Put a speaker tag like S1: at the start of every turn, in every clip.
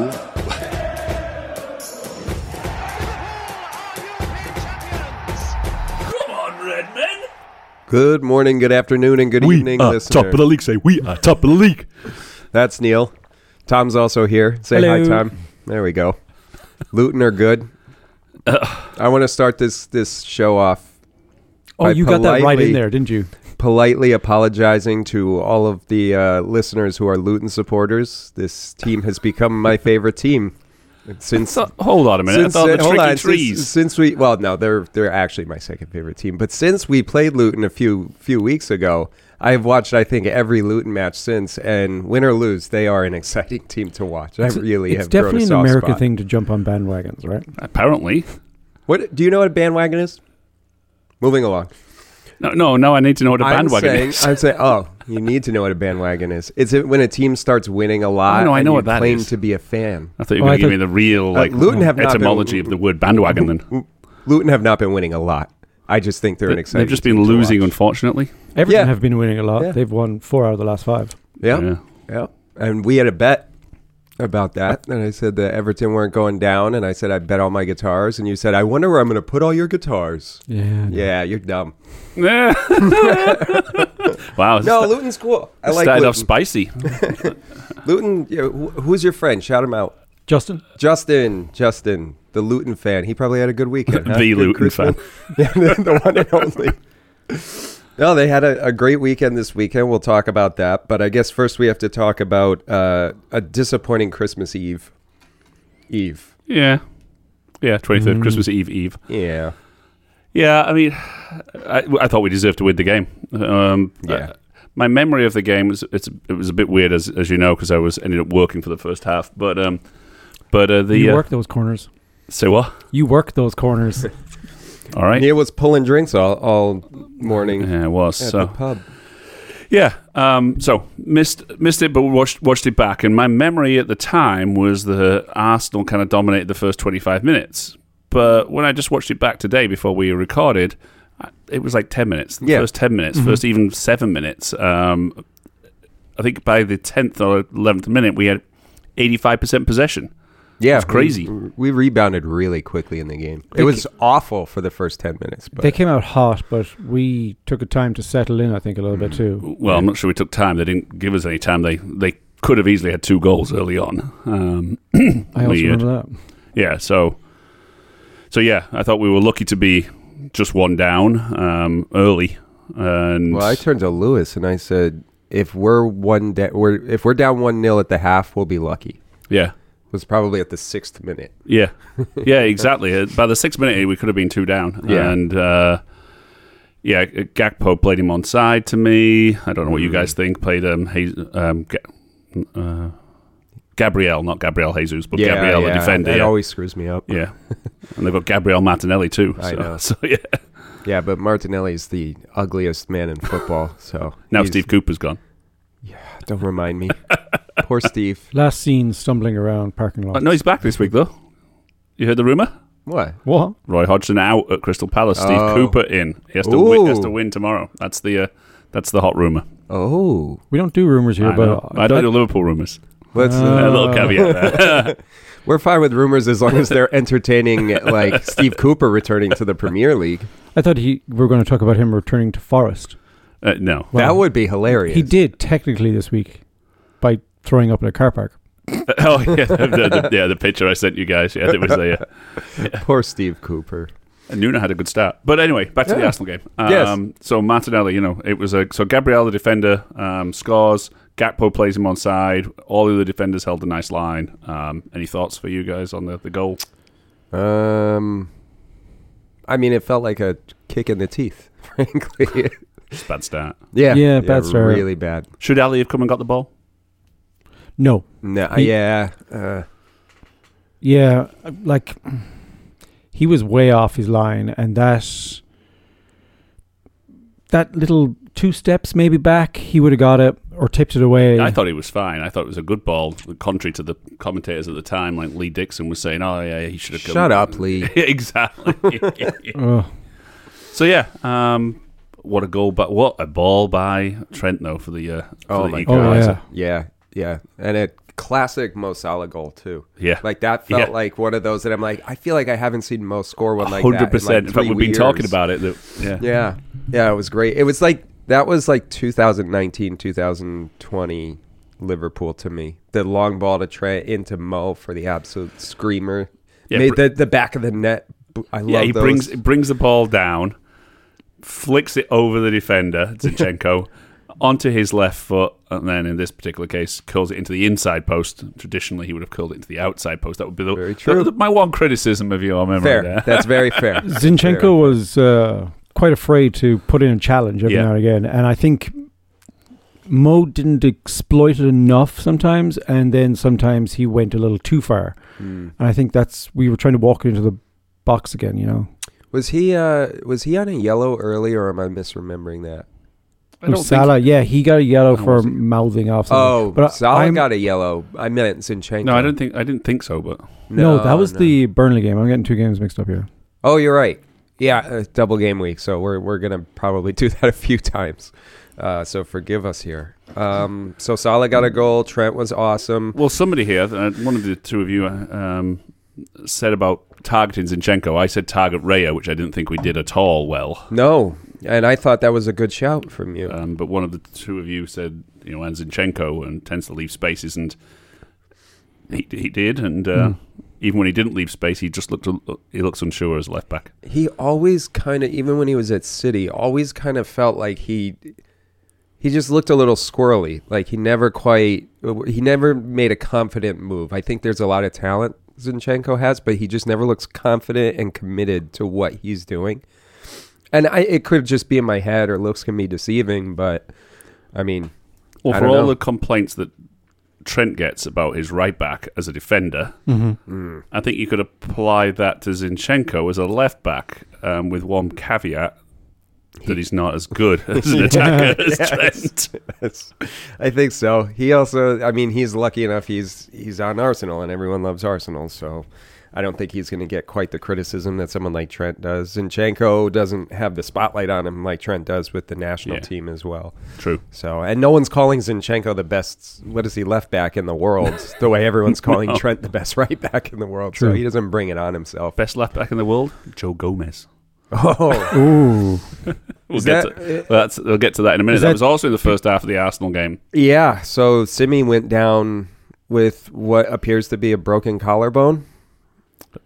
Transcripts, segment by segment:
S1: Ooh.
S2: Come on, Redman.
S1: Good morning, good afternoon, and good evening, listener.
S2: league. Say we are top of the league.
S1: That's Neil. Tom's also here. Say hi,
S2: Hello.
S1: Tom. There we go. Luton are good. I want to start this this show off
S3: Oh,
S1: by
S3: you got that right
S1: politely-
S3: in there, didn't you?
S1: politely apologizing to all of the uh, listeners who are Luton supporters. This team has become my favorite team since.
S2: hold on a minute.
S1: Since,
S2: I thought
S1: uh,
S2: the
S1: hold
S2: tricky
S1: on,
S2: trees.
S1: since, since we well no they're they're actually my second favorite team but since we played Luton a few few weeks ago I've watched I think every Luton match since and win or lose they are an exciting team to watch I really
S3: it's
S1: have grown
S3: definitely
S1: a
S3: an
S1: soft
S3: American
S1: spot.
S3: thing to jump on bandwagons, right?
S2: Apparently,
S1: What do you know what a bandwagon is? Moving along.
S2: no, no. Now I need to know what a bandwagon
S1: I'm saying,
S2: is.
S1: I'm saying, oh, you need to know what a bandwagon is. It's it when a team starts winning a lot.
S2: I know- I
S1: and
S2: know
S1: you
S2: what that
S1: claim
S2: is.
S1: to be a fan.
S2: I thought you
S3: Oh,
S2: were going
S3: I
S2: to give
S3: thought-
S2: me the real
S1: Uh,
S2: like
S1: Luton have not
S2: etymology
S1: been-
S2: of the word bandwagon. Then
S1: Luton have not been winning a lot. I just think they're an
S2: They-
S1: exciting.
S2: they've just
S1: team
S2: been
S1: to
S2: losing,
S1: watch.
S2: unfortunately.
S3: Everton
S1: Yeah.
S3: have been winning a lot.
S1: Yeah.
S3: They've won four out of the last five.
S1: Yeah, yeah, And we had a bet about that, and I said that Everton weren't going down, and I said I bet all my guitars, and you said I wonder where I'm going to put all your guitars.
S3: Yeah.
S1: Yeah, you're dumb.
S2: Yeah. wow.
S1: No,
S2: this
S1: Luton's cool. I like
S2: started off
S1: Luton.
S2: spicy.
S1: Luton yeah, who- who's your friend? Shout him out.
S3: Justin,
S1: Justin, Justin, the Luton fan. He probably had a good weekend.
S2: The
S1: huh? Good
S2: Luton
S1: Christmas. yeah, the, the one and only. No, they had a, a great weekend this weekend. We'll talk about that. But I guess first we have to talk about uh, a disappointing Christmas Eve. Eve.
S2: yeah. Yeah. Twenty
S1: Mm.
S2: third, Christmas Eve, Eve.
S1: Yeah.
S2: Yeah, I mean, I, I thought we deserved to win the game. Um,
S1: Yeah.
S2: I- my memory of the game was it's it was a bit weird as as you know because I was ended up working for the first half, but um, but uh, the
S3: you
S2: uh,
S3: work those corners.
S2: so what?
S3: You work those corners.
S2: All right, yeah,
S1: Neil was pulling drinks all, all morning
S2: it was
S1: at the
S2: Uh, so
S1: pub.
S2: yeah. Um, so missed missed it, but watched watched it back, and my memory at the time was that Arsenal kind of dominated the first twenty five minutes, but when I just watched it back today before we recorded. I- It was like ten minutes. The
S1: Yeah.
S2: first ten minutes, first even seven minutes. Um, I think by the tenth or eleventh minute, we had eighty-five percent possession.
S1: Yeah.
S2: It's crazy.
S1: We, we rebounded really quickly in the game. It was awful for the first 10 minutes. But
S3: they came out hot, but we took a time to settle in, I think, a little bit too.
S2: Well, I'm not sure we took time. They didn't give us any time. They they could have easily had two goals early on. Um,
S3: I also
S2: weird.
S3: remember that.
S2: yeah. So so yeah, I thought we were lucky to be just one down um, early. And
S1: Well, I turned to Lewis and I said, "If we're one, da- we're if we're down one nil at the half, we'll be lucky."
S2: yeah,
S1: It was probably at the sixth minute.
S2: yeah, yeah, exactly. Uh, By the sixth minute, we could have been two down.
S1: Yeah.
S2: And uh, yeah, uh, Gakpo played him on side to me. I don't know what you guys think. Played um, Haz- um, Ga- uh, Gabriel, not Gabriel Jesus, but Gabriel, the defender.
S1: That
S2: yeah.
S1: always screws me up.
S2: Yeah, and they've got Gabriel Martinelli too. So,
S1: I know.
S2: So yeah,
S1: Yeah, but Martinelli's the ugliest man in football. So
S2: now
S1: he's-
S2: Steve Cooper's gone.
S1: don't remind me. Poor Steve.
S3: Last seen stumbling around parking lot.
S2: But Uh, no, he's back this week though. You heard the rumor?
S1: What?
S3: What?
S2: Roy Hodgson out at Crystal Palace. Steve
S1: Oh.
S2: Cooper in. He has to win. He has
S1: Ooh.
S2: to win tomorrow. That's the uh, that's the hot rumor.
S1: Oh,
S3: We don't do rumors here,
S2: I,
S3: but
S2: know. I don't do Liverpool rumors.
S1: let's.
S3: Uh,
S2: a little caveat there.
S1: we're fine with rumors as long as they're entertaining, like Steve Cooper returning to the Premier League.
S3: I thought he we were going to talk about him returning to Forest.
S2: uh, no.
S3: Well,
S1: that would be hilarious.
S3: He did technically this week by throwing up in a car park.
S2: Oh yeah, the, the- yeah. The picture I sent you guys. Yeah, it was a. Uh,
S1: Poor Steve Cooper.
S2: And Nuno had a good start. But anyway, back to the
S1: Yeah.
S2: Arsenal game. Um,
S1: Yes.
S2: So Martinelli, you know, it was a so Gabriel the defender um, scores. Gakpo plays him on side. All the other defenders held a nice line. Um, any thoughts for you guys on the, the goal?
S1: Um, I mean, it felt like a kick in the teeth, frankly.
S2: Just a bad start.
S1: yeah,
S3: Yeah, bad start.
S1: really bad.
S2: Should Ali have come and got the ball?
S3: No,
S1: No,
S3: He-
S1: yeah, uh,
S3: Yeah, like he was way off his line, and that that little two steps maybe back, he would have got it or tipped it away.
S2: I thought he was fine. I thought it was a good ball. Contrary to the commentators at the time, like Lee Dixon was saying, "Oh yeah, he should have come."
S1: shut up, Lee.
S2: exactly.
S3: Ugh.
S2: so yeah, um, what a goal! But what a ball by Trent though for the uh, for
S1: Oh
S2: the
S1: my
S2: equaliser.
S1: God.
S3: Oh yeah,
S1: Yeah, yeah, and it classic Mo Salah goal too.
S2: Yeah.
S1: Like that
S2: Yeah.
S1: felt like one of those that I'm like, I feel like I haven't seen Mo score one like
S2: Hundred
S1: that.
S2: percent. In fact, we've been talking about it. That, yeah.
S1: Yeah, yeah, it was great. It was like that was like 2019, 2020 Liverpool to me. The long ball to Trent into Mo for the absolute screamer.
S2: Yeah,
S1: Made
S2: br-
S1: the the back of the net. b- I love.
S2: Yeah, he
S1: those.
S2: brings he brings the ball down, flicks it over the defender Zinchenko onto his left foot, and then in this particular case, curls it into the inside post. Traditionally, he would have curled it into the outside post. That would be the,
S1: Very true.
S2: the- my one criticism of your memory
S1: fair.
S2: there.
S1: That's very fair.
S3: Zinchenko
S1: Fair.
S3: was uh, quite afraid to put in a challenge every
S2: Yeah.
S3: now and again, and I think Mo didn't exploit it enough sometimes, and then sometimes he went a little too far.
S2: Hmm.
S1: Mm.
S3: And I think that's we were trying to walk into the box again, you know.
S1: Was he uh was he on a yellow early or am I misremembering that?
S2: I
S3: With
S2: don't
S3: Salah, yeah, he got a yellow
S2: Oh,
S3: for
S2: was he?
S3: mouthing off. something.
S1: Oh,
S3: But I-
S1: Salah
S3: I'm-
S1: got a yellow. I meant Zinchenko.
S2: think, no, I don't think I didn't think so. But
S3: no, that was
S1: no.
S3: the Burnley game. I'm getting two games mixed up here.
S1: Oh, you're right. Yeah, uh, double game week, so we're we're gonna probably do that a few times. Uh, so forgive us here. Um, so Salah got a goal. Trent was awesome.
S2: well, somebody here, uh, one of the two of you, uh, um, said about targeting Zinchenko. I said target Raya, which I didn't think we did at all well.
S1: No, and I thought that was a good shout from you.
S2: Um, but one of the two of you said, you know, and Zinchenko and tends to leave spaces, and he he did, and uh,
S3: Mm.
S1: Hmm.
S2: even when he didn't leave space, he just looked he looks unsure as left back.
S1: he always kind of, even when he was at City, always kind of felt like he he just looked a little squirrely. Like he never quite, he never made a confident move. I think there's a lot of talent Zinchenko has, but he just never looks confident and committed to what he's doing. And I, it could just be in my head, or looks can be deceiving. But I mean,
S2: Well,
S1: I
S2: for
S1: don't
S2: all
S1: know.
S2: the complaints that Trent gets about his right back as a defender,
S1: Mm-hmm.
S2: I think you could apply that to Zinchenko as a left back, um, with one caveat that he's not as good as an attacker as Trent.
S1: Yes, I think so. He also, I mean, he's lucky enough. He's he's on Arsenal, and everyone loves Arsenal. So I don't think he's going to get quite the criticism that someone like Trent does. Zinchenko doesn't have the spotlight on him like Trent does with the national
S2: Yeah.
S1: team as well.
S2: True.
S1: So, and no one's calling Zinchenko the best. What is he left back in the world? the way everyone's calling Trent the best right back in the world. So
S3: True.
S1: he doesn't bring it on himself.
S2: Best left back in the world, Joe Gomez.
S1: Oh,
S3: Ooh,
S2: We'll
S1: Is
S2: get
S1: that-
S2: to, well, that's, we'll get to that in a minute.
S3: Is
S2: that,
S3: that-
S2: was also in the first half of the Arsenal game.
S1: Yeah, so Simi went down with what appears to be a broken collarbone.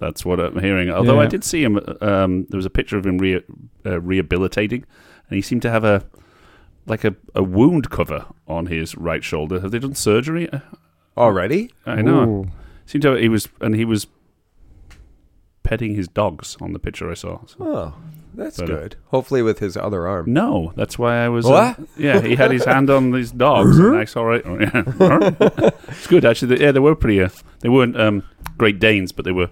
S2: That's what I'm hearing. Although I
S3: Yeah.
S2: did see him, um, there was a picture of him re- uh, rehabilitating, and he seemed to have a like a, a wound cover on his right shoulder. Have they done surgery? Uh,
S1: Already?
S2: I know.
S3: Ooh.
S2: Seemed to have, he was and he was petting his dogs on the picture I saw. So-
S1: Oh, that's
S2: Better.
S1: good. Hopefully with his other arm.
S2: No, that's why I was.
S1: What?
S2: uh, yeah, he had his hand on these dogs, and I saw it. it's good actually. They, yeah, they were pretty. Uh, they weren't um, Great Danes, but they were.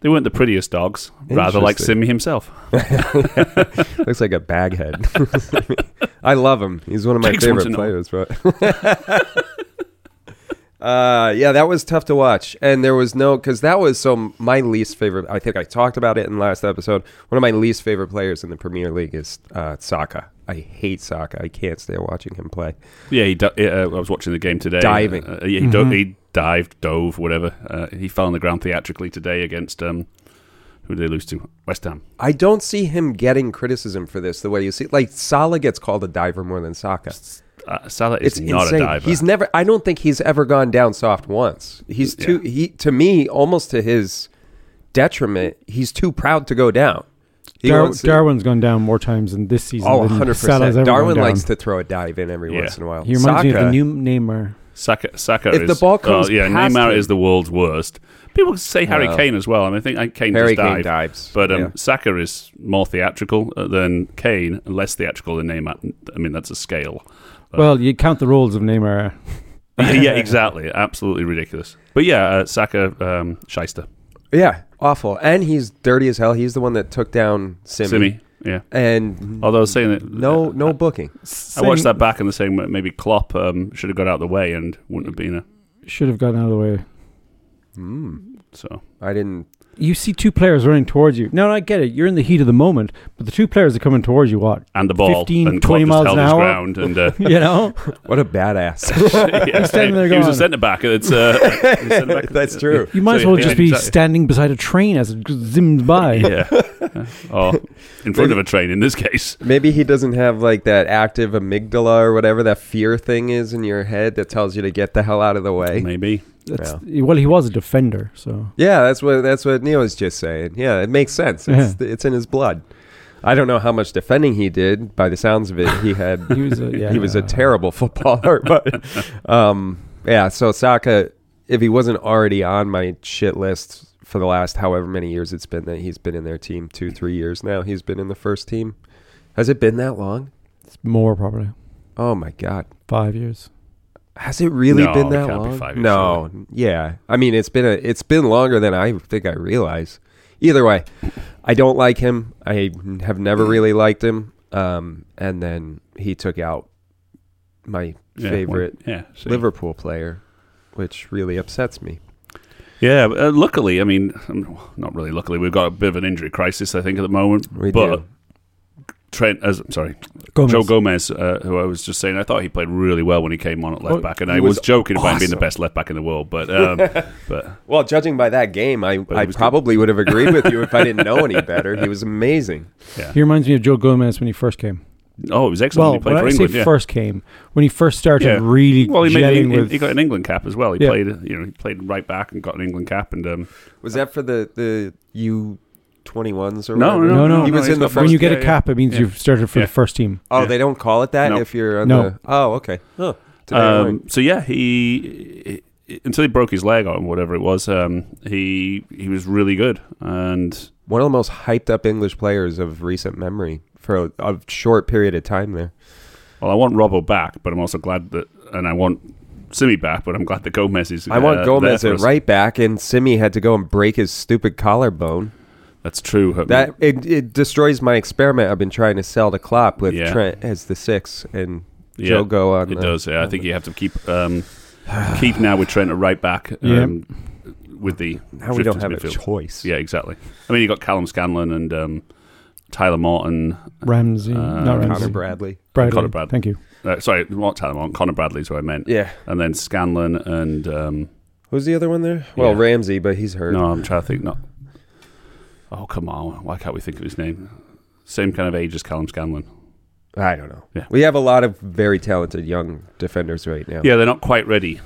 S2: They weren't the prettiest dogs. Rather like
S1: Interesting.
S2: Simi himself.
S1: Looks like a bag head. I love him. He's one of my
S2: Takes one to
S1: favorite
S2: know.
S1: players, but uh, yeah, that was tough to watch. And there was no cuz that was so my least favorite. I think I talked about it in last episode. One of my least favorite players in the Premier League is uh, Saka. I hate Saka. I can't stand watching him play.
S2: Yeah, he. Di- uh, I was watching the game today.
S1: Diving.
S2: Uh, yeah, he, do- he dived, dove, whatever. Uh, he fell on the ground theatrically today against. Um, who did they lose to? West Ham.
S1: I don't see him getting criticism for this the way you see. Like Salah gets called a diver more than Saka.
S2: Uh, Salah is
S1: It's
S2: not
S1: insane.
S2: a diver.
S1: He's never. I don't think he's ever gone down soft once. He's
S2: Yeah.
S1: too. He to me almost to his detriment. He's too proud to go down. He
S3: Dar-
S1: wants to-
S3: Darwin's gone down more times in this season.
S1: Oh,
S3: than
S1: 100
S3: Salah's
S1: percent.
S3: ever gone
S1: Darwin
S3: down.
S1: likes to throw a dive in every
S2: Yeah.
S1: once in a while.
S3: He reminds me of
S1: Saka-
S3: the new Neymar.
S2: Saka, Saka
S1: If
S2: is,
S1: the ball comes
S2: oh, yeah,
S1: past
S2: Neymar
S1: him-
S2: is the world's worst. People say Harry
S1: Well,
S2: Kane as well. I mean, I think I- Kane
S1: Harry
S2: just
S1: Kane
S2: dived,
S1: dives,
S2: but um,
S1: yeah.
S2: Saka is more theatrical uh, than Kane, and less theatrical than Neymar. I mean, that's a scale. Uh,
S3: Well, you count the roles of Neymar.
S2: yeah, exactly, absolutely ridiculous. But yeah, uh, Saka, um, shyster,
S1: yeah, awful, and he's dirty as hell. He's the one that took down Simi,
S2: Simi, yeah.
S1: and
S2: Although I was saying that
S1: no,
S2: uh,
S1: no booking.
S2: I watched that back in the same way. Maybe Klopp um, should have got out of the way and wouldn't have been a
S3: Should have gotten out of the way.
S1: Mm.
S2: so.
S1: I didn't
S3: you see two players running towards you. No, I get it. You're in the heat of the moment, but the two players are coming towards you. What?
S2: and the ball
S3: 15,
S2: and
S3: 20
S2: Klopp
S3: miles
S2: just held
S3: an
S2: his
S3: hour.
S2: ground and uh,
S3: You know,
S1: What a badass.
S2: yeah,
S3: standing there
S2: he was a
S3: going-
S2: centre back. It's uh, he was centre-back.
S1: That's true.
S3: you
S2: So,
S3: might as well
S2: yeah,
S3: just be
S2: exactly.
S3: standing beside a train as it zooms by.
S2: yeah, or in front of a train in this case.
S1: Maybe he doesn't have like that active amygdala or whatever that fear thing is in your head that tells you to get the hell out of the way.
S2: Maybe
S3: That's, Well, he was a defender, so
S1: Yeah, that's what that's what Neil was just saying. Yeah, it makes sense. It's, it's in his blood. I don't know how much defending he did. By the sounds of it, he had
S3: he was. A, yeah,
S1: he was a terrible footballer. But um, yeah, so Saka, if he wasn't already on my shit list for the last however many years it's been that he's been in their team, two three years now. He's been in the first team. Has it been that long?
S3: It's more probably
S1: Oh my god.
S3: five years.
S1: Has it really
S2: No,
S1: been
S2: it
S1: that
S2: can't be
S1: long?
S2: five years,
S1: no, yeah. I mean, it's been a it's been longer than I think I realize. Either way, I don't like him. I
S2: Mm.
S1: have never really liked him. Um, and then he took out my
S2: Yeah,
S1: favorite
S2: well, yeah, see.
S1: Liverpool player, which really upsets me.
S2: Yeah, but, uh, luckily, I mean, um, not really luckily, we've got a bit of an injury crisis, I think, at the moment.
S1: We
S2: but
S1: do.
S2: Trent, as I'm sorry,
S3: Gomez.
S2: Joe Gomez, uh, who I was just saying, I thought he played really well when he came on at left
S3: Oh,
S2: back, and
S1: he
S2: I was,
S1: was
S2: joking about him being the
S1: awesome.
S2: best left back in the world, but um, but
S1: Well, judging by that game, I,
S2: it
S1: I
S2: was good.
S1: probably would have agreed with you if I didn't know any better. He was amazing.
S3: He reminds me of Joe Gomez when he first came.
S2: oh, it was excellent.
S3: Well,
S2: when he
S3: when
S2: played
S3: I
S2: for
S3: say
S2: England. Yeah.
S3: first came, when he first started
S2: Yeah.
S3: really
S2: well, he made
S3: gelling
S2: he,
S3: with,
S2: he got an England cap as well. He
S3: Yeah.
S2: played, you know, he played right back and got an England cap, and um,
S1: Was that for the the U twenty ones or
S2: No,
S1: whatever?
S3: no, no,
S1: He
S2: no,
S1: was
S2: he's
S1: in the
S2: got-
S1: first.
S3: when you get
S2: yeah,
S3: a cap, it means
S2: yeah.
S3: you've started for
S2: Yeah.
S3: the first team.
S1: Oh,
S2: Yeah.
S1: they don't call it that
S2: No.
S1: if you're on
S3: No.
S1: the. Oh, okay. Huh. Today morning.
S2: Um, so yeah, he, he until he broke his leg or whatever it was, um, he he was really good, and
S1: One of the most hyped up English players of recent memory for a, a short period of time there.
S2: well, I want Robbo back, but I'm also glad that, and I want Simi back, but I'm glad that Gomez is.
S1: I want
S2: uh,
S1: Gomez
S2: there for
S1: at
S2: us.
S1: right back, and Simi had to go and break his stupid collarbone.
S2: That's true. I
S1: That it, it destroys my experiment I've been trying to sell to Klopp with
S2: Yeah.
S1: Trent as the six and
S2: Yeah,
S1: Joe go on.
S2: mean, it
S1: the,
S2: does. Yeah, I think you have to keep um, keep now with Trent at right back. Um, with the
S1: Now we don't
S2: shift
S1: have
S2: into
S1: a
S2: midfield.
S1: choice.
S2: Yeah, exactly. I mean, you got Callum Scanlon and um, Tyler Morton.
S3: Ramsey,
S2: Uh,
S3: not
S1: Connor
S3: Ramsey.
S1: Bradley.
S3: Bradley.
S2: Connor Bradley.
S3: Thank you.
S2: Uh, sorry, not Tyler Morton. Connor Bradley's who I meant.
S1: Yeah.
S2: And then Scanlon and um,
S1: Who's the other one there? Well,
S2: Yeah.
S1: Ramsey, but he's hurt.
S2: No, I'm trying to think. Not. Oh come on! Why can't we think of his name? Same kind of age as Callum Scanlon.
S1: I don't know.
S2: Yeah.
S1: We have a lot of very talented young defenders right now.
S2: Yeah, they're not quite ready.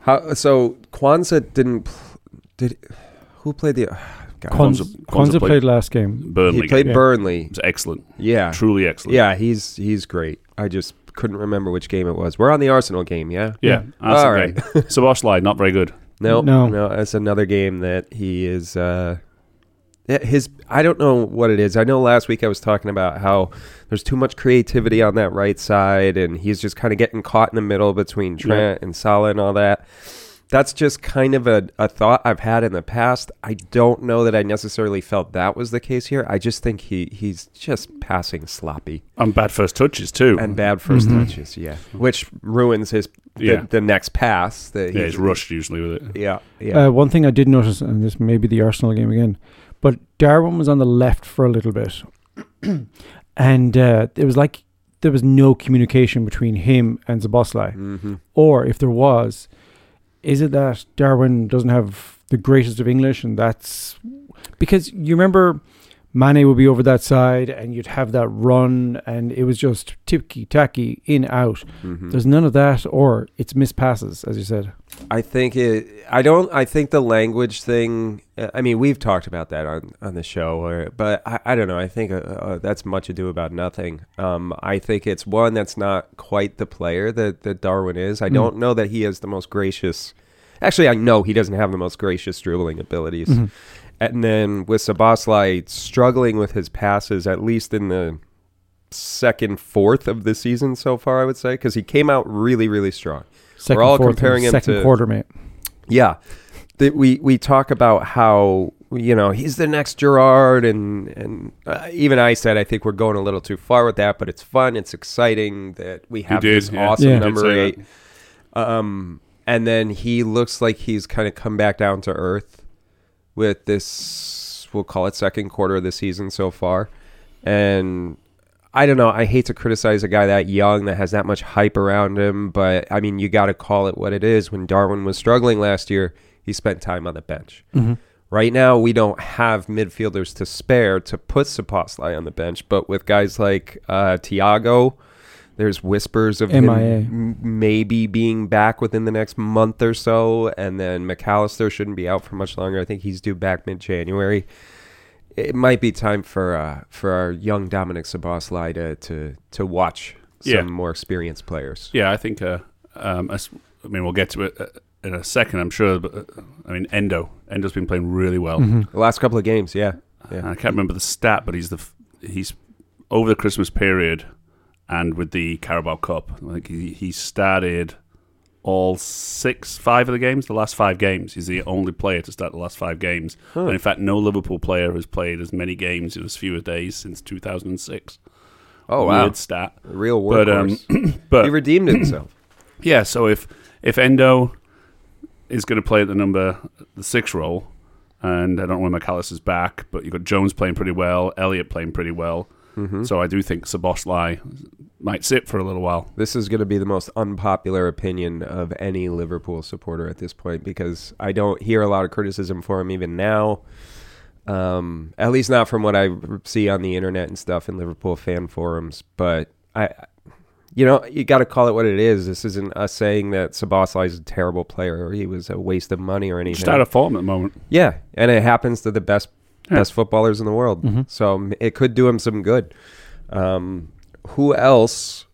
S1: How so? Kwanzaa didn't. Pl- did who played the? God.
S3: Kwanzaa,
S2: Kwanzaa- Kwanzaa
S3: Kwanzaa played,
S2: played-
S3: last game.
S2: Burnley.
S1: he played
S2: game.
S3: yeah.
S1: Burnley.
S2: It's excellent,
S1: Yeah,
S2: truly excellent.
S1: yeah, he's he's great. I just couldn't remember which game it was. We're on the Arsenal game, yeah.
S2: yeah.
S1: All
S2: Arsenal game. Szoboszlai, not very good.
S1: No, no,
S3: No.
S1: no. That's another game that he is. Uh, yeah, his I don't know what it is. I know last week I was talking about how there's too much creativity on that right side, and he's just kind of getting caught in the middle between Trent and Salah and all that. That's just kind of a, a thought I've had in the past. I don't know that I necessarily felt that was the case here. I just think he he's just passing sloppy
S2: And bad first touches too.
S1: and bad 1st
S3: Mhm.
S1: touches, yeah, which ruins his the,
S2: Mm-hmm. Yeah.
S1: the next pass that
S2: yeah, he's rushed usually with it.
S1: Yeah, yeah,
S3: Uh, one thing I did notice, and this may be the Arsenal game again, but Darwin was on the left for a little bit, and uh, it was like there was no communication between him and Zaboslai,
S1: hmm
S3: or if there was, is it that Darwin doesn't have the greatest of English, and that's because you remember. Mane would be over that side, and you'd have that run, and it was just ticky tacky in out.
S1: hmm
S3: There's none of that, or it's missed passes, as you said.
S1: I think it. I don't. I think the language thing. uh, I mean, we've talked about that on on the show, or, but I, I don't know. I think uh, uh, that's much ado about nothing. Um, I think it's one that's not quite the player that that Darwin is. I
S3: Mm.
S1: don't know that he has the most gracious. Actually, I know he doesn't have the most gracious dribbling abilities.
S3: Mhm.
S1: And then with Sabaslai struggling with his passes, at least in the second fourth of the season so far, I would say, because he came out really, really strong.
S3: Second,
S1: all
S3: fourth, and
S1: comparing him
S3: second
S1: to-
S3: quarter, mate.
S1: Yeah, that we we talk about how you know he's the next Gerard, and and uh, even I said I think we're going a little too far with that, but it's fun, it's exciting that we have
S2: did,
S1: this
S2: yeah.
S1: awesome
S3: Yeah.
S1: number
S2: Did say
S1: eight. Um, and then he looks like he's kind of come back down to earth. with this, we'll call it second quarter of the season so far. And I don't know. I hate to criticize a guy that young that has that much hype around him, but I mean, you got to call it what it is. When Darwin was struggling last year, he spent time on the bench. Right now, we don't have midfielders to spare to put Saposly on the bench, but with guys like uh, Tiago, there's whispers of him
S3: MIA.
S1: m- maybe being back within the next month or so, and then McAllister shouldn't be out for much longer. I think he's due back mid-January. It might be time for uh, for our young Dominic Sabasli to to, to watch some
S2: Yeah.
S1: more experienced players.
S2: Yeah, I think. Uh, um, I, s- I mean, we'll get to it uh, in a second, I'm sure. But uh, I mean, Endo. Endo's been playing really well.
S1: The last couple of games, yeah, yeah.
S2: And I can't remember the stat, but he's the f- he's over the Christmas period and with the Carabao Cup. I think he, he started all six, five of the games. The last five games, he's the only player to start the last five games. And in fact, no Liverpool player has played as many games in as few days since 2006.
S1: Oh wow,
S2: Weird stat.
S1: real
S2: But
S1: workhorse.
S2: um, but
S1: he redeemed himself.
S2: yeah, so if if Endo is going to play at the number the six role, and I don't know when McAllister's back, but you've got Jones playing pretty well, Elliot playing pretty well. So I do think Saboslai might sit for a little while.
S1: This is going to be the most unpopular opinion of any Liverpool supporter at this point because I don't hear a lot of criticism for him even now. Um, at least not from what I see on the internet and stuff in Liverpool fan forums. But I, you know, you got to call it what it is. This isn't us saying that Sabasli is a terrible player or he was a waste of money or anything.
S2: Just out of form at the moment.
S1: Yeah, and it happens to the best
S2: Yeah. Mm-hmm.
S1: best footballers in the world. So m- it could do him some good. Um, who else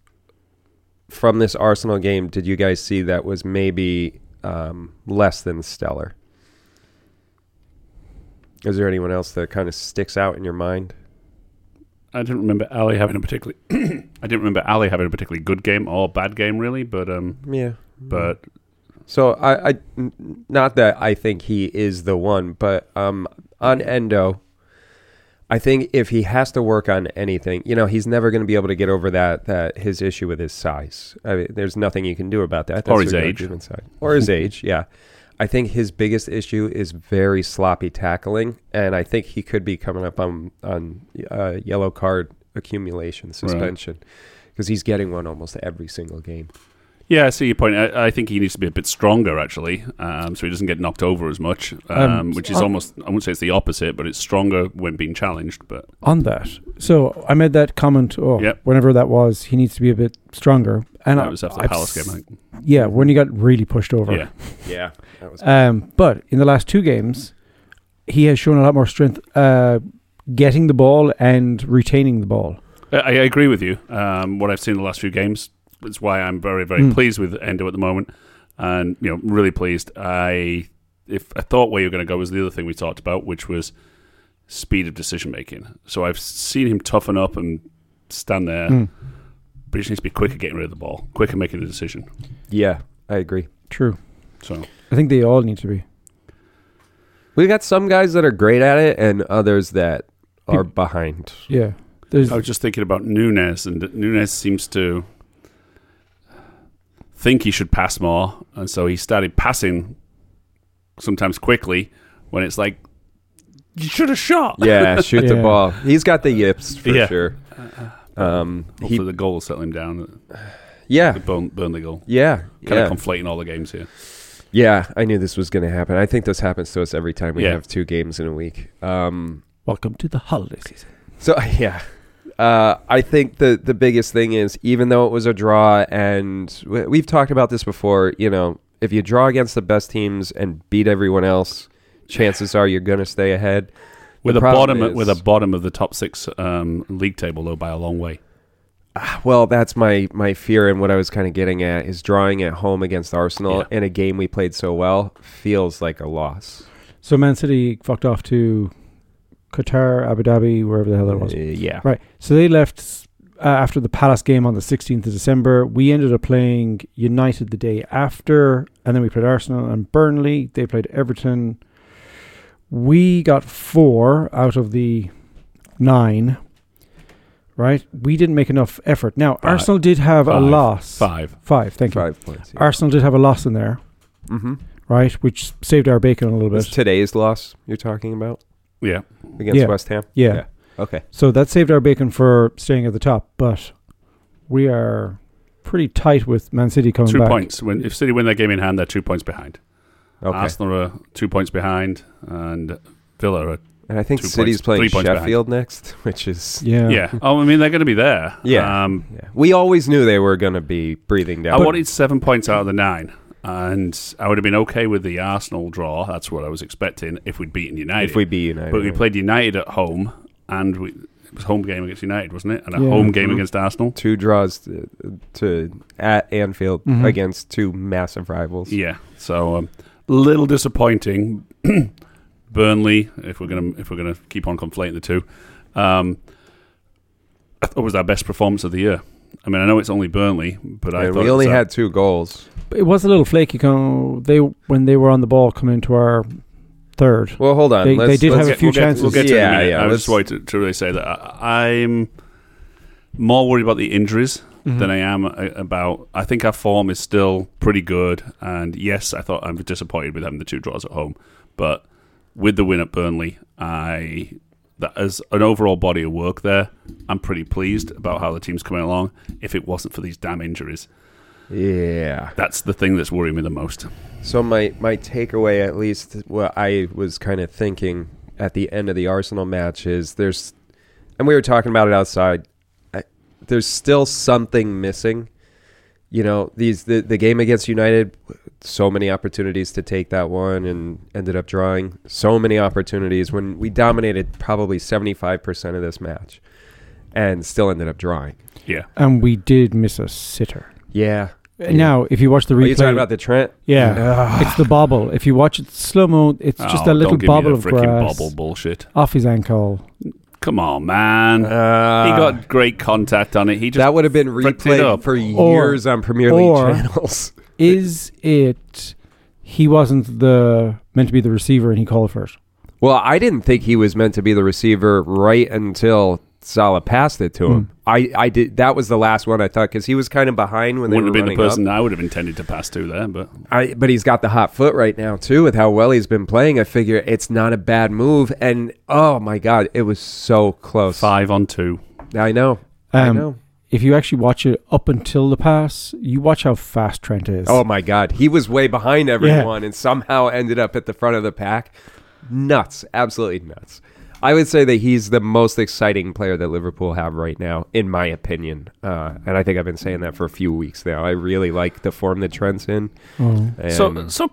S1: from this Arsenal game did you guys see that was maybe um, less than stellar? Is there anyone else that kind of sticks out in your mind?
S2: I didn't remember Ali having a particularly. I didn't remember Ali having a particularly good game or bad game really, but um,
S1: Yeah.
S2: but
S1: So I, I- n- not that I think he is the one, but um, on Endo, I think if he has to work on anything, you know, he's never going to be able to get over that that his issue with his size. I mean, there's nothing you can do about that.
S2: Or his
S1: a
S2: age.
S1: human side. or his age. Yeah, I think his biggest issue is very sloppy tackling, and I think he could be coming up on on uh, yellow card accumulation suspension because he's getting one almost every single game.
S2: yeah, I see your point. I, I think he needs to be a bit stronger actually, um, so he doesn't get knocked over as much, um,
S3: Um,
S2: which is
S3: uh,
S2: almost I wouldn't say it's the opposite, but it's stronger when being challenged. But
S3: on that. So I made that comment. Oh,
S2: Yep.
S3: whenever that was, he needs to be a bit stronger. And
S2: that
S3: I-
S2: was after the
S3: I've
S2: Palace game, I
S3: s-
S2: think.
S3: Yeah, when he got really pushed over.
S2: Yeah,
S1: Yeah, that was
S3: Um, but in the last two games, he has shown a lot more strength uh, getting the ball and retaining the ball.
S2: I, I agree with you. Um, what I've seen the last few games is why I'm very, very
S3: Mm.
S2: pleased with Endo at the moment, and you know, really pleased. I if I thought where you were going to go was the other thing we talked about, which was speed of decision making. So I've seen him toughen up and stand there,
S3: Mm.
S2: but he just needs to be quicker getting rid of the ball, quicker making a decision.
S1: yeah. I agree.
S3: True.
S2: So
S3: I think they all need to be.
S1: We got some guys that are great at it and others that are behind.
S3: Yeah. There's
S2: I was just thinking about Nunes, and Nunes seems to think he should pass more, and so he started passing sometimes quickly when it's like you should have shot.
S1: Yeah, shoot the
S3: Yeah.
S1: ball. He's got the yips for
S2: Yeah.
S1: sure. Um,
S2: Hopefully
S1: he,
S2: the goal will settle him down.
S1: yeah,
S2: The burn, burn the goal.
S1: yeah,
S2: Kind
S1: yeah.
S2: of conflating all the games here.
S1: yeah. I knew this was going to happen. I think this happens to us every time we
S2: Yeah.
S1: have two games in a week. Um,
S3: welcome to the holiday season.
S1: So yeah, uh, I think the the biggest thing is even though it was a draw, and we- we've talked about this before. You know, if you draw against the best teams and beat everyone else, chances are you're going to stay ahead.
S2: With
S1: The
S2: a
S1: problem
S2: bottom,
S1: is-
S2: with a bottom of the top six um, league table though by a long way.
S1: Well, that's my my fear, and what I was kind of getting at is drawing at home against Arsenal
S2: Yeah.
S1: in a game we played so well feels like a loss.
S3: So Man City fucked off to Qatar, Abu Dhabi, wherever the hell that was.
S1: Uh, yeah,
S3: Right. So they left uh, after the Palace game on the 16th of December. We ended up playing United the day after, and then we played Arsenal and Burnley. They played Everton. We got four out of the nine. Right. We didn't make enough effort. Now
S2: Five.
S3: Arsenal did have
S2: Five.
S3: a loss.
S2: Five.
S3: Five. Thank you.
S1: five points. Yeah.
S3: Arsenal did have a loss in there.
S1: mm-hmm.
S3: right? Which saved our bacon a little
S1: It's
S3: bit.
S1: today's loss you're talking about
S2: Yeah.
S1: against
S3: Yeah.
S1: West Ham?
S3: yeah.
S1: yeah. Okay.
S3: So that saved our bacon for staying at the top, but we are pretty tight with Man City coming
S2: two
S3: back.
S2: points. When if City win their game in hand, they're two points behind.
S1: Okay.
S2: Arsenal are two points behind, and Villa are
S1: And I think
S2: Two
S1: City's
S2: points-
S1: playing
S2: three points behind.
S1: Sheffield next, which is
S3: Yeah.
S2: yeah. Oh, I mean they're going to be there.
S1: Yeah.
S2: Um,
S1: yeah. We always knew they were going to be breathing
S2: I
S1: down.
S2: wanted seven points out of the nine, and I would have been okay with the Arsenal draw. That's what I was expecting if we'd beaten United.
S1: if we beat United,
S2: but we played United at home, and we, it was home game against United, wasn't it? And a
S3: Yeah.
S2: home game
S1: Mhm.
S2: against Arsenal.
S1: two draws to, to at Anfield
S3: Mhm.
S1: against two massive rivals.
S2: Yeah. So um, little disappointing. Burnley, if we're gonna if we're gonna keep on conflating the two, um, I thought it was our best performance of the year. I mean, I know it's only Burnley, but I
S1: and
S2: thought
S1: we
S2: it
S1: only
S2: was our-
S1: had two goals.
S3: But it was a little flaky come, they when they were on the ball coming into our third.
S1: Well, hold on.
S3: They-
S1: let's,
S3: they did
S1: let's
S3: have a
S2: get-
S3: few
S2: we'll get-
S3: chances.
S2: We'll get to
S1: Yeah,
S2: yeah,
S1: yeah,
S2: I was
S1: let's-
S2: just wanted to, to really say that I, I'm more worried about the injuries
S1: Mm-hmm.
S3: Hmm.
S2: than I am a- about. I think our form is still pretty good, and yes, I thought I'm disappointed with having the two draws at home, but with the win at Burnley, I that as an overall body of work there, I'm pretty pleased about how the team's coming along. If it wasn't for these damn injuries,
S1: Yeah.
S2: that's the thing that's worrying me the most.
S1: So my my takeaway, at least what I was kind of thinking at the end of the Arsenal match, is there's, and we were talking about it outside. I, there's still something missing. You know, these the the game against United, so many opportunities to take that one and ended up drawing. So many opportunities when we dominated probably seventy five percent of this match, and still ended up drawing.
S2: Yeah,
S3: And we did miss a sitter.
S1: Yeah. Yeah.
S3: Now, if you watch the
S1: Are you
S3: replay,
S1: talking about the Trent?
S3: yeah, it's the bobble. If you watch it slow mo, it's just
S2: Oh,
S3: a little
S2: don't give me that
S3: bobble of
S2: freaking
S3: grass
S2: bobble bullshit.
S3: off his ankle.
S2: Come on, man.
S1: Uh,
S2: he got great contact on it. He just
S1: that would have been
S2: fricked it
S1: replayed
S2: up.
S1: for
S3: Or-
S1: years on Premier League
S3: or-
S1: channels.
S3: Is it? He wasn't the meant to be the receiver, and he called for it.
S1: Well, I didn't think he was meant to be the receiver right until Salah passed it to
S3: Hmm.
S1: him. I, I did. That was the last one I thought because he was kind of behind when
S2: wouldn't
S1: they
S2: have
S1: were
S2: been the
S1: running
S2: person I would have intended to pass to there, but
S1: up. I, but he's got the hot foot right now too with how well he's been playing. I figure it's not a bad move. And oh my god, it was so close.
S2: five on two.
S1: I know. I
S3: Um,
S1: know.
S3: if you actually watch it up until the pass, you watch how fast Trent is.
S1: Oh my god, he was way behind everyone and somehow ended up at the front of the pack. Nuts, absolutely nuts. I would say that he's the most exciting player that Liverpool have right now, in my opinion. Uh, and I think I've been saying that for a few weeks now. I really like the form that Trent's in.
S3: Oh.
S1: And
S2: so, so Um,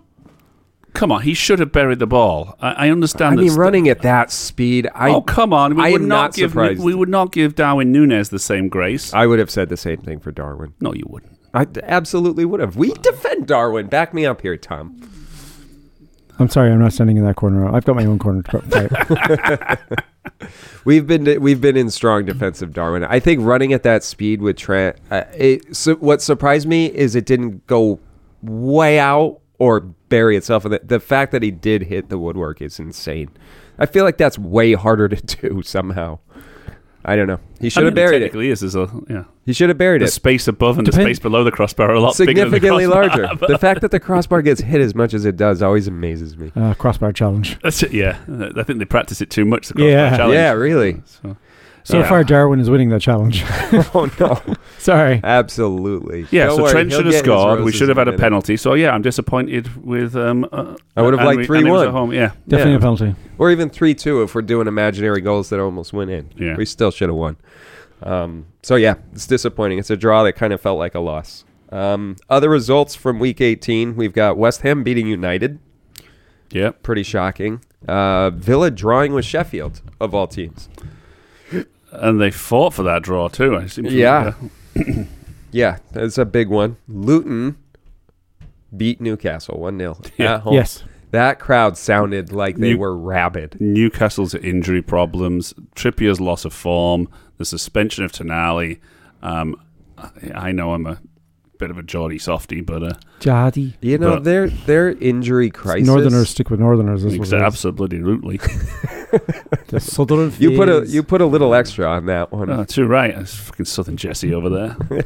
S2: come on, he should have buried the ball. I, I
S1: I
S2: understand.
S1: mean,
S2: that's-
S1: running at that speed, I
S2: oh come on, we
S1: I
S2: would
S1: am
S2: not,
S1: not
S2: give
S1: surprised. Uh,
S2: we would not give Darwin Nunez the same grace.
S1: I would have said the same thing for Darwin.
S2: no, you wouldn't.
S1: I d- absolutely would have. We defend Darwin. Back me up here, Tom.
S3: I'm sorry, I'm not standing in that corner. I've got my own corner. To play.
S1: We've been we've been in strong defense of Darwin. I think running at that speed with Trent. Uh, it, su- what surprised me is it didn't go way out or bury itself. In the, the fact that he did hit the woodwork is insane. I feel like that's way harder to do somehow. I don't know. He should
S2: I
S1: have
S2: mean,
S1: buried it.
S2: technically Is, is a, yeah.
S1: He should have buried
S2: The
S1: it.
S2: space above and
S3: Depend-
S2: the space below the crossbar are a lot
S1: Significantly
S2: bigger than the
S1: larger. The fact that the crossbar gets hit as much as it does always amazes me.
S3: uh, crossbar challenge.
S2: That's it. Yeah, I think they practice it too much. The crossbar
S3: Yeah.
S2: challenge.
S1: Yeah, really.
S2: So,
S3: So
S2: Yeah.
S3: far, Darwin is winning that challenge.
S1: oh no.
S3: sorry.
S1: Absolutely.
S2: Yeah,
S1: Don't
S2: so
S1: worry,
S2: Trent
S1: he'll
S2: should have
S1: get his
S2: scored. We
S1: roses
S2: should have
S1: in
S2: had a
S1: minute.
S2: penalty. So yeah, I'm disappointed with. Um, uh,
S1: I would have
S2: and
S1: liked
S2: we- and it was
S1: 3-1.
S2: at home. Yeah,
S3: Definitely
S1: Yeah.
S3: a penalty.
S1: or even three two if we're doing imaginary goals that almost went in.
S2: Yeah.
S1: we still should have won. Um, so yeah, it's disappointing. It's a draw that kind of felt like a loss. Um, other results from week 18, we've got West Ham beating United,
S2: yeah.
S1: pretty shocking. Uh, Villa drawing with Sheffield of all teams.
S2: And they fought for that draw too. I seem to uh,
S1: Yeah. Yeah, that's a big one. Luton beat Newcastle 1 0
S2: Yeah.
S1: at home.
S3: Yes.
S1: That crowd sounded like they
S2: New-
S1: were rabid.
S2: Newcastle's injury problems, Trippier's loss of form, the suspension of Tonali. Um, I- I know I'm a bit of a Geordie softy, but uh,
S3: Jadi.
S1: You know,
S2: But-
S1: their their injury crisis.
S3: Northerners stick with Northerners. Is
S2: exa- absolutely, absolutely.
S3: The Southern
S1: You put a
S3: is-
S2: Uh-huh.
S1: you put a little extra on that one.
S2: oh, too right. It's fucking Southern Jesse over there.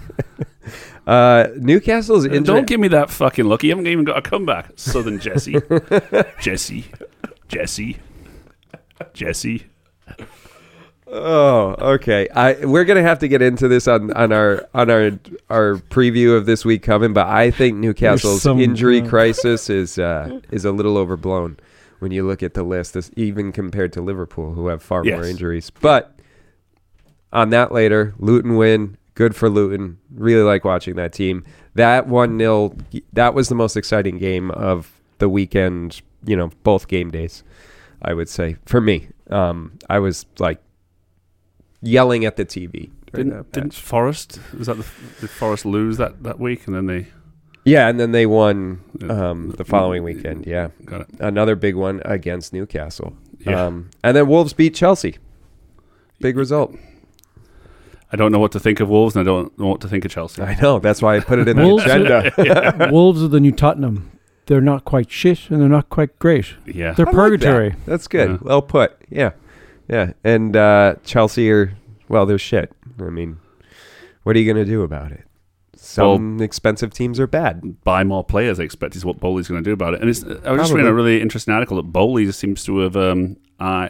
S1: Uh, Newcastle's
S2: And
S1: internet.
S2: don't give me that fucking look. You haven't even got a comeback. Southern Jesse. Jesse. Jesse. Jesse.
S1: Oh, okay. I we're gonna have to get into this on, on our on our our preview of this week coming, but I think Newcastle's
S3: some-
S1: injury
S3: yeah.
S1: crisis is uh, is a little overblown when you look at the list, this, even compared to Liverpool, who have far more
S2: Yes.
S1: injuries. But on that later, Luton win. Good for Luton. Really like watching that team. That one 0 That was the most exciting game of the weekend. You know, both game days. I would say for me, um, I was like yelling at the TV. during
S2: Didn't,
S1: that match.
S2: didn't Forest was that the, did Forest lose that, that week and then they
S1: Yeah, and then they won um, the following weekend. Yeah,
S2: got it.
S1: another big one against Newcastle.
S2: Yeah.
S1: Um, and then Wolves beat Chelsea. Big result.
S2: I don't know what to think of Wolves and I don't know what to think of Chelsea.
S1: I know. That's why I put it in the
S3: Wolves-
S1: agenda.
S3: Wolves are the new Tottenham. They're not quite shit and they're not quite great.
S2: yeah.
S3: They're
S1: I like
S3: purgatory.
S1: that. That's good.
S2: Yeah.
S1: Well put. Yeah, yeah. And uh, Chelsea are well, they're shit. I mean, what are you going to do about it? Some expensive teams are bad.
S2: buy more players. I expect is what Bowley's going to do about it. And it's, I was just
S1: Probably.
S2: reading a really interesting article that Bowley seems to have. Um, uh,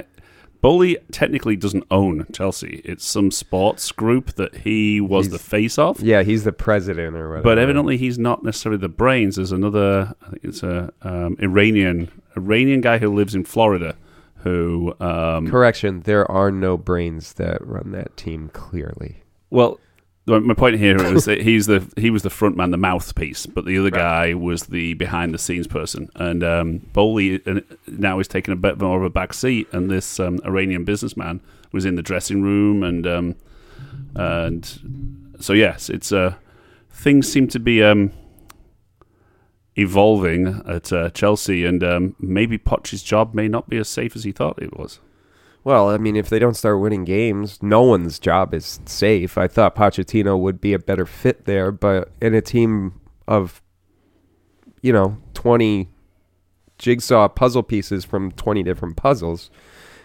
S2: Bowley technically doesn't own Chelsea. It's some sports group that he was
S1: He's-
S2: the face of.
S1: Yeah, he's the president or whatever.
S2: But evidently, he's not necessarily the brains. There's another, I think it's a um, Iranian Iranian guy who lives in Florida, who
S1: Mm.
S2: um,
S1: Correction, there are no brains that run that team clearly.
S2: Well, my my point here is that he's the he was the front man, the mouthpiece, but the other guy was the behind the scenes person. And um, Bowley uh, now is taking a bit more of a back seat, and this um, Iranian businessman was in the dressing room, and um, and so yes, it's uh, things seem to be um, evolving at uh, Chelsea, and um, maybe Poch's job may not be as safe as he thought it was.
S1: Well, I mean, if they don't start winning games, no one's job is safe. I thought Pochettino would be a better fit there, but in a team of, you know, 20 jigsaw puzzle pieces from 20 different puzzles,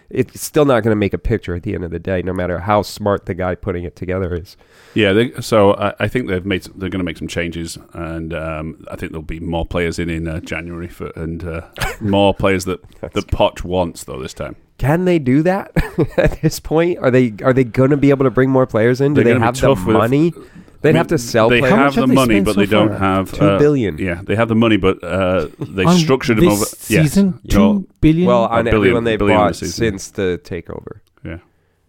S1: it's still not going to make a picture at the end of the day, no matter how smart the guy putting it together is.
S2: Yeah, they, so I, I think they've made they're going to make some changes, and um, I think there'll be more players in in uh, January for and uh, more players that that Poch wants though this time.
S1: Can they do that at this point? Are they are they going to be able to bring more players in? Do
S2: They're
S1: they
S2: gonna be
S1: have the
S2: tough with-
S1: money? They'd
S2: I mean,
S1: have to sell
S2: They
S1: players.
S3: How
S2: have uh, the
S3: much have they
S2: money,
S3: spent
S2: but
S3: so
S2: they don't
S3: far?
S2: have
S1: Two billion.
S2: Yeah, they have the money, but uh, they
S3: On
S2: structured them
S3: this
S2: over
S3: season.
S2: Yes.
S3: Two billion
S1: Well,
S2: A
S1: on
S2: billion-
S1: everyone they
S2: a billion
S1: bought
S2: this season.
S1: since the takeover.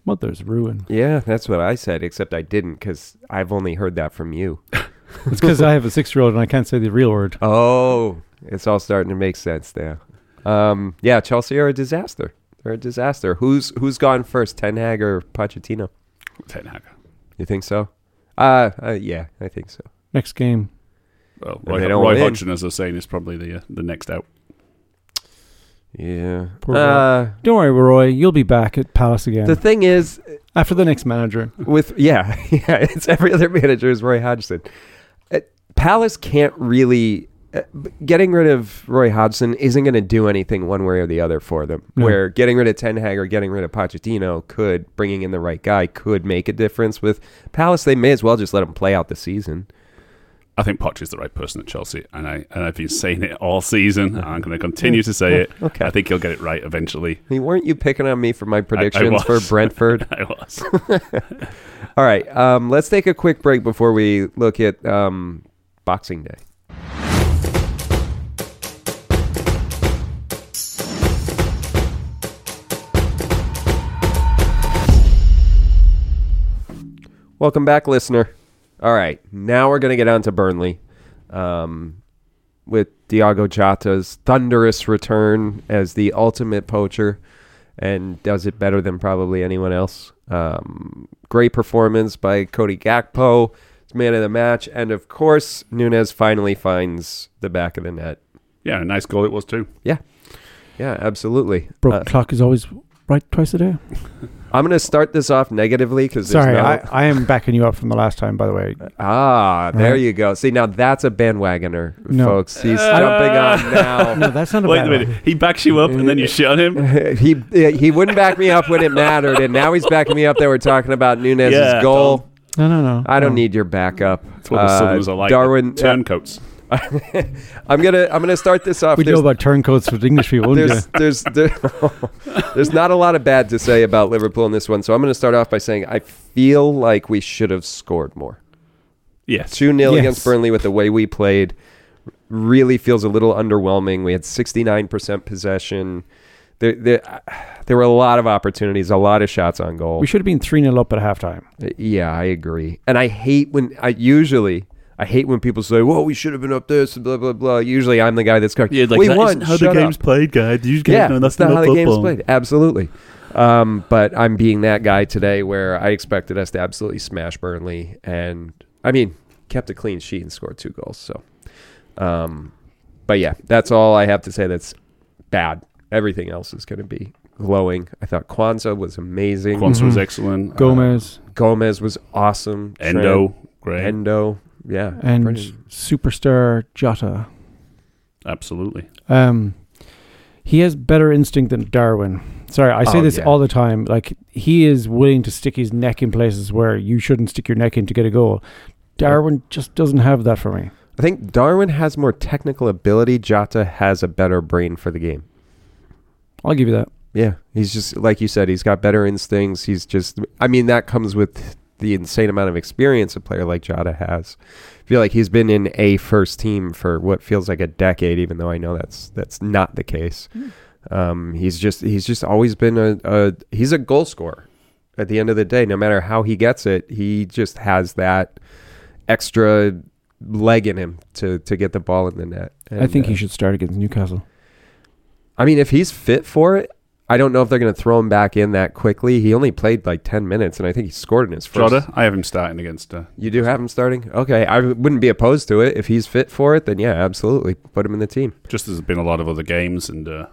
S3: mother's ruin.
S1: Yeah, that's what I said, except I didn't because I've only heard that from you.
S3: It's because I have a six-year-old and I can't say the real word.
S1: Oh, it's all starting to make sense now. Um, yeah, Chelsea are a disaster. They're a disaster. Who's who's gone first, Ten Hag or Pochettino?
S2: Ten Hag.
S1: You think so? Uh, uh yeah, I think so.
S3: Next game,
S2: Well,
S1: they
S2: Roy,
S1: don't
S2: Roy
S1: win.
S2: Hodgson, as they're saying, is probably the uh, the next out.
S1: Yeah.
S3: Poor
S1: uh,
S3: don't worry, Roy. You'll be back at Palace again
S1: the thing is,
S3: after the next manager.
S1: with yeah, yeah, it's every other manager is Roy Hodgson. Uh, Palace can't really uh, b- getting rid of Roy Hodgson isn't going to do anything one way or the other for them.
S3: No.
S1: Where getting rid of Ten Hag or getting rid of Pochettino could bringing in the right guy could make a difference. With Palace, they may as well just let him play out the season.
S2: I think Poch is the right person at Chelsea, and I and I've been saying it all season. and I'm going to continue to say it.
S1: Okay.
S2: I think he'll get it right eventually.
S1: Hey, weren't you picking on me for my
S2: was.
S1: predictions for Brentford?
S2: I was.
S1: All right, um, let's take a quick break before we look at um, Boxing Day. Welcome back, listener. All right, now we're going to get on to Burnley um, with Diogo Jota's thunderous return as the ultimate poacher and does it better than probably anyone else. Um, great performance by Cody Gakpo, man of the match. And of course, Nunez finally finds the back of the net.
S2: yeah, a nice goal it was too.
S1: Yeah, absolutely.
S3: Broken
S1: Uh,
S3: clock is always right twice a day.
S1: I'm going to start this off negatively because
S3: Sorry,
S1: no,
S3: I, I am backing you up from the last time. By the way,
S1: ah, there
S3: Right.
S1: you go. See, now that's a bandwagoner,
S3: No.
S1: folks. He's
S2: Uh,
S1: jumping on now.
S3: no, that's not a
S2: Wait
S3: bad
S2: a
S3: one.
S2: minute. He backs you up and then you shit on him.
S1: he he wouldn't back me up when it mattered, and now he's backing me up that we're talking about Nunez's
S2: Yeah,
S1: goal.
S3: No, no, no.
S1: I don't
S3: no.
S1: need your backup.
S2: That's what the
S1: Uh,
S2: Southerners are like.
S1: Darwin,
S2: turncoats.
S1: I'm gonna I'm gonna start this off.
S3: We know
S1: There's,
S3: about turncoats with English people. wouldn't
S1: there's, there's there- there's not a lot of bad to say about Liverpool in this one, so I'm gonna start off by saying I feel like we should have scored more.
S2: Yes.
S1: Two 0
S3: Yes.
S1: against Burnley with the way we played really feels a little underwhelming. We had 69% possession. There, there, there were a lot of opportunities, a lot of shots on goal.
S3: We should have been 3 0 up at halftime.
S1: Yeah, I agree. And I hate when I usually I hate when people say, "Well, we should have been up this," and blah blah blah. Usually, I'm the guy that's going, "We won."
S4: how
S1: shut
S4: the
S1: up."
S4: game's played, guys. You guys
S1: yeah,
S4: know
S1: that's
S4: nothing
S1: not how
S4: about
S1: the game's
S4: football.
S1: played. Absolutely. Um, but I'm being that guy today where I expected us to absolutely smash Burnley, and I mean, kept a clean sheet and scored two goals. So, um, but yeah, that's all I have to say. That's bad. Everything else is going to be glowing. I thought Kwanzaa was amazing.
S2: Quantum was
S3: Mhm.
S1: Uh,
S2: excellent.
S3: Gomez
S1: Gomez was awesome.
S2: Uh, Endo, great.
S1: Endo. Yeah.
S3: and
S1: Brendan.
S3: superstar Jota.
S2: Absolutely.
S3: Um, he has better instinct than Darwin. Sorry, I say
S1: Oh,
S3: this
S1: yeah.
S3: all the time. Like he is willing to stick his neck in places where you shouldn't stick your neck in to get a goal. Darwin just doesn't have that for me.
S1: I think Darwin has more technical ability. Jota has a better brain for the game.
S3: I'll give you that.
S1: Yeah. He's just, like you said, he's got better instincts. He's just, I mean, that comes with the insane amount of experience a player like Jota has. I feel like he's been in a first team for what feels like a decade, even though I know that's that's not the case. Um, he's just he's just always been a, a he's a goal scorer. At the end of the day, no matter how he gets it, he just has that extra leg in him to to get the ball in the net.
S3: I
S1: And,
S3: think
S1: uh,
S3: he should start against Newcastle.
S1: I mean, if he's fit for it, I don't know if they're going to throw him back in that quickly. He only played like 10 minutes, and I think he scored in his first.
S2: Jota, I have him starting against. Uh,
S1: You do have him starting? Okay. I wouldn't be opposed to it. If he's fit for it, then yeah, absolutely. Put him in the team.
S2: just as there's been a lot of other games, and uh,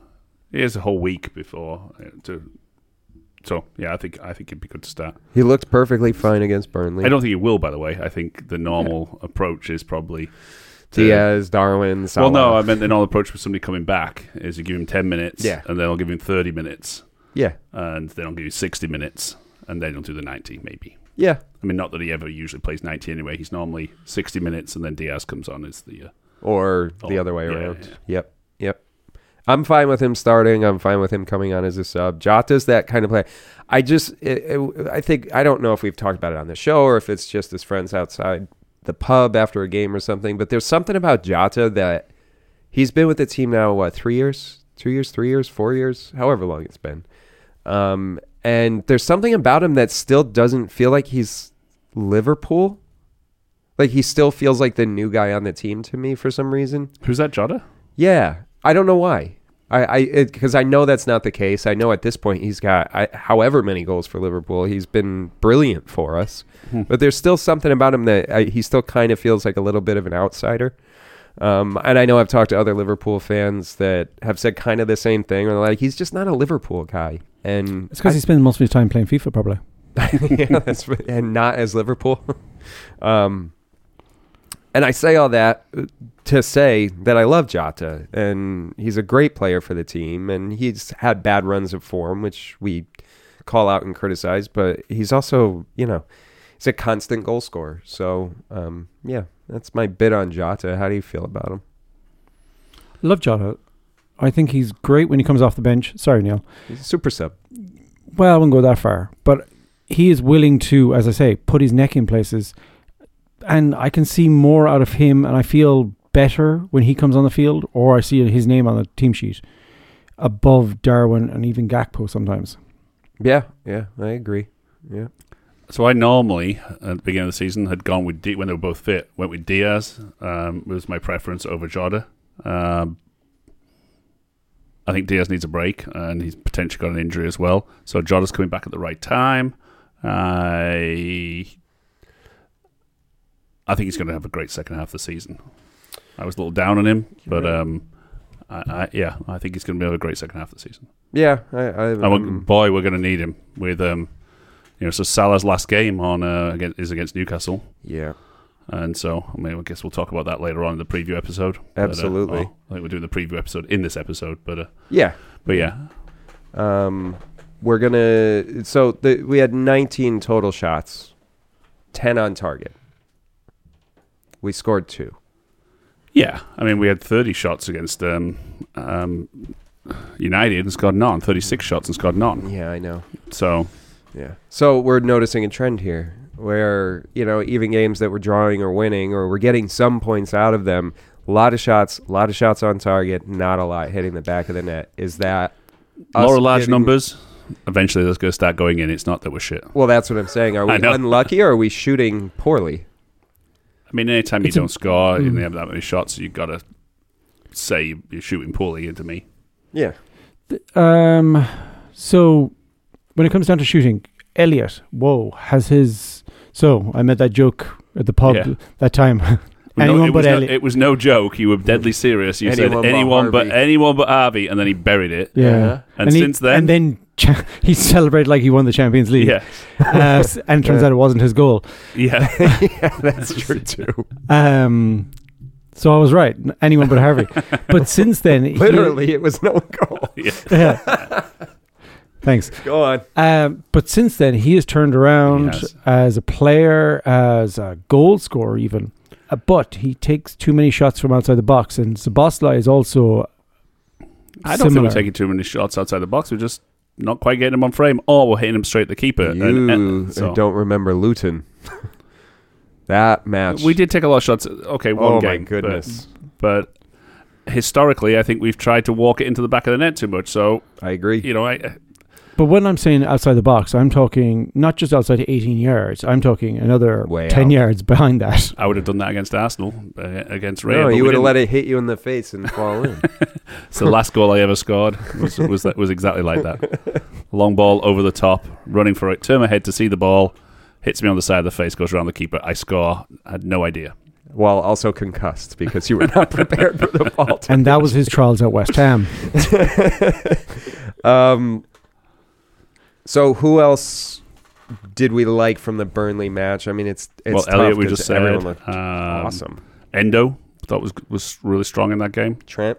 S2: he has a whole week before uh, to. So yeah, I think I think it'd be good to start.
S1: He looked perfectly fine against Burnley.
S2: I don't think he will, by the way. I think the normal approach is probably to.
S1: Diaz, Darwin, Salah.
S2: Well, no, uh, I meant the normal approach with somebody coming back is you give him ten minutes,
S1: Yeah.
S2: and then I'll give him thirty minutes,
S1: Yeah.
S2: and then I'll give you sixty minutes, and then you'll do the ninety maybe.
S1: Yeah.
S2: I mean, not that he ever usually plays ninety anyway. He's normally sixty minutes, and then Diaz comes on as the. Uh,
S1: Or the
S2: Oh,
S1: other way
S2: yeah,
S1: around.
S2: yeah.
S1: Yep. Yep. I'm fine with him starting. I'm fine with him coming on as a sub. Jota's that kind of player. I just, it, it- I think, I don't know if we've talked about it on the show or if it's just his friends outside the pub after a game or something, but there's something about Jota that he's been with the team now, what, three years? Two years, three years, four years, however long it's been. Um, and there's something about him that still doesn't feel like he's Liverpool. Like he still feels like the new guy on the team to me for some reason.
S2: who's that, Jota?
S1: Yeah, I don't know why. I, I, because I know that's not the case. I know at this point he's got I, however many goals for Liverpool. He's been brilliant for us,
S2: Hmm.
S1: but there's still something about him that I, he still kind of feels like a little bit of an outsider. Um, and I know I've talked to other Liverpool fans that have said kind of the same thing, or like he's just not a Liverpool guy. And
S3: It's because he spends most of his time playing FIFA, probably.
S1: yeah, that's right. and not as Liverpool. um, and I say all that to say that I love Jota, and he's a great player for the team, and he's had bad runs of form, which we call out and criticize, but he's also, you know, he's a constant goal scorer. So, um, yeah, that's my bit on Jota. How do you feel about him?
S3: Love Jota. I think he's great when he comes off the bench. Sorry, Neil.
S1: He's a super sub.
S3: Well, I wouldn't go that far, but he is willing to, as I say, put his neck in places, and I can see more out of him, and I feel better when he comes on the field, or I see his name on the team sheet above Darwin and even Gakpo sometimes.
S1: Yeah, yeah, I agree. Yeah.
S2: So I normally at the beginning of the season had gone with D- when they were both fit. Went with Diaz um, was my preference over Jota. Um, I think Diaz needs a break and he's potentially got an injury as well. So Jota's coming back at the right time. I I think he's going to have a great second half of the season. I was a little down on him, but um, I, I, yeah, I think he's going to have a great second half of the season.
S1: Yeah, I, I,
S2: I
S1: I'm-
S2: want, boy, we're going to need him with um, you know, so Salah's last game on uh, against, is against Newcastle,
S1: yeah.
S2: and so I mean, I guess we'll talk about that later on in the preview episode. But, uh,
S1: Absolutely.
S2: oh, I think we're doing the preview episode in this episode, but uh,
S1: Yeah,
S2: but yeah,
S1: Um, we're gonna. So the, we had 19 total shots. 10 on target. We scored two.
S2: Yeah, I mean, we had 30 shots against um, um, United and scored none. 36 shots and scored none.
S1: Yeah, I know.
S2: So
S1: Yeah. So we're noticing a trend here where, you know, even games that we're drawing or winning or we're getting some points out of them, a lot of shots, a lot of shots on target, not a lot hitting the back of the net. Is that us
S2: lower large
S1: getting-
S2: numbers. Eventually, that's going to start going in. It's not that we're shit.
S1: Well, that's what I'm saying. Are we
S2: I know.
S1: unlucky or are we shooting poorly?
S2: I mean, anytime you
S3: It's a-
S2: don't score and
S3: Mm.
S2: you have that many shots, you've got to say you're shooting poorly into me.
S1: Yeah.
S3: Um, so when it comes down to shooting, Elliot, whoa, has his. So I made that joke at the pub
S2: Yeah.
S3: that time.
S2: We know-
S3: Anyone
S2: it,
S3: but
S2: was no,
S3: Elliot.
S2: it was no joke. You were deadly serious. You
S1: Anyone
S2: said
S1: but
S2: anyone but,
S1: Harvey."
S2: anyone but Harvey, and then he buried it.
S3: yeah.
S2: And,
S3: he-
S2: since then,
S3: and then cha- he celebrated like he won the Champions League.
S2: yeah,
S3: Uh, s- and it turns out it wasn't his goal.
S2: yeah,
S1: yeah, that's true too.
S3: Um, so I was right. N- Anyone but Harvey. but since then, he-
S1: Literally, it was no goal.
S2: yeah.
S3: yeah. Thanks.
S1: Go on.
S3: Um, but since then, he has turned around
S2: He has.
S3: as a player, as a goal scorer, even. Uh, but he takes too many shots from outside the box, and Zabosla is also.
S2: I don't think
S3: similar.
S2: we're taking too many shots outside the box. We're just not quite getting them on frame, or we're hitting them straight at the keeper.
S1: You
S2: And- and- so-
S1: don't remember Luton. that match.
S2: We did take a lot of shots. Okay, one
S1: Oh
S2: game.
S1: my
S2: but-
S1: goodness.
S2: But, historically, I think we've tried to walk it into the back of the net too much. So
S1: I agree.
S2: you know, I,
S3: But when I'm saying outside the box, I'm talking not just outside 18 yards. I'm talking another
S1: Way
S3: 10
S1: out.
S3: yards behind that.
S2: I would have done that against Arsenal uh, against Real.
S1: No,
S2: but we
S1: you would have
S2: didn't.
S1: let it hit you in the face and fall in.
S2: It's the last goal I ever scored. Was was that was exactly like that. Long ball over the top, running for it. Turn my head to see the ball. Hits me on the side of the face, goes around the keeper. I score. I had no idea.
S1: while also concussed because you were not prepared for the fault.
S3: And that was his trials at West Ham.
S1: um, so who else did we like from the Burnley match? I mean, it's it's
S2: well,
S1: tough
S2: Elliot, we
S1: 'cause
S2: just said.
S1: everyone looked
S2: um,
S1: awesome.
S2: Endo thought was was really strong in that game.
S1: Trent,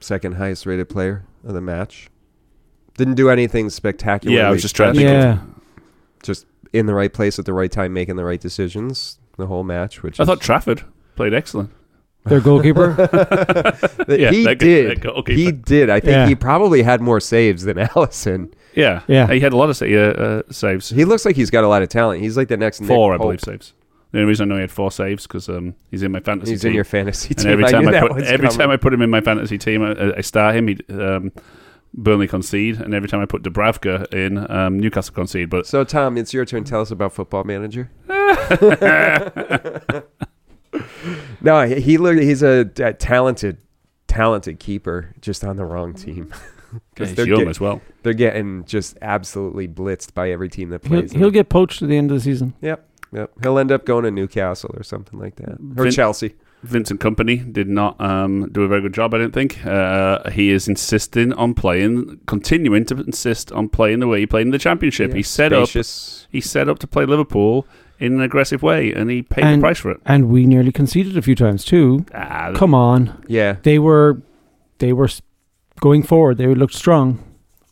S1: second highest rated player of the match, didn't do anything spectacular.
S2: Yeah, I was just trying to think
S3: yeah.
S1: just in the right place at the right time, making the right decisions the whole match. Which
S2: I
S1: is-
S2: thought Trafford played excellent.
S3: Their goalkeeper.
S1: that
S2: Yeah,
S1: he
S2: that go-
S1: did.
S2: that goalkeeper.
S1: he did. I think
S3: Yeah.
S1: he probably had more saves than Allison.
S2: Yeah,
S3: Yeah.
S2: He had a lot of sa- uh, uh, saves.
S1: He looks like he's got a lot of talent. He's like the next Nick
S2: four, I
S1: Pope.
S2: believe, saves. The only reason I know he had four saves because um, he's in my fantasy
S1: He's
S2: team.
S1: in your fantasy
S2: and
S1: team.
S2: every
S1: I
S2: time
S1: knew
S2: I,
S1: that
S2: put
S1: was
S2: every
S1: coming.
S2: time I put him in my fantasy team, I, I star him. He um, Burnley concede, and every time I put Dubravka in, um, Newcastle concede. But
S1: So Tom, it's your turn. Tell us about Football Manager. no, he, he look- he's a, a talented, talented keeper, just on the wrong
S3: Mm-hmm.
S1: team.
S2: he's
S1: they're
S2: young
S1: get-
S2: as well.
S1: They're getting just absolutely blitzed by every team that
S3: He'll,
S1: plays.
S3: he'll
S1: them.
S3: get poached at the end of the season.
S1: Yep. he'll end up going to Newcastle or something like that, or
S2: Vin-
S1: Chelsea.
S2: Vincent Company did not um, do a very good job, I don't think. Uh, he is insisting on playing, continuing to insist on playing the way he played in the championship.
S1: Yeah,
S2: he set up,
S1: spacious.
S2: he set up to play Liverpool in an aggressive way, and he paid
S3: And-
S2: the price for it.
S3: And we nearly conceded a few times too.
S2: Ah,
S3: Come on.
S1: Yeah,
S3: they were they were s- going forward. They looked strong.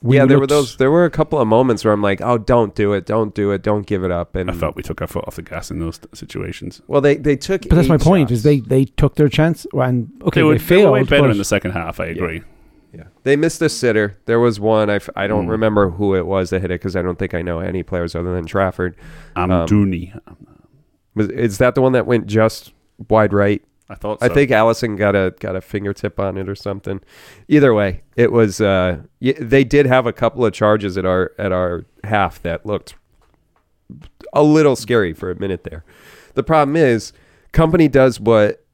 S3: We
S1: yeah, there were
S3: looked-
S1: those. There were a couple of moments where I'm like, "Oh, don't do it, don't do it, don't give it up." And
S2: I felt we took our foot off the gas in those situations.
S1: well, they they took.
S3: But that's my
S1: eight
S3: point:
S1: shots.
S3: is they they took their chance and
S2: they
S3: okay, they,
S2: were, they were way
S3: failed.
S2: better
S3: but-
S2: in the second half. I agree.
S1: yeah they missed a sitter. There was one I, f- I don't
S2: Mm.
S1: remember who it was that hit it because I don't think I know any players other than Trafford.
S2: I'm
S1: Um,
S2: Dooney.
S1: Was, is that the one that went just wide right?
S2: I thought.
S1: I
S2: so.
S1: think Allison got a got a fingertip on it or something. Either way, it was. Uh, y- they did have a couple of charges at our at our half that looked a little scary for a minute there. The problem is, company does what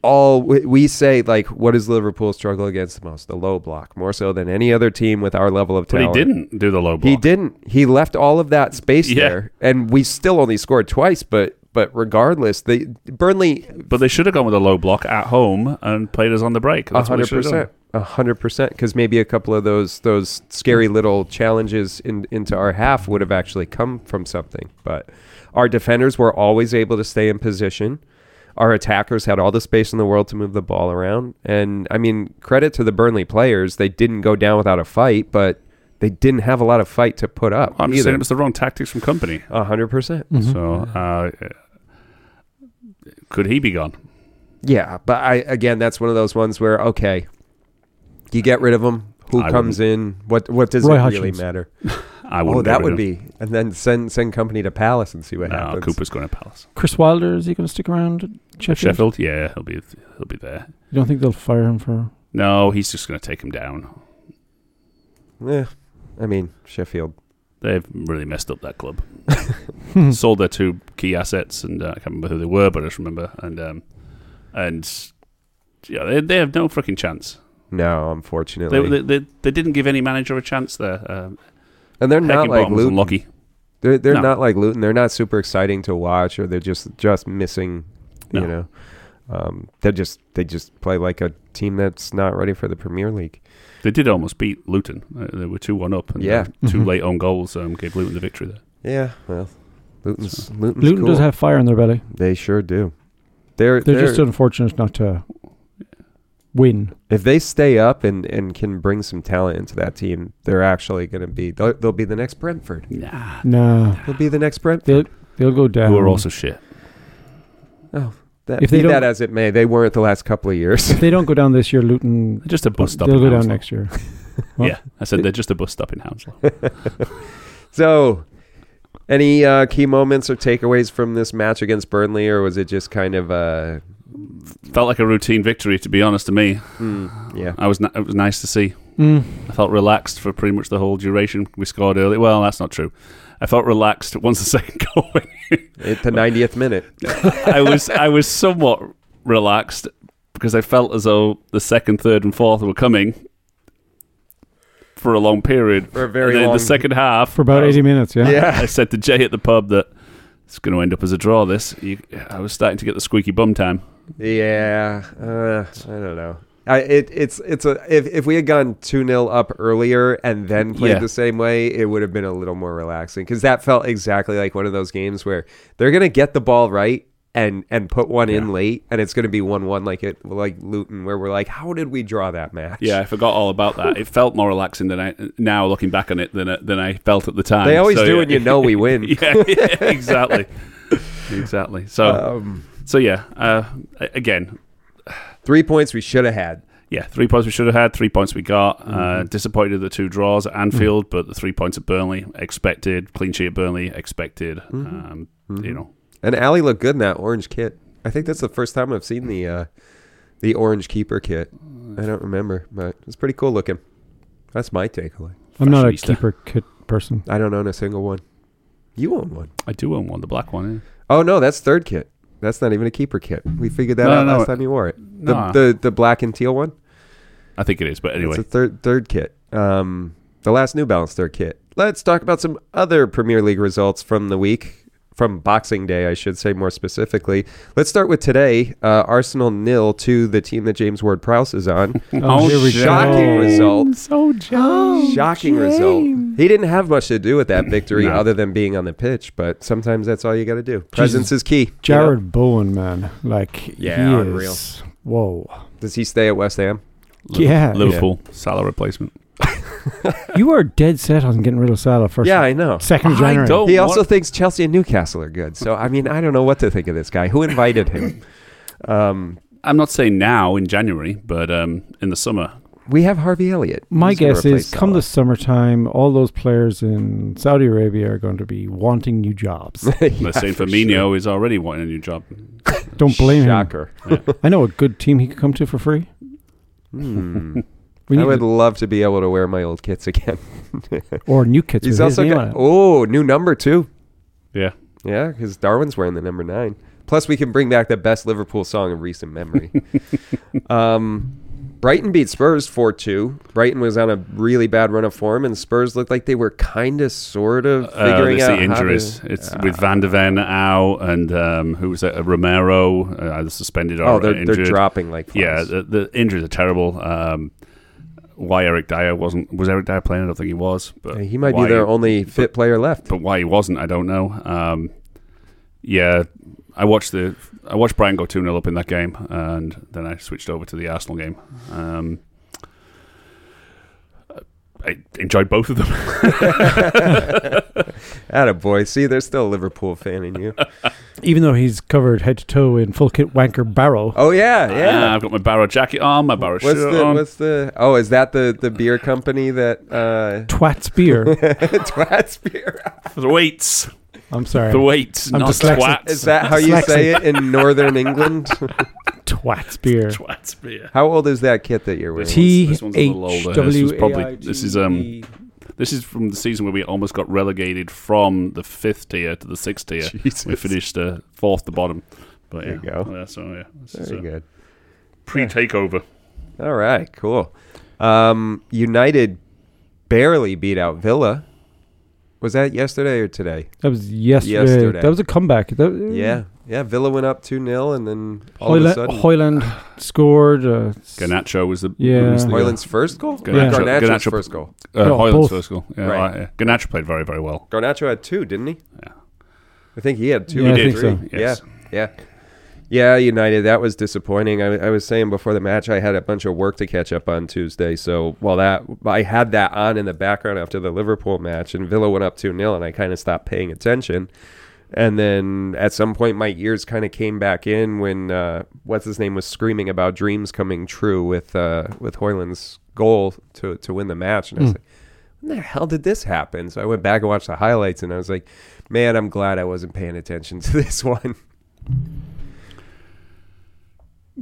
S1: all we- we say. Like, what does Liverpool struggle against the most? The low block, more so than any other team with our level of
S2: But he
S1: talent.
S2: didn't do the low block.
S1: He didn't. He left all of that space
S2: Yeah.
S1: there, and we still only scored twice. But but regardless, they Burnley
S2: But they should have gone with a low block at home and played us on the break.
S1: A
S2: That's what they
S1: hundred
S2: should have done.
S1: percent. A hundred percent. Because maybe a couple of those those scary little challenges in, into our half would have actually come from something. But our defenders were always able to stay in position. Our attackers had all the space in the world to move the ball around. And I mean, credit to the Burnley players. They didn't go down without a fight, but they didn't have a lot of fight to put up.
S2: I'm just saying
S1: either.
S2: it was the wrong tactics from company.
S1: A hundred percent.
S3: Mm-hmm.
S2: So uh, could he be gone?
S1: Yeah, but I again, that's one of those ones where okay, you get rid of him. Who
S2: I
S1: comes in? What what does
S3: Roy
S1: it really
S3: Hodgins.
S1: matter?
S2: I
S1: Oh,
S2: wouldn't get
S1: that
S2: rid
S1: would
S2: of him.
S1: be, and then send send company to Palace and see what
S2: No,
S1: happens.
S2: Cooper's going to Palace.
S3: Chris Wilder is he going to stick around? at Sheffield?
S2: Sheffield, yeah, he'll be he'll be there.
S3: You don't think they'll fire him for?
S2: No, he's just going to take him down.
S1: Yeah, Eh, I mean Sheffield.
S2: They've really messed up that club. Sold their two key assets, and uh, I can't remember who they were, but I just remember. And um, and yeah, they, they have no freaking chance.
S1: No,
S2: They,
S1: unfortunately,
S2: they, they they didn't give any manager a chance there. Um,
S1: and they're not like
S2: Heckingbottom was
S1: Luton.
S2: unlucky.
S1: They're, they're
S2: No.
S1: not like Luton. They're not super exciting to watch, or they're just just missing.
S2: No.
S1: You know, um, they just they just play like a team that's not ready for the Premier League.
S2: They did almost beat Luton. Uh, they were two one up, and
S1: Yeah.
S2: uh, two
S3: Mhm.
S2: late on goals um, gave Luton the victory there.
S1: Yeah, well, Luton's Luton's
S3: Luton
S1: cool.
S3: does have fire in their belly.
S1: They sure do. They're
S3: They're,
S1: they're,
S3: just unfortunate not to win.
S1: if they stay up and, and can bring some talent into that team, they're actually going to be they'll, they'll be the next Brentford.
S2: Nah,
S3: Nah,
S1: They'll be the next Brentford.
S3: they'll they'll go down.
S2: who are also shit.
S1: That,
S3: If
S1: if
S3: they
S1: they be that
S3: don't-
S1: as it may, they weren't the last couple of years.
S3: If they don't go down this year, Luton
S2: They're just a bus stop.
S3: they'll
S2: in
S3: go down
S2: Hounslow.
S3: next year.
S2: Yeah, I said they're just a bus stop in Hounslow.
S1: so, any uh, key moments or takeaways from this match against Burnley, or was it just kind of uh,
S2: Felt like a routine victory, to be honest. To me,
S1: hmm, yeah?
S2: I was ni- it was nice to see.
S3: Mm.
S2: I felt relaxed for pretty much the whole duration. We scored early. Well, that's not true. I felt relaxed once the second goal went.
S1: At the ninetieth minute,
S2: I was I was somewhat relaxed because I felt as though the second, third, and fourth were coming for a long period.
S1: for a very
S2: and then
S1: long
S2: the second half
S3: for about
S2: I was-
S3: eighty minutes. Yeah,
S1: Yeah,
S2: I said to Jay at the pub that it's going to end up as a draw. This you, I was starting to get the squeaky bum time.
S1: yeah. Uh, I don't know. I, it, it's it's a if, if we had gone two 0 up earlier and then played
S2: Yeah.
S1: the same way, it would have been a little more relaxing because that felt exactly like one of those games where they're gonna get the ball right and and put one in
S2: Yeah.
S1: late and it's gonna be one one like it like Luton where we're like, how did we draw that match?
S2: Yeah, I forgot all about that. It felt more relaxing than I now looking back on it than I- than I felt at the time.
S1: they always
S2: So,
S1: do
S2: yeah.
S1: when you know we win.
S2: yeah, yeah, exactly, exactly. So
S1: um,
S2: so yeah. Uh, a- again,
S1: three points we should have had.
S2: yeah, three points we should have had. Three points we got.
S1: Mm-hmm.
S2: Uh, disappointed at the two draws at Anfield, but the three points at Burnley expected. Clean sheet at Burnley expected.
S1: Mm-hmm.
S2: Um, You know,
S1: Hmm. And Ali looked good in that orange kit. I think that's the first time I've seen the uh, the orange keeper kit.
S2: uh,
S1: I don't remember, but it's pretty cool looking. That's my takeaway.
S3: I'm not a
S2: Fashionista.
S3: keeper kit person.
S1: I don't own a single one. You own one.
S2: I do own one, the black one. eh?
S1: Oh no, that's third kit. That's not even a keeper kit. We figured that
S2: No,
S1: out
S2: no,
S1: last time you wore it. The,
S2: No,
S1: the the black and teal one.
S2: I think it is. But anyway,
S1: It's a third third kit. Um, the last New Balance third kit. Let's talk about some other Premier League results from the week, from Boxing Day, I should say more specifically. Let's start with today. Uh, Arsenal nil to the team that James Ward Prowse is on.
S2: Oh,
S3: here we go.
S1: Shocking result.
S2: So
S3: Oh,
S2: John.
S1: Shocking result. He didn't have much to do with that victory
S2: No.
S1: other than being on the pitch, but sometimes that's all you got to do. Presence is key. you know?
S3: Jared Bowen, man, like
S1: Yeah,
S3: he
S1: unreal.
S3: is- Whoa,
S1: Does he stay at West Ham?
S3: Yeah.
S2: Liverpool Salah replacement.
S3: you are dead set on getting rid of Salah first.
S1: Yeah, I know.
S3: second of January.
S2: don't
S1: He
S2: want-
S1: also thinks Chelsea and Newcastle are good. So, I mean, I don't know what to think of this guy. Who invited him? Um,
S2: I'm not saying now in January, but um, in the summer.
S1: we have Harvey Elliott.
S3: My
S1: He's gonna
S3: guess is,
S1: replace
S3: come
S1: Salah.
S3: the summertime, all those players in Saudi Arabia are going to be wanting new jobs.
S2: The
S1: Yeah,
S2: same
S1: for
S2: Firmino
S1: sure.
S2: is already wanting a new job.
S3: Don't blame him.
S1: Shocker.
S3: I know a good team he could come to for free.
S1: Hmm.
S3: We
S1: I
S3: need
S1: would
S3: to-
S1: love to be able to wear my old kits again.
S3: or new kids.
S1: He's
S3: with his
S1: also
S3: name on
S1: got
S3: it.
S1: oh new number too.
S2: Yeah.
S1: Yeah, because Darwin's wearing the number nine. Plus, we can bring back the best Liverpool song of recent memory. um, Brighton beat Spurs 4 2. Brighton was on a really bad run of form, and Spurs looked like they were kind of, sort of
S2: Uh,
S1: figuring
S2: it's
S1: out.
S2: the
S1: how to- Ah.
S2: injuries. it's with Van de Ven out and um, who was that? Uh, Romero uh, either suspended or
S1: oh, they're,
S2: injured.
S1: they're dropping like flies.
S2: yeah, the, the injuries are terrible. Um, why Eric Dyer wasn't? Was Eric Dyer playing? I don't think he was. But
S1: he might
S2: why-
S1: be their only fit player left.
S2: but why he wasn't, I don't know. Um, yeah, I watched the I watched Brian go two 0 up in that game, and then I switched over to the Arsenal game. Um, I enjoyed both of them.
S1: Attaboy. See, there's still a Liverpool fan in you.
S3: Even though he's covered head to toe in full kit wanker barrow.
S1: Oh yeah, yeah.
S2: Ah, I've got my Barrow jacket on, my Barrow
S1: What's
S2: shirt
S1: the
S2: on.
S1: what's the oh is that the the beer company that uh
S3: Twats beer.
S1: Twats beer
S2: The weights.
S3: I'm sorry.
S2: The weights,
S3: I'm
S2: not
S3: dyslexic.
S2: twats.
S1: is that how you say it in northern England
S3: Twats beer.
S2: twats beer?
S1: how old is that kit that you're wearing
S3: T
S2: This
S3: H
S2: one's a little older. This was probably-
S3: W
S2: this is,
S3: E.
S2: um, This is from the season where we almost got relegated from the fifth tier to the sixth tier.
S1: Jesus.
S2: We finished uh, fourth, the bottom. But
S1: There
S2: yeah,
S1: you go.
S2: Yeah, so yeah, this is,
S1: very
S2: uh,
S1: good
S2: pre-takeover.
S1: all right cool um United barely beat out Villa was that yesterday or today
S3: That was yesterday.
S1: Yesterday.
S3: That was a comeback. That-
S1: yeah yeah Villa went up 2-0 and then all of a
S3: Hoyland,
S1: sudden
S3: Hoyland scored. Uh, s-
S2: Ganacho was the
S3: Yeah.
S2: was the, uh,
S1: Hoyland's first goal
S2: Garnacho-
S1: Garnacho's
S2: Garnacho-
S1: first goal
S2: uh,
S3: No,
S2: Hoyland's
S3: both.
S2: first goal. Yeah,
S1: Right.
S2: right, yeah. Garnacho played very very well.
S1: Garnacho had two didn't he
S2: Yeah.
S1: I think he had two
S3: Yeah,
S1: or
S3: I
S1: three
S3: think so.
S1: yeah
S2: Yes.
S1: Yeah. Yeah, United, that was disappointing. I, I was saying before the match, I had a bunch of work to catch up on Tuesday. So while that, I had that on in the background after the Liverpool match, and Villa went up 2 0, and I kind of stopped paying attention. And then at some point, my ears kind of came back in when uh, what's his name was screaming about dreams coming true with uh, with Hoyland's goal to to win the match, and I was like, "When the hell did this happen?" So I went back and watched the highlights, and I was like, "Man, I'm glad I wasn't paying attention to this one."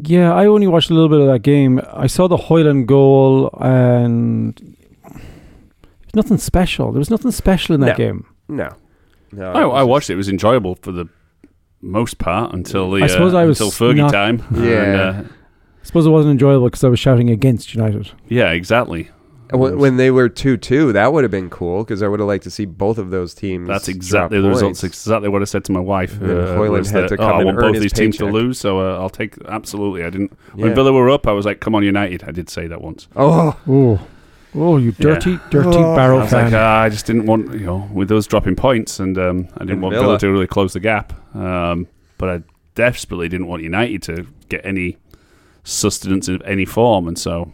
S3: yeah, I only watched a little bit of that game. I saw the Hoyland goal and nothing special. There was nothing special in that
S1: No.
S3: game.
S1: No, no.
S2: I,
S1: it
S2: I
S1: was
S2: watched it. It was enjoyable for the most part until the
S3: I suppose
S2: uh,
S3: I was
S2: until Fergie
S3: not-
S2: time.
S1: Yeah.
S2: And, uh,
S3: I suppose it wasn't enjoyable because I was shouting against United.
S2: yeah, exactly.
S1: just- when, when they were two two. That would have been cool because I would have liked to see both of those teams.
S2: That's
S1: drop
S2: exactly the results.
S1: points.
S2: Exactly what I said to my wife.
S1: And then Hoyland
S2: was
S1: had
S2: that,
S1: to
S2: oh,
S1: come
S2: I
S1: and
S2: want
S1: earn
S2: both
S1: his
S2: these teams to
S1: paycheck."
S2: lose, so uh, I'll take absolutely. I didn't.
S1: Yeah.
S2: When Villa were up, I was like, "Come on, United!" I did say that once.
S1: Oh,
S3: Oh, oh, you dirty, dirty
S1: Oh.
S3: barrel
S2: I was like,
S3: fan.
S2: uh, I just didn't want you know with those dropping points, and um, I didn't
S1: And
S2: want
S1: Villa.
S2: Villa. to really close the gap. Um, but I desperately didn't want United to get any sustenance of any form, and so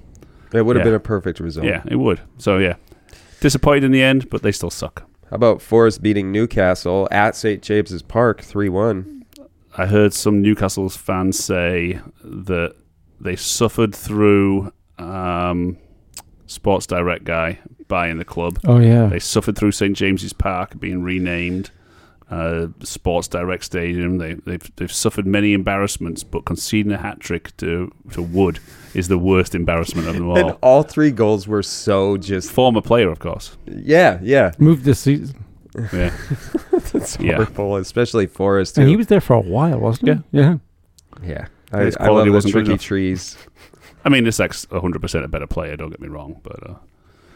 S1: it would have
S2: Yeah.
S1: been a perfect result.
S2: yeah, it would. So yeah, disappointed in the end, but they still suck.
S1: How about Forest beating Newcastle at St James's Park three one?
S2: I heard some Newcastle fans say that they suffered through um, Sports Direct guy buying the club.
S3: oh yeah,
S2: They suffered through St James's Park being renamed uh, Sports Direct Stadium. They, they've they've suffered many embarrassments, but conceding a hat trick to to Wood is the worst embarrassment of them all.
S1: And all three goals were so just
S2: Former player, of course.
S1: yeah, yeah.
S3: moved this season,
S2: Yeah,
S1: It's
S2: Yeah.
S1: horrible, especially Forest.
S3: and he
S1: Too.
S3: was there for a while, wasn't
S2: Yeah.
S3: he? Yeah,
S1: yeah, I,
S2: His
S1: I love
S2: quality
S1: the
S2: wasn't good
S1: tricky
S2: enough.
S1: trees.
S2: I mean, this ex hundred percent a better player. Don't get me wrong, but uh,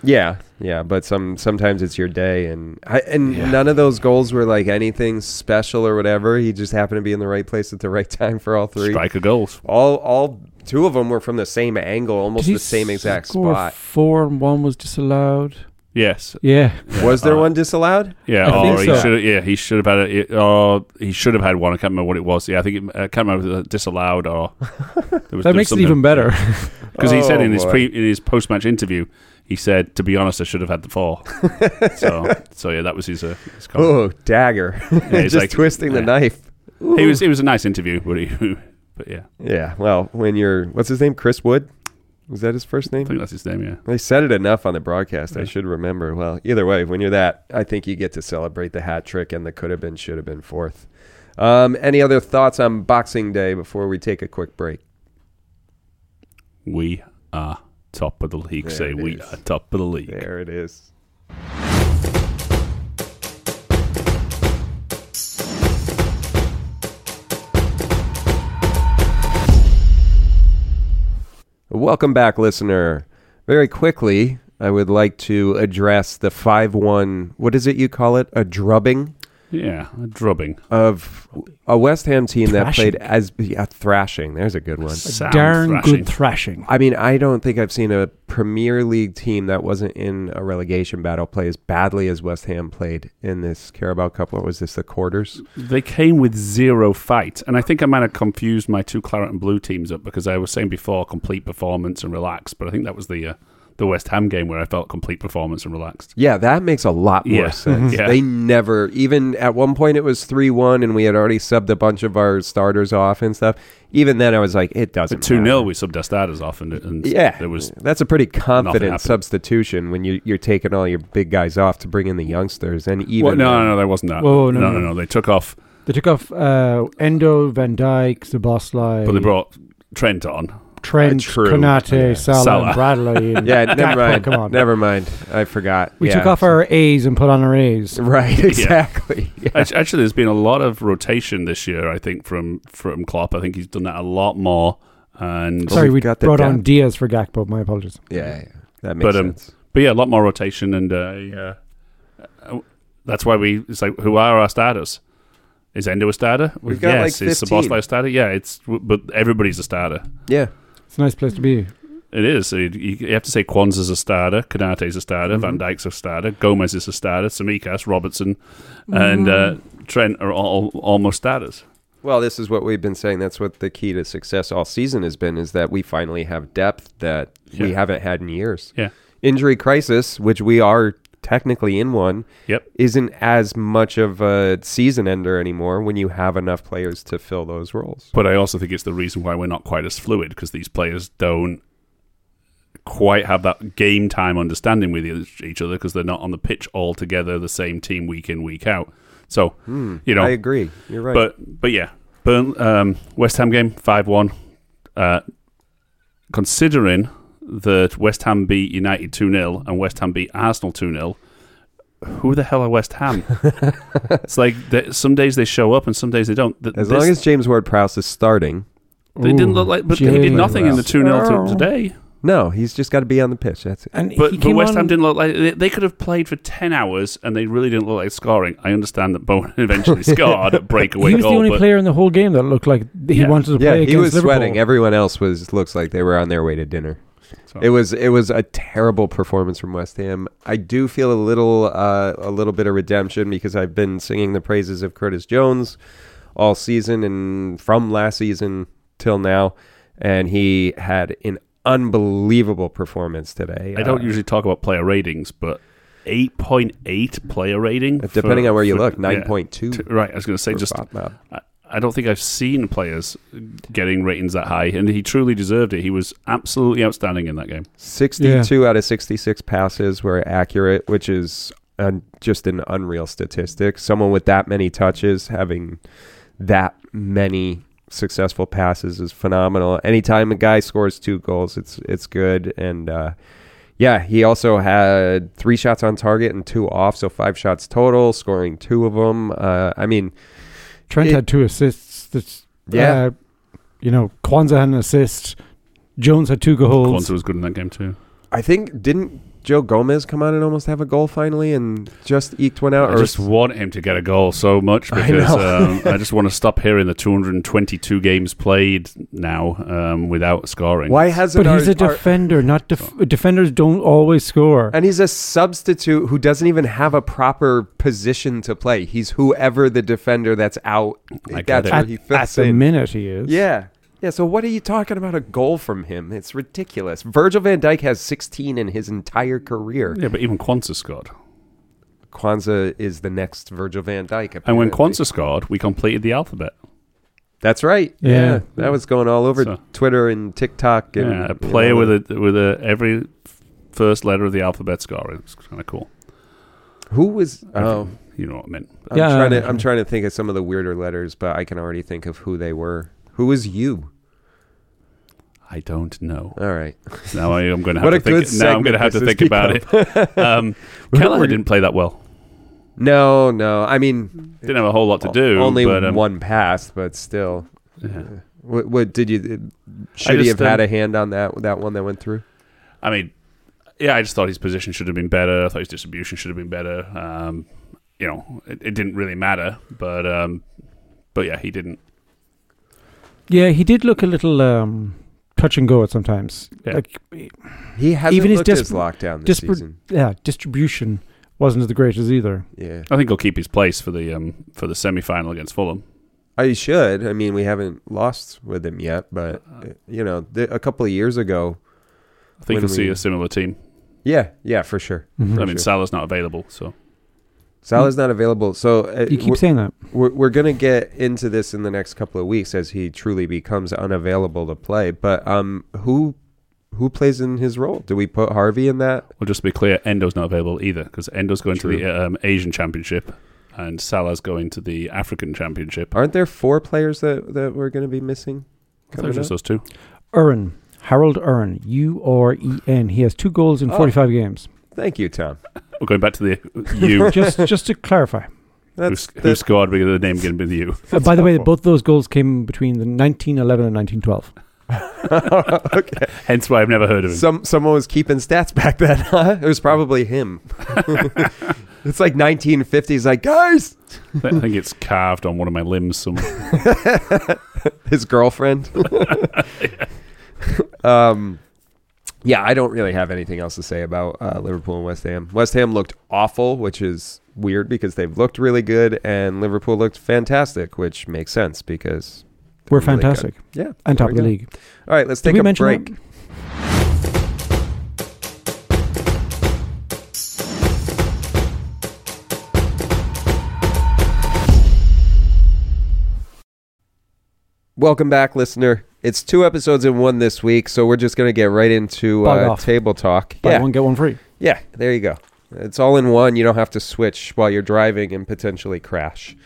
S1: Yeah, yeah, but some sometimes it's your day, and I, and
S2: Yeah.
S1: none of those goals were like anything special or whatever. He just happened to be in the right place at the right time for all three.
S2: striker goals.
S1: All all two of them were from the same angle, almost the same exact spot.
S3: Four and one was disallowed.
S2: Yes,
S3: Yeah,
S1: Was there
S2: Uh,
S1: one disallowed?
S2: Yeah,
S3: I think
S2: or he
S3: so.
S2: should. Yeah, he should have had it. Or he should have had one. I can't remember what it was. Yeah, I think it, I can't remember if it was disallowed or there was,
S3: that makes it even better.
S2: because he said
S1: Oh,
S2: in his
S1: boy.
S2: pre in his post match interview, he said, "To be honest, I should have had the four. so, so yeah, that was his. Uh, his comment.
S1: Oh, dagger!
S2: Yeah, he's
S1: just
S2: like-
S1: twisting the
S2: yeah.
S1: knife.
S2: He was. It was a nice interview, but he. But yeah,
S1: Yeah. Well, when you're what's his name? Chris Wood. Was that his first
S2: I
S1: name?
S2: think that's his name. Yeah,
S1: They said it enough on the broadcast. I
S2: Yeah.
S1: should remember. Well, either way, when you're that, I think you get to celebrate the hat trick and the could have been, should have been fourth. Um, any other thoughts on Boxing Day before we take a quick break?
S2: we are top of the league.
S1: There
S2: say
S1: it
S2: we
S1: is.
S2: are top of the league.
S1: There it is. Welcome back, listener. Very quickly, I would like to address the 5 1, what is it you call it? A drubbing
S2: Yeah, a drubbing.
S1: of a West Ham team that
S3: Thrashing.
S1: played as yeah, thrashing. There's a good one.
S2: Sound
S3: Darn
S2: thrashing.
S3: good thrashing.
S1: I mean, I don't think I've seen a Premier League team that wasn't in a relegation battle play as badly as West Ham played in this Carabao Cup. What was this, the quarters?
S2: They came with zero fight, and I think I might have confused my two claret and blue teams up because I was saying before complete performance and relax, but I think that was the uh, the West Ham game where I felt complete performance and relaxed.
S1: Yeah, that makes a lot more
S2: Yeah.
S1: sense.
S2: Yeah.
S1: They never even at one point it was three one and we had already subbed a bunch of our starters off and stuff. Even then I was like, it doesn't
S2: At 2 0,
S1: matter.
S2: we subbed our starters off, and, and
S1: Yeah.
S2: there was
S1: that's a pretty confident
S2: happened.
S1: substitution when you you're taking all your big guys off to bring in the youngsters and even
S2: Well, no, no, no, there wasn't that.
S3: Whoa,
S2: no,
S3: no,
S2: no, no,
S3: no.
S2: They took off,
S3: They took off uh, Endo, Van Dyke, Zaboslai,
S2: but they brought Trent on.
S3: Trent,
S1: Uh, true.
S3: Konate,
S1: Yeah.
S3: Salah,
S2: Salah.
S3: and Bradley. And
S1: Yeah, never mind.
S3: Come on.
S1: Never mind. I forgot.
S3: we took
S1: Yeah.
S3: off our A's and put on our A's.
S1: Right, exactly. Yeah.
S2: Act- Actually, there's been a lot of rotation this year. I think from from Klopp. I think he's done that a lot more. And
S3: Sorry,
S1: we've
S3: we
S1: got the
S3: brought on
S1: depth.
S3: Diaz for Gakpo. My apologies.
S1: Yeah, yeah. that makes
S2: But, um,
S1: sense.
S2: but yeah, a lot more rotation, and uh, yeah, uh, that's why we. It's like who are our starters? Is Endo a starter?
S1: We've got, like,
S2: yes. is
S1: 15.
S2: Saboslai a starter? Yeah, it's but everybody's a starter.
S1: Yeah,
S3: It's a nice place to be.
S2: It is. So you, you have to say Kwanzaa's a starter, Kanate's a starter, Van
S1: Mhm.
S2: Dyke's a starter, Gomez is a starter, Samikas, Robertson,
S1: Mm-hmm.
S2: and uh, Trent are all almost starters.
S1: Well, this is what we've been saying. That's what the key to success all season has been: is that we finally have depth that we
S2: Yeah.
S1: haven't had in years.
S2: Yeah.
S1: Injury crisis, which we are technically in one,
S2: Yep.
S1: isn't as much of a season ender anymore when you have enough players to fill those roles.
S2: But I also think it's the reason why we're not quite as fluid because these players don't quite have that game time understanding with each each other because they're not on the pitch all together, the same team week in week out. So
S1: Hmm.
S2: you know,
S1: I agree. You're right.
S2: But but yeah, Burn, um, West Ham game five one. Uh, considering that West Ham beat United two 0 and West Ham beat Arsenal two 0 who the hell are West Ham? it's like they, some days they show up and some days they don't. Th-
S1: as
S2: this-
S1: long as James Ward-Prowse is starting,
S2: they didn't look like, but he did
S1: James
S2: nothing in the two 0
S3: Earl.
S2: today.
S1: no, he's just got to be on the pitch. That's it.
S3: And he
S2: But, but
S3: came
S2: West Ham
S3: on-
S2: didn't look like they, they could have played for ten hours and they really didn't look like scoring. I understand that Bowen eventually scored a breakaway
S3: He was
S2: goal,
S3: the only
S2: but
S3: player in the whole game that looked like he
S2: Yeah.
S3: wanted to play
S1: Yeah,
S3: against
S1: he was
S3: Liverpool.
S1: sweating. Everyone else was looks like they were on their way to dinner.
S2: So-
S1: It was it was a terrible performance from West Ham. I do feel a little uh, a little bit of redemption because I've been singing the praises of Curtis Jones all season and from last season till now, and he had an unbelievable performance today.
S2: I don't
S1: Uh,
S2: usually talk about player ratings, but 8.8 player rating. for-
S1: Uh, depending on where you
S2: for-
S1: look,
S2: yeah.
S1: nine point two.
S2: T- Right, I was going to say, just I, I don't think I've seen players getting ratings that high, and he truly deserved it. He was absolutely outstanding in that game.
S1: 62 out of 66 passes were accurate, which is un- just an unreal statistic. Someone with that many touches having that many successful passes is phenomenal. Anytime a guy scores two goals, it's it's good and uh yeah, he also had three shots on target and two off, so five shots total, scoring two of them. Uh, I mean,
S3: Trent
S1: It-
S3: had two assists. That's,
S1: Yeah.
S3: uh, you know, Kwanzaa had an assist. Jones had two goals.
S2: Kwanzaa was good in that game too.
S1: I think didn't Joe Gomez come on and almost have a goal finally and just eked one out?
S2: I
S1: or
S2: just want him to get a goal so much
S1: I
S2: because I,
S1: know.
S2: um, I just want to stop hearing the 222 games played now um, without scoring.
S1: why hasn't
S3: But he's
S1: our-
S3: a
S1: our-
S3: defender.
S1: Oh.
S3: Not def- defenders don't always score.
S1: And he's a substitute who doesn't even have a proper position to play. He's whoever the defender that's out.
S2: I get
S1: that's
S2: it.
S1: where
S3: At,
S1: he
S3: at
S1: fits
S3: the
S1: in.
S3: minute, he is.
S1: Yeah. Yeah, so what are you talking about a goal from him? It's ridiculous. Virgil van Dijk has 16 in his entire career.
S2: Yeah, but even Kwanzaa scored.
S1: Kwanzaa is the next Virgil van Dijk.
S2: And when
S1: apparently.
S2: Kwanzaa scored, we completed the alphabet.
S1: That's right. Yeah.
S3: Yeah.
S1: That was going all over
S2: So-
S1: Twitter and TikTok. And,
S2: Yeah, a player with a with a every f- first letter of the alphabet scoring. It's kind of cool.
S1: a. Who was.
S2: I
S1: Oh.
S2: think You know what I meant.
S1: I'm,
S3: Yeah.
S1: trying to, I'm trying to think of some of the weirder letters, but I can already think of who they were. Who was you?
S2: I don't know.
S1: All right.
S2: Now I am going to have
S1: What
S2: to
S1: a good
S2: think. Now I'm going to
S1: segment
S2: have to
S1: this has
S2: think about it. Um, Keller didn't play that well.
S1: No, no. I mean,
S2: Didn't have a whole lot to do.
S1: only
S2: but, um,
S1: one pass, but still. Uh,
S2: yeah.
S1: What, what did you? uh, Should he
S2: just,
S1: have had
S2: um,
S1: a hand on that that one that went through?
S2: I mean, yeah, I just thought his position should have been better. I thought his distribution should have been better. Um, you know, it, it didn't really matter, but um, but yeah, he didn't.
S3: Yeah, he did look a little um, touch and go at sometimes.
S2: Yeah.
S3: Like,
S1: He hasn't
S3: Even his
S1: looked as
S3: desper-
S1: locked down this
S3: desperate-
S1: season.
S3: yeah, distribution wasn't the greatest either.
S1: Yeah,
S2: I think he'll keep his place for the um, for the semi final against Fulham.
S1: I Oh, should. I mean, we haven't lost with uh, him yet, but uh, you know, th- a couple of years ago,
S2: I think
S1: When
S2: he'll see
S1: we-
S2: a similar team.
S1: Yeah, yeah, for sure.
S2: I
S3: Mm-hmm.
S1: For
S2: mean,
S1: sure.
S2: Salah's not available, so
S3: Mm.
S1: Salah's not available, so uh,
S3: You
S1: we're,
S3: keep saying that.
S1: we're, we're going to get into this in the next couple of weeks as he truly becomes unavailable to play. But um, who who plays in his role? Do we put Harvey in that?
S2: well, just to be clear, Endo's not available either because Endo's going
S1: True.
S2: to the um, Asian Championship and Salah's going to the African Championship.
S1: Aren't there four players that that we're going to be missing?
S2: I thought it was just
S1: Coming up?
S2: those two.
S3: Erin, Harold Erin, U R E N. He has two goals in
S1: Oh.
S3: 45 games.
S1: Thank you, Tom.
S2: We're going back to the uh, you.
S3: Just just to clarify.
S2: who,
S1: That's
S2: sc- who scored? Because the name going to be the you.
S3: Uh, by the way, both those goals came between the 1911 and 1912.
S1: okay.
S2: Hence why I've never heard of him.
S1: Some someone was keeping stats back then. Huh? It was probably him. it's like 1950s. Like guys,
S2: I think it's carved on one of my limbs somewhere.
S1: his girlfriend. um, yeah, I don't really have anything else to say about uh, Liverpool and West Ham. West Ham looked awful, which is weird because they've looked really good, and Liverpool looked fantastic, which makes sense because
S3: We're
S1: really good.
S3: fantastic
S1: yeah,
S3: and
S1: there
S3: top of
S1: we
S3: the
S1: go.
S3: league.
S1: All right, let's
S3: Did
S1: take
S3: we
S1: a
S3: mention
S1: break.
S3: that?
S1: Welcome back, listener. It's two episodes in one this week, so we're just going to get right into
S3: Bug
S1: uh,
S3: off.
S1: table talk.
S3: Buy
S1: yeah,
S3: one, get one free.
S1: yeah, there you go. It's all in one. You don't have to switch while you're driving and potentially crash.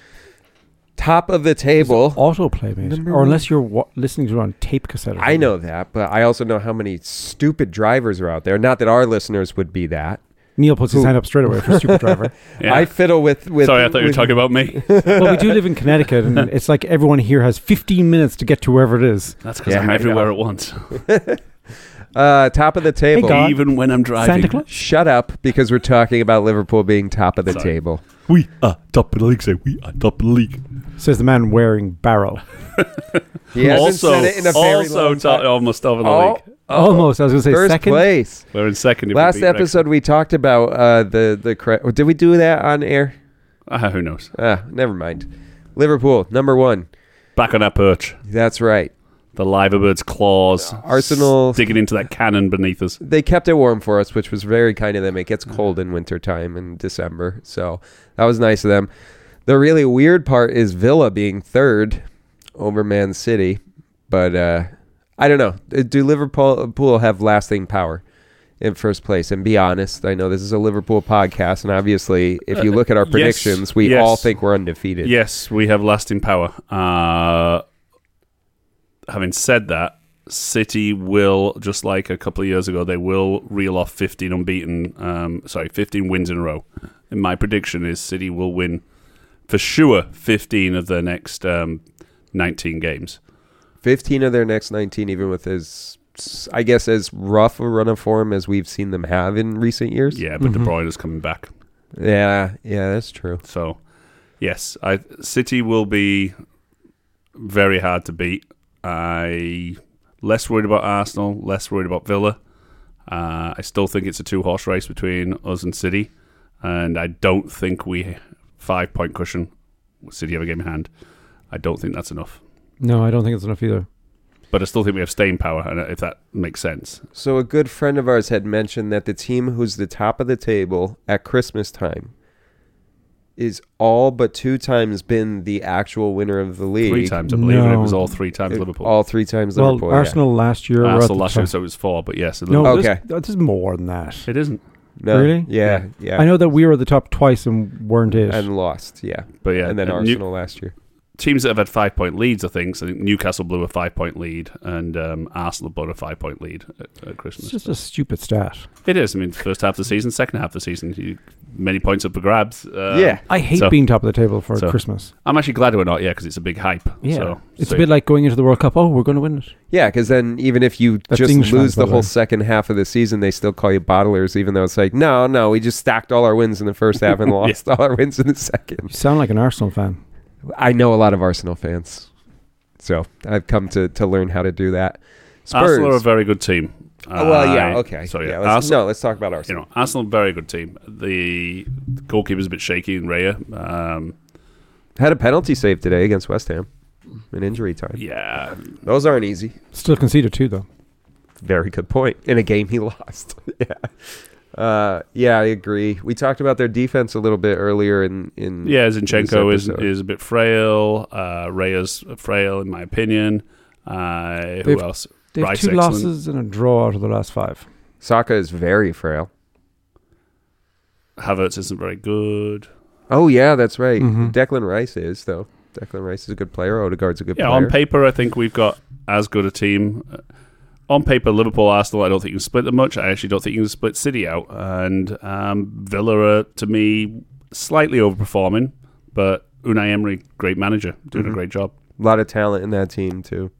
S1: Top of the table.
S3: Autoplay, mate.
S1: Number
S3: or
S1: one.
S3: unless you're wa- listening to it on tape cassette. or
S1: I
S3: something.
S1: know that, but I also know how many stupid drivers are out there. Not that our listeners would be that.
S3: Neil puts his
S1: Who?
S3: hand up straight away for Super Driver.
S2: Yeah.
S1: I fiddle with with.
S2: Sorry, I thought you were
S1: with-
S2: talking about me.
S3: well, we do live in Connecticut, and it's like everyone here has 15 minutes to get to wherever it is.
S2: That's because
S1: Yeah,
S2: I'm
S1: I
S2: everywhere
S1: know.
S2: at once,
S1: Uh, top of the table.
S3: God.
S2: even when I'm driving.
S3: Santa Claus?
S1: Shut up, because we're talking about Liverpool being top of the
S2: Sorry.
S1: table.
S2: We are top of the league. Say we are top of the league.
S3: Says the man wearing barrow.
S1: He hasn't
S2: also,
S1: said it in a very
S2: also
S1: long
S2: top,
S1: time.
S2: almost top of the
S1: Oh,
S2: league.
S3: Almost. I was going to say
S1: First
S3: second.
S1: place.
S2: We're in second. if we
S1: Last
S2: beat Wrexham.
S1: episode we talked about uh, the the cra- did we do that on air?
S2: Ah, who knows?
S1: Ah, never mind. Liverpool number one.
S2: Back on our perch.
S1: That's right.
S2: The Liverbird's claws.
S1: Arsenal-
S2: s- digging into that cannon beneath us.
S1: They kept it warm for us, which was very kind of them. It
S2: Mm-hmm.
S1: gets cold in wintertime in December, so that was nice of them. The really weird part is Villa being third over Man City, but uh, I don't know. Uh, Do Liverpool Pool have lasting power in first place? And be honest, I know this is a Liverpool podcast, and obviously, if you look at our
S2: Uh, yes,
S1: predictions, we
S2: yes.
S1: all think we're undefeated.
S2: Yes, we have lasting power. Uh, having said that, City will, just like a couple of years ago, they will reel off 15 unbeaten, um, sorry, 15 wins in a row. And my prediction is City will win for sure 15 of their next um, 19 games.
S1: 15 of their next 19, even with as, I guess, as rough a run of form as we've seen them have in recent years.
S2: Yeah, but
S3: Mhm.
S2: De Bruyne is coming back.
S1: Yeah, yeah, that's true.
S2: So, yes, I City will be very hard to beat. I less worried about Arsenal, less worried about Villa. Uh, I still think it's a two horse race between us and City, and I don't think we five point cushion. City have a game in hand. I don't think that's enough,
S3: No, I don't think it's enough either.
S2: but I still think we have staying power, and uh, if that makes sense.
S1: So, a good friend of ours had mentioned that the team who's the top of the table at Christmas time is all but two times been the actual winner of the league.
S2: Three times, I believe, and it
S3: No.
S2: was all three times
S1: It-
S2: Liverpool.
S1: All three times
S3: Well,
S1: Liverpool. yeah.
S3: Arsenal last year. were at
S2: Arsenal
S3: the
S2: last year,
S3: top.
S2: so it was four, but yes,
S3: No,
S2: Liverpool-
S1: Okay.
S3: okay. This, is more than that.
S2: it isn't.
S1: No,
S3: Really?
S1: Yeah, yeah.
S3: I know that we were at the top twice and weren't it.
S1: And lost, yeah.
S2: But yeah,
S1: and then
S2: New-
S1: Arsenal last year.
S2: teams that have had five point leads, I think. So I think Newcastle blew a five point lead, and um, Arsenal blew a five point lead at, at
S3: it's
S2: Christmas.
S3: just a stupid stat.
S2: it is. I mean, first half of the season, second half of the season, you, many points up for grabs. Uh,
S1: yeah.
S3: I hate
S2: So-
S3: being top of the table for
S2: so-
S3: Christmas.
S2: I'm actually glad we're not. Yeah, because it's a big hype.
S3: Yeah.
S2: so,
S3: It's
S2: so
S3: a bit like going into the World Cup. Oh, we're going to win it.
S1: Yeah, because then even if you
S3: That's
S1: just
S3: English
S1: lose
S3: fans, by
S1: the
S3: the
S1: whole
S3: way.
S1: second half of the season, they still call you bottlers, even though it's like, no, no, we just stacked all our wins in the first half and
S2: Yeah.
S1: lost all our wins in the
S3: You
S1: second.
S3: sound like an Arsenal fan.
S1: I know a lot of Arsenal fans, so I've come to, to learn how to do that. Spurs.
S2: Arsenal are a very good team.
S1: Oh, well, yeah,
S2: I-
S1: okay.
S2: So yeah,
S1: let's,
S2: Arsenal.
S1: no, let's talk about
S2: You
S1: Arsenal.
S2: know, Arsenal, very good team. The goalkeeper's a bit shaky in Raya. Um,
S1: Had a penalty save today against West Ham in injury time.
S2: yeah,
S1: Those aren't easy.
S3: Still conceded two though.
S1: Very good point. In a game he lost. yeah. Uh, yeah, I agree. We talked about their defense a little bit earlier in in
S2: Yeah, Zinchenko
S1: Mm. this
S2: is
S1: episode.
S2: is a bit frail. Uh, Reyes frail, in my opinion. Uh, who
S3: They've-
S2: else?
S3: They have
S2: Rice,
S3: two
S2: excellent.
S3: losses and a draw out of the last five.
S1: Saka is very frail.
S2: Havertz isn't very good.
S1: Oh yeah, that's right.
S2: Mm-hmm.
S3: Mhm.
S1: Declan Rice is though. Declan Rice is a good player. Odegaard's a good
S2: yeah,
S1: player.
S2: on paper, I think we've got as good a team. Uh, On paper, Liverpool, Arsenal, I don't think you can split them much. I actually don't think you can split City out. And um, Villa are, to me, slightly overperforming, but Unai Emery, great manager, doing
S1: Mhm.
S2: a great job.
S1: a lot of talent in that team too.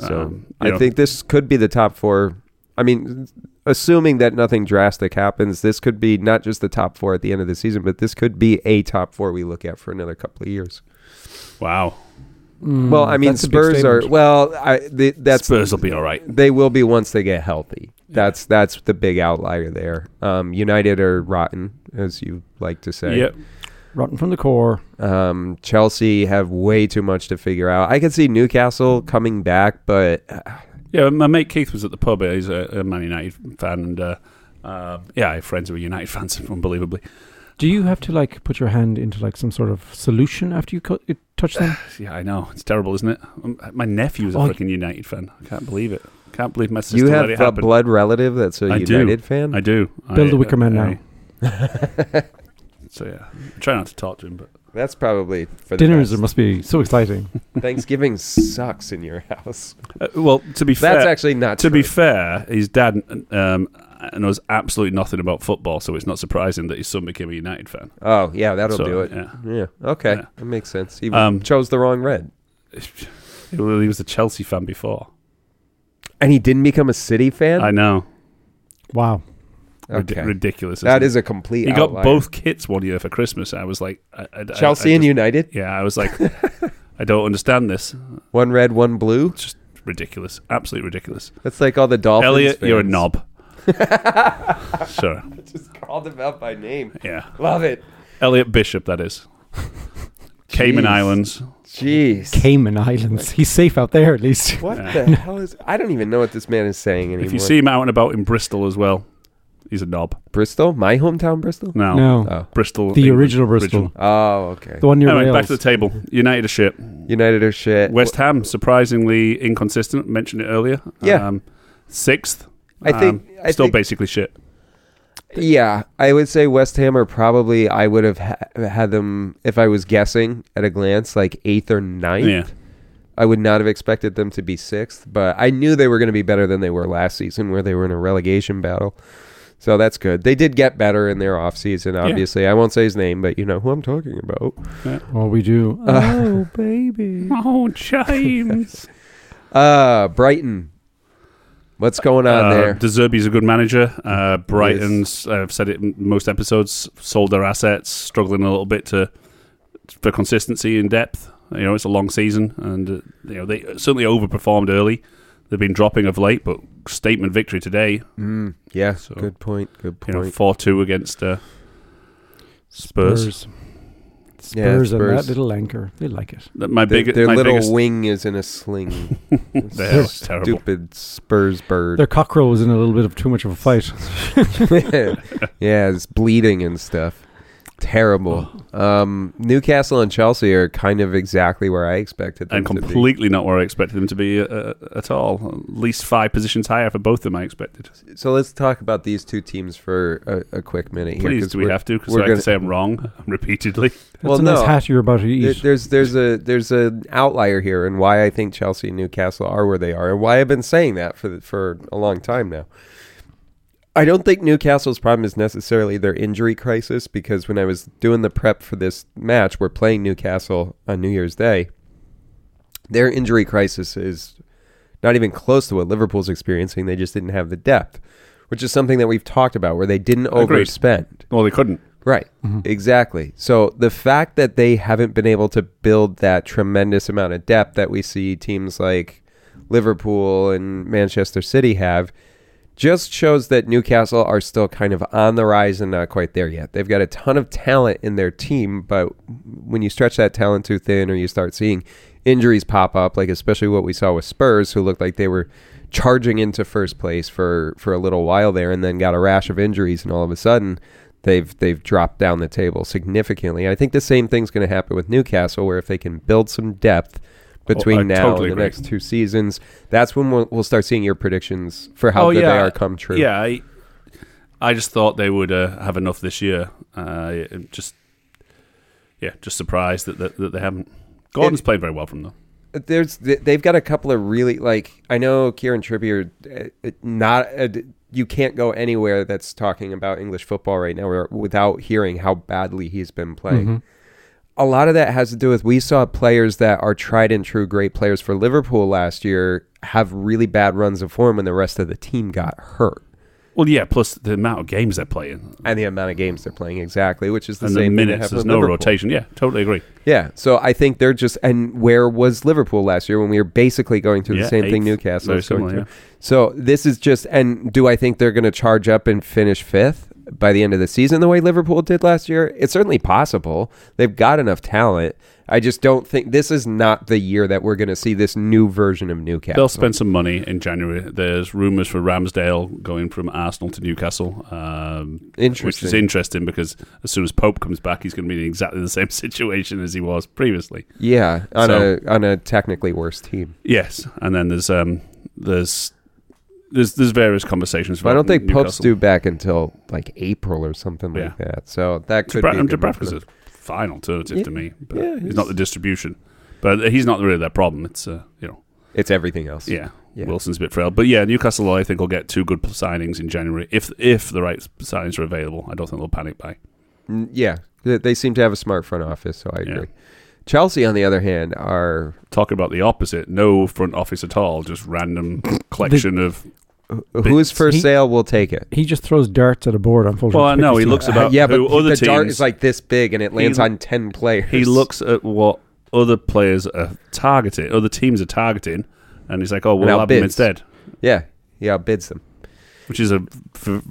S1: So
S2: Um, you
S1: I
S2: know,
S1: think this could be the top four. I mean, assuming that nothing drastic happens, this could be not just the top four at the end of the season, but this could be a top four we look at for another couple of years.
S2: Wow.
S1: well, I mean,
S3: Mm, That's a big
S1: Spurs are
S3: statement.
S1: well. I the, that's
S2: Spurs will be all right.
S1: they will be once they get healthy. That's that's the big outlier there. Um, United are rotten, as you like to say.
S2: Yep.
S3: rotten from the core.
S1: Um, Chelsea have way too much to figure out. I could see Newcastle coming back, but
S2: Yeah, my mate Keith was at the pub. He's a, a Man United fan, and uh, uh, yeah, I have friends who are United fans, unbelievably.
S3: Do you have to like put your hand into like some sort of solution after you, co- you touch them?
S2: Yeah, I know it's terrible, isn't it? Um, My nephew's a
S3: Oh,
S2: freaking United fan. I can't believe it. Can't believe my sister
S1: you
S2: let
S1: have
S2: it
S1: a
S2: happen.
S1: blood relative that's a
S2: I do.
S1: United fan.
S2: I do.
S3: Build
S2: I,
S3: a Wicker Man now.
S2: So yeah, I try not to talk to him, but
S1: That's probably for the
S3: Dinners
S1: best.
S3: must be so exciting.
S1: Thanksgiving sucks in your house.
S2: uh, well, to be fair,
S1: That's actually not
S2: to
S1: true.
S2: be fair, his dad um, knows absolutely nothing about football, so it's not surprising that his son became a United fan.
S1: oh yeah, that'll
S2: So,
S1: do it.
S2: Yeah.
S1: Yeah. Okay,
S2: Yeah.
S1: that makes sense. He
S2: Um,
S1: chose the wrong red,
S2: He was a Chelsea fan before.
S1: and he didn't become a City fan.
S2: I know.
S3: Wow.
S2: Ridic-
S1: okay,
S2: ridiculous. isn't
S1: that
S2: it?
S1: is a complete.
S2: He got
S1: outlier.
S2: both kits one year for Christmas. I was like, I, I,
S1: Chelsea
S2: I, I
S1: and
S2: just-
S1: United.
S2: Yeah, I was like, I don't understand this.
S1: One red, one blue.
S2: It's just ridiculous. Absolutely ridiculous.
S1: That's like all the Dolphins.
S2: Elliot,
S1: fans.
S2: you're a knob. sure.
S1: Just called him out by name.
S2: Yeah.
S1: Love it.
S2: Elliot Bishop, that is. Cayman
S1: Jeez.
S2: Islands.
S1: Jeez.
S3: Cayman Islands. He's safe out there at least.
S1: what
S2: Yeah.
S1: the hell is? I don't even know what this man is saying anymore.
S2: If you see him out and about in Bristol as well, he's a knob.
S1: Bristol, my hometown, Bristol.
S2: No.
S3: No. Uh,
S1: Oh.
S2: Bristol.
S3: the
S2: England.
S3: original Bristol.
S2: Original.
S1: Oh, okay.
S3: The one near
S2: Anyway,
S3: Wales.
S2: back to the table. United are shit.
S1: United are shit.
S2: West Ham, surprisingly inconsistent. Mentioned it earlier.
S1: Yeah.
S2: Um, sixth.
S1: I think-
S2: Um,
S1: I
S2: still
S1: think-
S2: basically shit.
S1: Yeah, I would say West Ham are probably. I would have ha- had them if I was guessing at a glance, like eighth or ninth.
S2: Yeah.
S1: I would not have expected them to be sixth, but I knew they were going to be better than they were last season, where they were in a relegation battle. So that's good. They did get better in their offseason, obviously. I won't say his name, but you know who I'm talking about.
S3: Oh, we do.
S1: Uh,
S3: oh, baby.
S2: Oh, James.
S1: Uh, Brighton. What's going on
S2: uh,
S1: there?
S2: De Zerbi's a good manager. Uh, Brighton's, uh, I've said it in most episodes, sold their assets, struggling a little bit to for consistency and depth. You know, it's a long season, and uh, you know they certainly overperformed early. They've been dropping of late, but statement victory today.
S1: Mm, yeah,
S2: So,
S1: good point. Good
S2: You
S1: point.
S2: know, four two against uh, Spurs.
S3: Spurs. Spurs,
S1: Yeah,
S3: and
S1: Spurs.
S3: that little anchor. They like it.
S2: Th- My
S1: Their-
S2: big,
S1: their
S2: my
S1: little
S2: biggest,
S1: wing is in a sling.
S2: they're terrible.
S1: Stupid Spurs bird.
S3: Their cockerel was in a little bit of too much of a fight.
S1: yeah, it's bleeding and stuff. Terrible.
S2: Oh.
S1: Um, Newcastle and Chelsea are kind of exactly where I expected them
S2: And
S1: to be.
S2: completely not where I expected them to be uh, uh, at all. At least five positions higher for both of them. I expected.
S1: So let's talk about these two teams for a, a quick minute here.
S2: Please,
S1: 'cause
S2: do we
S1: we're-
S2: have to? Because
S1: we're
S2: I
S1: gonna-
S2: can say I'm wrong repeatedly.
S3: That's
S1: Well,
S3: a nice
S1: no.
S3: hat you're about to eat.
S1: there- there's there's a there's an outlier here, and why I think Chelsea and Newcastle are where they are, and why I've been saying that for the- for a long time now. I don't think Newcastle's problem is necessarily their injury crisis because when I was doing the prep for this match, we're playing Newcastle on New Year's Day. Their injury crisis is not even close to what Liverpool's experiencing. They just didn't have the depth, which is something that we've talked about where they didn't
S2: Agreed.
S1: overspend.
S2: Well, they couldn't.
S1: Right. Exactly. So the fact that they haven't been able to build that tremendous amount of depth that we see teams like Liverpool and Manchester City have just shows that Newcastle are still kind of on the rise and not quite there yet. They've got a ton of talent in their team, but when you stretch that talent too thin or you start seeing injuries pop up, like especially what we saw with Spurs, who looked like they were charging into first place for, for a little while there and then got a rash of injuries and all of a sudden they've they've dropped down the table significantly. I think the same thing's going to happen with Newcastle, where if they can build some depth between
S2: Oh, I
S1: now
S2: totally
S1: and
S2: agree.
S1: the next two seasons, that's when we'll, we'll start seeing your predictions for how
S2: Oh,
S1: good
S2: yeah.
S1: they are come true.
S2: Yeah, I, I just thought they would uh, have enough this year. Uh, yeah, just yeah, just surprised that that, that they haven't. Gordon's played very well from them.
S1: there's th- they've got a couple of really like I know Kieran Trippier uh, uh, not uh, d- you can't go anywhere that's talking about English football right now or- without hearing how badly he's been playing.
S2: Mm-hmm.
S1: A lot of that has to do with we saw players that are tried and true great players for Liverpool last year have really bad runs of form when the rest of the team got hurt.
S2: Well, yeah. Plus the amount of games they're playing
S1: And the amount of games they're playing exactly, which is the
S2: and the
S1: same thing that
S2: minutes.
S1: happened
S2: There's
S1: with
S2: no
S1: Liverpool.
S2: rotation. Yeah, totally agree.
S1: Yeah, so I think they're just and where was Liverpool last year when we were basically going through the
S2: Yeah,
S1: same thing
S2: eighth.
S1: Newcastle
S2: Very
S1: was going
S2: similar,
S1: through. So this is just and do I think they're going to charge up and finish fifth by the end of the season the way Liverpool did last year? It's certainly possible. They've got enough talent. I just don't think this is not the year that we're going to see this new version of Newcastle.
S2: They'll spend some money in January. There's rumours for Ramsdale going from Arsenal to Newcastle, um, which is
S1: Interesting.
S2: interesting because as soon as Pope comes back, he's going to be in exactly the same situation as he was previously.
S1: yeah, on
S2: So-
S1: a on a technically worse team.
S2: Yes, and then there's um, there's there's there's various conversations.
S1: But I
S2: about
S1: don't think Pope's
S2: Newcastle.
S1: due back until like April or something like
S2: Yeah.
S1: that. So that could
S2: Dubra-
S1: be a good one for
S2: Dubravka's
S1: them.
S2: a fine alternative
S1: Yeah,
S2: to me, but
S1: yeah,
S2: he's,
S1: he's-
S2: not the distribution. But he's not really their problem. It's uh, you know,
S1: it's everything else.
S2: yeah,
S1: Yeah.
S2: Wilson's a bit frail, but yeah, Newcastle I think will get two good signings in January if if the right signings are available. I don't think they'll panic buy.
S1: Mm, Yeah, they, they seem to have a smart front office, so I
S2: Yeah.
S1: agree. Chelsea, on the other hand, are
S2: talking about the opposite. No front office at all. Just random collection of.
S1: wh- who
S2: Bits.
S1: is for
S3: He-
S1: sale will take it.
S3: He just throws darts at a board on full.
S2: Well, I know he looks
S1: Uh,
S2: about
S1: yeah,
S2: who
S1: but
S2: other
S1: the dart
S2: teams-
S1: is like this big, and it lands
S2: He-
S1: on ten players.
S2: He looks at what other players are targeting, other teams are targeting, and he's like, "Oh, we'll have him
S1: outbids.
S2: instead,"
S1: yeah, he outbids them.
S2: which is a f-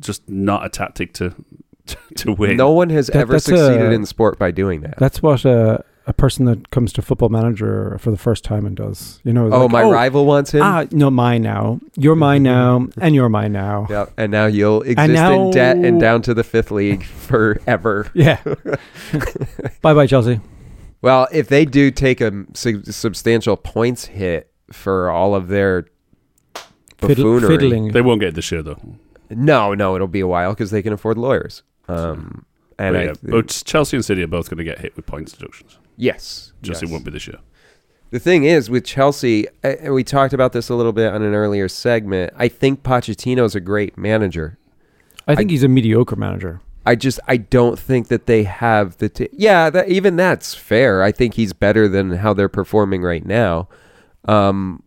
S2: just not a tactic to to win.
S1: No one has
S3: That-
S1: ever
S3: that's
S1: succeeded
S3: a-
S1: in sport by doing that.
S3: That's what a a person that comes to Football Manager for the first time and does. You know.
S1: oh,
S3: like,
S1: my rival wants him.
S3: Ah, no, mine now. You're mine now, and you're mine now.
S1: Mm-hmm. yeah, and now you'll exist in
S3: now-
S1: debt and down to the fifth league forever.
S3: Yeah. bye bye, Chelsea.
S1: Well, if they do take a sub- substantial points hit for all of their
S3: Fiddle,
S1: buffoonery,
S3: fiddling.
S2: they won't get it this year though.
S1: No, no, it'll be a while because they can afford lawyers. Um, and
S2: but,
S1: I,
S2: yeah, but Chelsea and City are both going to get hit with points deductions.
S1: yes,
S2: Just
S1: yes.
S2: it won't be this year.
S1: The thing is with Chelsea, a- and we talked about this a little bit on an earlier segment. I think Pochettino's a great manager.
S3: I think he's a mediocre manager.
S1: I just I don't think that they have the t- yeah that even that's fair. I think he's better than how they're performing right now. Um,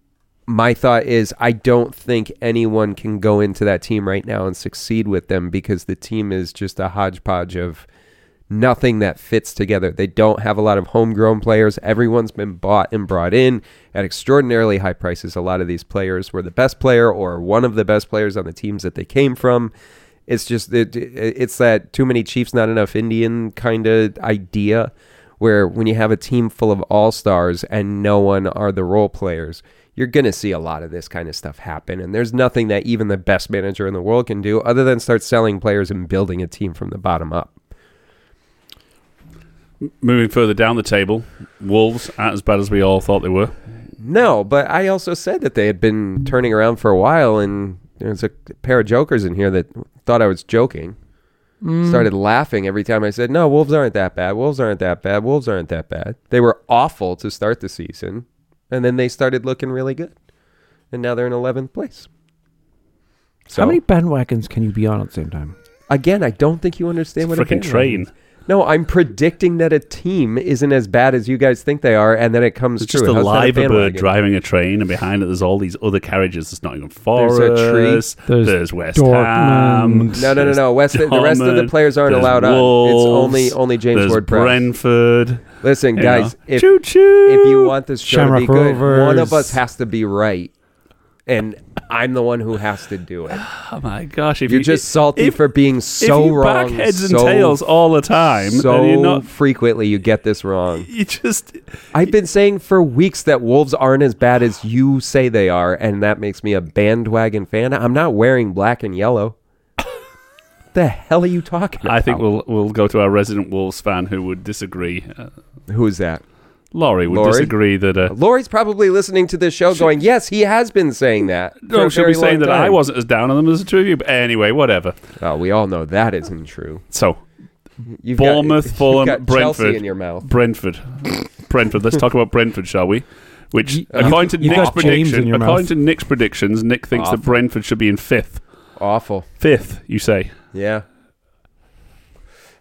S1: my thought is I don't think anyone can go into that team right now and succeed with them because the team is just a hodgepodge of nothing that fits together. They don't have a lot of homegrown players. Everyone's been bought and brought in at extraordinarily high prices. A lot of these players were the best player or one of the best players on the teams that they came from. It's just it, it's that too many Chiefs, not enough Indian kind of idea where when you have a team full of all stars and no one are the role players, you're going to see a lot of this kind of stuff happen. And there's nothing that even the best manager in the world can do other than start selling players and building a team from the bottom up.
S2: M- Moving further down the table, Wolves aren't as bad as we all thought they were.
S1: No, but I also said that they had been turning around for a while, and there's a pair of jokers in here that thought I was joking.
S2: Mm.
S1: Started laughing every time I said, "No, wolves aren't that bad. Wolves aren't that bad. Wolves aren't that bad." They were awful to start the season, and then they started looking really good, and now they're in eleventh place. So
S3: How many bandwagons can you be on at the same time?
S1: again, I don't think you
S2: It's
S1: understand
S2: a
S1: what a
S2: freaking
S1: bandwagon
S2: train.
S1: is. No, I'm predicting that a team isn't as bad as you guys think they are, and then it comes
S2: It's
S1: true.
S2: just a
S1: How's that
S2: live bird
S1: bandwagon?
S2: driving a train, and behind it there's all these other carriages. There's Nottingham
S1: There's
S2: Forest.
S1: a tree.
S2: There's,
S3: There's
S2: West Ham.
S3: Dortmund.
S1: No, no, no, no. West, the rest of the
S2: Dortmund,
S1: players aren't
S2: there's
S1: allowed
S2: Wolves,
S1: on. It's only only James
S2: there's
S1: Ward Prowse.
S2: Brentford.
S1: Listen,
S2: you
S1: guys,
S2: know.
S1: if,
S2: Choo-choo.
S1: if you want this show to be
S3: Shamrock
S1: good, one of
S3: Rovers.
S1: us has to be right. and I'm the one who has to do it.
S2: Oh my gosh! If
S1: You're
S2: you
S1: just salty
S2: if-
S1: for being so
S2: if you
S1: wrong,
S2: back heads and
S1: so,
S2: tails all the time,
S1: so
S2: and you're not.
S1: frequently you get this wrong.
S2: You just
S1: I've been saying for weeks that wolves aren't as bad as you say they are, and that makes me a bandwagon fan. I'm not wearing black and yellow. the hell are you talking about?
S2: I think we'll we'll go to our resident Wolves fan who would disagree. Uh,
S1: Who's that?
S2: Laurie would
S1: Laurie?
S2: disagree that. Uh,
S1: Lori's probably listening to this show going, yes, he has been saying that. for
S2: no,
S1: a
S2: she'll
S1: very
S2: be saying
S1: long
S2: that I
S1: time."
S2: wasn't as down on them as the two of you. But anyway, whatever.
S1: Oh, we all know that isn't true.
S2: So
S1: You've
S2: Bournemouth,
S1: got,
S2: Fulham,
S1: you've got Chelsea
S2: Brentford.
S1: in your mouth.
S2: Brentford, Brentford. Let's talk about Brentford, shall we? Which,
S3: You-
S2: according to
S3: you
S2: Nick's
S3: got James in
S2: prediction,
S3: your
S2: according
S3: mouth.
S2: to Nick's predictions, Nick thinks that
S1: Awful.
S2: Brentford should be in fifth.
S1: Awful.
S2: Fifth, you say?
S1: Yeah.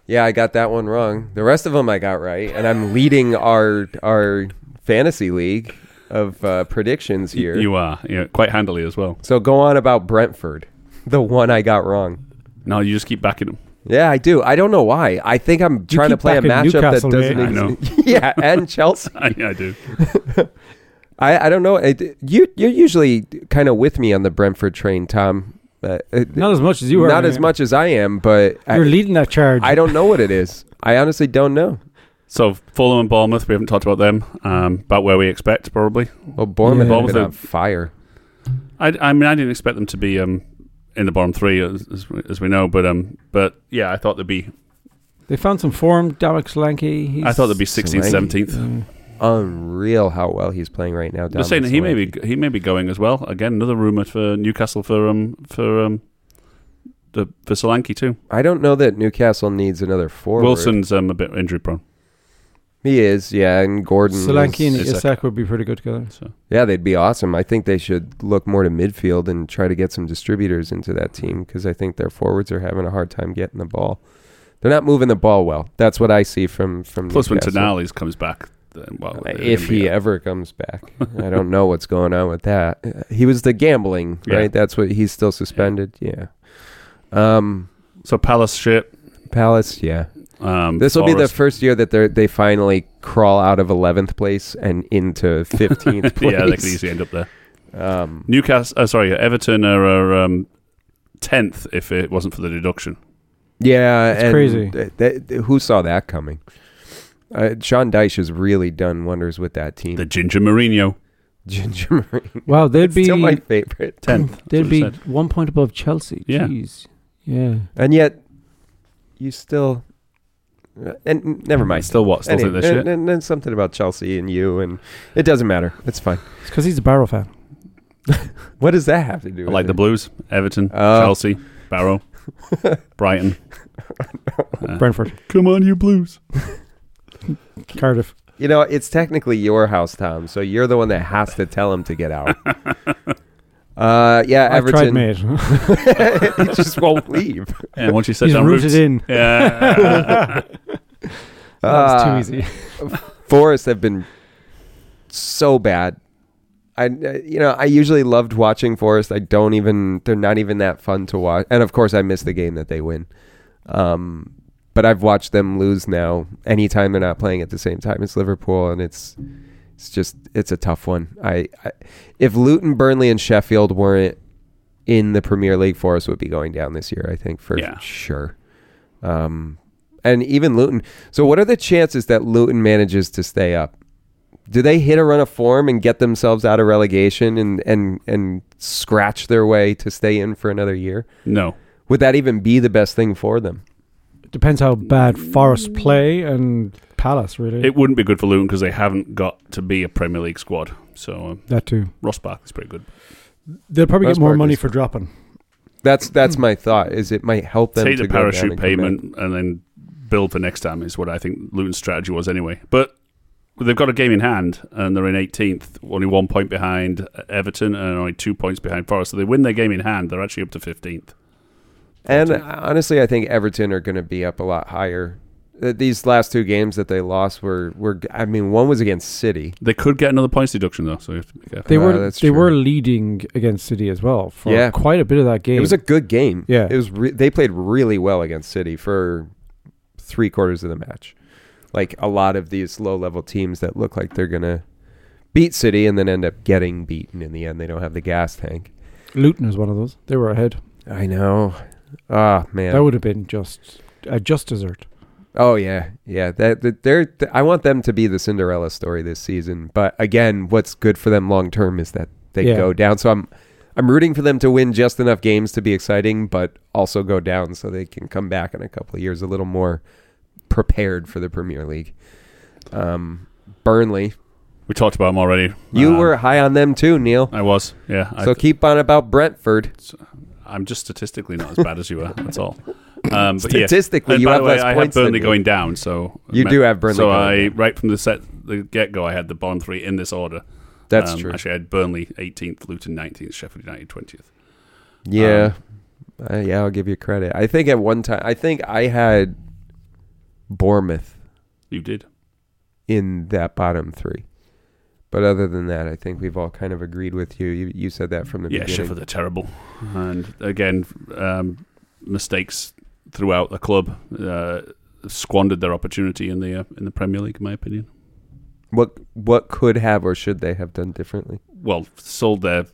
S1: Yeah, I got that one wrong. The rest of them I got right, and I'm leading our our fantasy league of uh, predictions here.
S2: You are, you know, quite handily as well.
S1: so go on about Brentford, the one I got wrong.
S2: No, you just keep backing them.
S1: Yeah, I do. I don't know why. I think I'm trying to
S3: keep
S1: play a
S3: backing
S1: matchup that
S3: Newcastle,
S1: doesn't
S2: mate. I
S1: exist. yeah, and Chelsea.
S2: I, I do.
S1: I, I don't know. It, you you're usually kind of with me on the Brentford train, Tom. Uh, it-
S3: Not as much as you are.
S1: not
S3: man.
S1: as much as I am, but
S3: You're
S1: I,
S3: leading that charge.
S1: I don't know what it is. I honestly don't know.
S2: So Fulham and Bournemouth, we haven't talked about them. Um, about where we expect probably.
S1: Well, Bournemouth
S2: Yeah.
S1: have been
S2: Bournemouth
S1: on fire.
S2: I, I mean, I didn't expect them to be um, in the bottom three as, as, we- as we know, but um, but yeah, I thought they'd be.
S3: they found some form. Derek Solanke. He's,
S2: I thought they'd be 16th,
S1: Solanke.
S2: 17th.
S3: Mm.
S1: Unreal how well he's playing right now.
S2: They're saying that
S1: Dominic
S2: he may
S1: Solanke.
S2: be he may be going as well. Again, another rumor for Newcastle for um for um the for Solanke too.
S1: I don't know that Newcastle needs another forward.
S2: Wilson's um a bit injury prone.
S1: He is, yeah, and Gordon.
S3: Solanke and
S1: is-
S2: Isaac.
S3: Isak would be pretty good together.
S2: So
S1: yeah, they'd be awesome. I think they should look more to midfield and try to get some distributors into that team because I think their forwards are having a hard time getting the ball. They're not moving the ball well. That's what I see from from.
S2: plus when
S1: Newcastle. Uh,
S2: Tonali's comes back, then, well, they're
S1: if
S2: gonna be
S1: he
S2: up.
S1: ever comes back. I don't know what's going on with that. Uh, He was the gambling,
S2: Yeah.
S1: right? That's what he's still suspended. Yeah. Um,
S2: so Palace shit.
S1: Palace, yeah.
S2: Um,
S1: This will be the
S2: Forest.
S1: first year that they they finally crawl out of 11th place and into 15th place.
S2: yeah, they could easily end up there.
S1: Um,
S2: Newcastle, uh, sorry, Everton are, are um, tenth if it wasn't for the deduction.
S1: yeah,
S3: It's
S1: and
S3: crazy.
S1: th- th- th- who saw that coming? Uh, Sean Dyche has really done wonders with that team.
S2: The Ginger Mourinho
S1: Ginger Marine,
S3: Wow, they'd be
S1: still my favorite.
S2: tenth.
S3: they'd be one point above Chelsea.
S2: Yeah.
S3: Jeez. Yeah.
S1: And yet, you still. uh, And never mind.
S2: Still what? Still think
S1: Anyway,
S2: this shit.
S1: and, and then something about Chelsea and you, and it doesn't matter. It's fine.
S3: It's because he's a Barrow fan.
S1: What does that have to do?
S2: I
S1: with
S2: like the
S1: it?
S2: Blues, Everton,
S1: Oh.
S2: Chelsea, Barrow, Brighton. Uh,
S3: Brentford.
S2: come on, you Blues.
S3: Cardiff.
S1: You know, it's technically your house, Tom. So you're the one that has to tell him to get out. uh, yeah,
S3: I've tried,
S1: Everton.
S3: mate. he's
S1: he just won't leave.
S2: And once you set down
S3: rooted
S2: roots,
S3: in.
S2: yeah,
S3: That's
S1: Uh,
S3: too easy.
S1: Forest have been so bad. I you know I usually loved watching Forest. I don't even they're not even that fun to watch. And of course, I miss the game that they win. Um, but I've watched them lose now. Anytime they're not playing at the same time as Liverpool, and it's it's just it's a tough one. I, I if Luton, Burnley, and Sheffield weren't in the Premier League, Forest would be going down this year. I think for
S2: Yeah.
S1: sure. Um, and even Luton. So, what are the chances that Luton manages to stay up? Do they hit a run of form and get themselves out of relegation and and and scratch their way to stay in for another year?
S2: no.
S1: Would that even be the best thing for them?
S3: Depends how bad Forest play and Palace, really.
S2: It wouldn't be good for Luton because they haven't got to be a Premier League squad. So um,
S3: that too.
S2: Ross Barkley's pretty good.
S3: They'll probably
S1: Ross
S3: get more
S1: Barkley's-
S3: money for dropping.
S1: That's that's
S3: Hmm.
S1: my thought. Is it might help them
S2: Take
S1: to
S2: the
S1: go down
S2: parachute
S1: and come back.
S2: payment and then build for next time is what I think Luton's strategy was anyway. But they've got a game in hand and they're in 18th, only one point behind Everton and only two points behind Forest. So they win their game in hand, they're actually up to 15th.
S1: And honestly, I think Everton are going to be up a lot higher. Uh, These last two games that they lost were were I mean, one was against City.
S2: They could get another points deduction though, so you have to be careful.
S3: They
S1: Ah,
S3: were
S1: that's
S3: they
S1: true.
S3: were leading against City as well for
S1: Yeah.
S3: quite a bit of that game.
S1: It was a good game.
S3: Yeah.
S1: it was. Re- they played really well against City for three quarters of the match. Like a lot of these low level teams that look like they're gonna beat City and then end up getting beaten in the end. They don't have the gas tank.
S3: Luton was one of those. They were ahead.
S1: I know. Ah man.
S3: That would have been just a just dessert.
S1: Oh yeah, yeah. That, that they're. th- I want them to be the Cinderella story this season. But again, what's good for them long term is that they
S3: Yeah.
S1: go down. So I'm, I'm rooting for them to win just enough games to be exciting, but also go down so they can come back in a couple of years a little more prepared for the Premier League. Um, Burnley,
S2: We talked about them already.
S1: you
S2: Uh,
S1: were high on them too, Neil.
S2: I was. Yeah. I,
S1: So keep on about Brentford.
S2: I'm just statistically not as bad as you are. That's all. Um, but yeah.
S1: Statistically,
S2: And
S1: you
S2: by
S1: have
S2: the way,
S1: less
S2: I had
S1: points than
S2: Burnley
S1: me.
S2: going down, so
S1: You do have Burnley
S2: So
S1: going
S2: I,
S1: down.
S2: right from the set, the get go, I had the bottom three in this order.
S1: That's
S2: Um,
S1: true.
S2: Actually, I had Burnley 18th, Luton 19th, Sheffield United 20th.
S1: Yeah. Uh, yeah, I'll give you credit. I think at one time, I think I had Bournemouth
S2: You did.
S1: in that bottom three. But other than that, I think we've all kind of agreed with you. You, you said that from the
S2: Yeah,
S1: beginning.
S2: Sheffield are terrible, and again, um, mistakes throughout the club uh, squandered their opportunity in the uh, in the Premier League, in my opinion.
S1: What what could have or should they have done differently?
S2: Well, sold their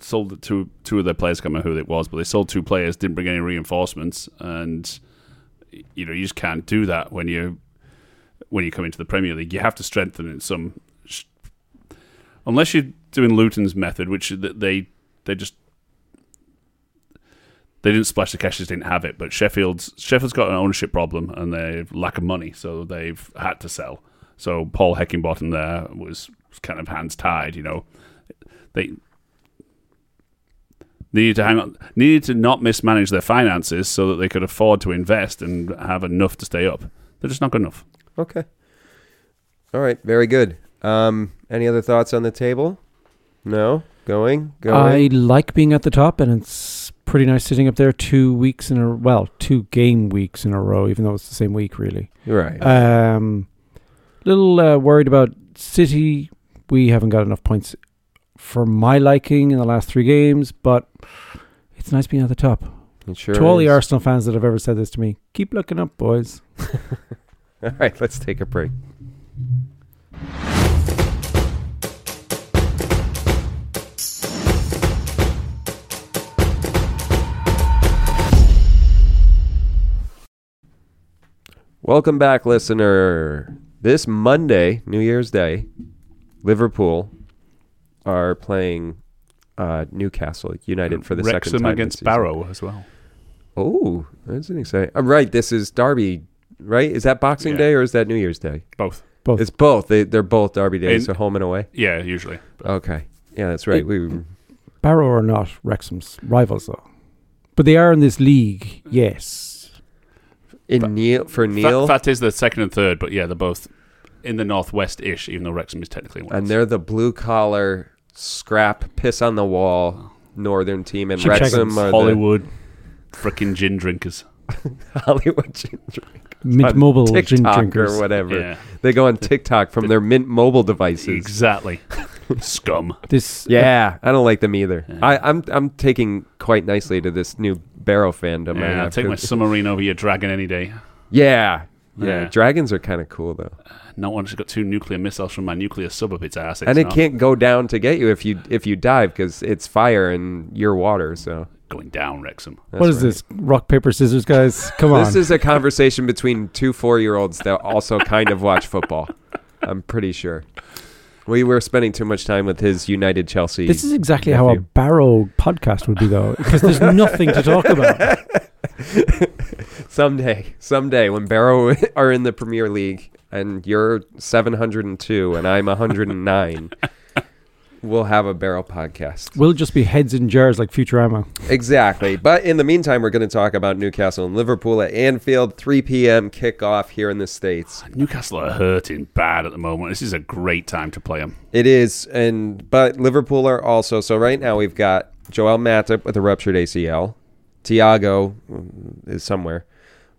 S2: sold the two two of their players. I can't remember who it was, but they sold two players, didn't bring any reinforcements, and you know you just can't do that when you when you come into the Premier League. You have to strengthen in some, unless you're doing Luton's method, which is that they they just they didn't splash the cash, just didn't have it. But Sheffield's Sheffield's got an ownership problem and they lack of money, so they've had to sell. So Paul Heckingbottom there was kind of hands tied. You know, they needed to hang on, needed to not mismanage their finances so that they could afford to invest and have enough to stay up. They're just not good enough.
S1: Okay. All right. Very good. Um, any other thoughts on the table? No. Going. Going.
S3: I like being at the top, and it's pretty nice sitting up there two weeks in a well, two game weeks in a row, even though it's the same week really.
S1: You're right.
S3: Um, little uh, worried about City. We haven't got enough points for my liking in the last three games, but it's nice being at the top.
S1: It sure
S3: to all the
S1: is.
S3: Arsenal fans that have ever said this to me, keep looking up, boys.
S1: All right, let's take a break. Welcome back, listener. This Monday, New Year's Day, Liverpool are playing uh, Newcastle United for the
S2: Wrexham
S1: second time
S2: against
S1: this season.
S2: Barrow as well.
S1: Oh, that's an exciting. I'm right. This is Derby, right? Is that Boxing
S2: Yeah.
S1: Day or is that New Year's Day?
S2: Both.
S3: Both.
S1: It's both. They, they're both Derby days,
S2: And-
S1: so home and away.
S2: Yeah, usually. But
S1: Okay. Yeah, that's right. We
S3: Barrow or not, Wrexham's rivals though, but they are in this league. Yes,
S1: in Neil for Neil,
S2: Fa- fact is, they're second and third, but yeah, they're both in the northwest-ish, even though Wrexham is technically one.
S1: and they're the blue collar scrap piss on the
S2: Oh.
S1: wall northern team, and
S3: Cheap
S1: Wrexham
S3: chickens.
S1: are
S2: Hollywood frickin' gin drinkers.
S1: the Hollywood gin drink-
S3: mint
S1: on
S3: mobile gin
S1: TikTok
S3: drinkers.
S1: or whatever.
S2: Yeah,
S1: They go on TikTok from their Mint mobile devices.
S2: exactly. Scum.
S3: This
S1: Yeah, I don't like them either.
S2: Yeah.
S1: I, I'm I'm taking quite nicely to this new Barrow fandom. I
S2: Yeah, I'll
S1: have
S2: take
S1: to-
S2: my submarine over your dragon any day.
S1: Yeah. Yeah.
S2: Yeah.
S1: Dragons are kind of cool though.
S2: Not once has got two nuclear missiles from my nuclear sub up its ass. It's
S1: and it
S2: not
S1: can't go down to get you if you if you dive cuz it's fire and you're water, so.
S2: going down, Wrexham.
S1: that's
S3: what is
S1: right.
S3: this? Rock paper scissors, guys. Come on.
S1: This is a conversation between two 4-year-olds that also kind of watch football. I'm pretty sure. We were spending too much time with his United Chelsea.
S3: This is exactly how a
S1: nephew.
S3: Barrow podcast would be, though, because there's nothing to talk about.
S1: someday, someday when Barrow are in the Premier League and you're 702 and I'm 109, we'll have a Barrow podcast.
S3: We'll just be heads in jars like Futurama.
S1: Exactly. But in the meantime, we're going to talk about Newcastle and Liverpool at Anfield, 3 p.m. kickoff here in the States.
S2: Newcastle are hurting bad at the moment. This is a great time to play them.
S1: It is. and But Liverpool are also. So right now we've got Joel Matip with a ruptured ACL. Tiago mm, is somewhere.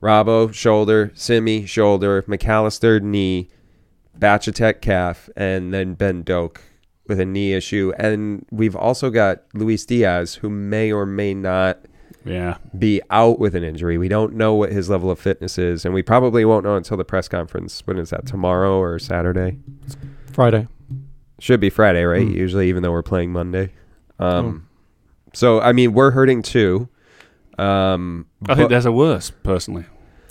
S1: Rabo, shoulder. Simi, shoulder. McAllister, knee. Bachatek, calf. And then Ben Doak with a knee issue. And we've also got Luis Diaz, who may or may not
S2: Yeah,
S1: be out with an injury. We don't know what his level of fitness is, and we probably won't know until the press conference. When is that? Tomorrow or Saturday?
S3: Friday.
S1: Should be Friday, right?
S3: Mm.
S1: Usually, even though we're playing Monday. Um, So, I mean, we're hurting too. Um,
S2: I think
S1: but
S2: there's a worse, personally.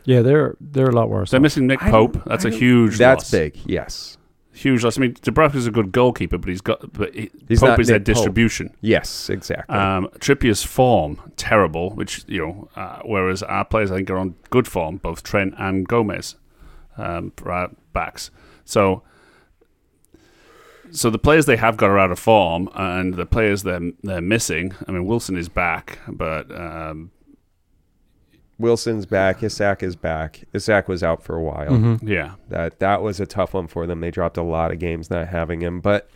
S3: Yeah, they're they're a lot worse.
S2: They're missing Nick
S1: I
S2: Pope.
S1: don't-
S2: That's
S1: I
S2: a
S1: don't-
S2: huge
S1: that's
S2: loss.
S1: big. Yes.
S2: Huge loss. I mean, Dubravka's a good goalkeeper, but he's got but he,
S1: He's
S2: Pope
S1: not
S2: is their
S1: Nick Pope.
S2: distribution.
S1: Yes, exactly.
S2: Um, Trippier's form terrible, which you know, uh, whereas our players I think are on good form, both Trent and Gomez, um, for our backs. So, so the players they have got are out of form, and the players they're they're missing. I mean, Wilson is back, but um,
S1: Wilson's back. Isak is back. Isak was out for a while.
S3: Mhm.
S2: yeah,
S1: That that was a tough one for them. They dropped a lot of games not having him, but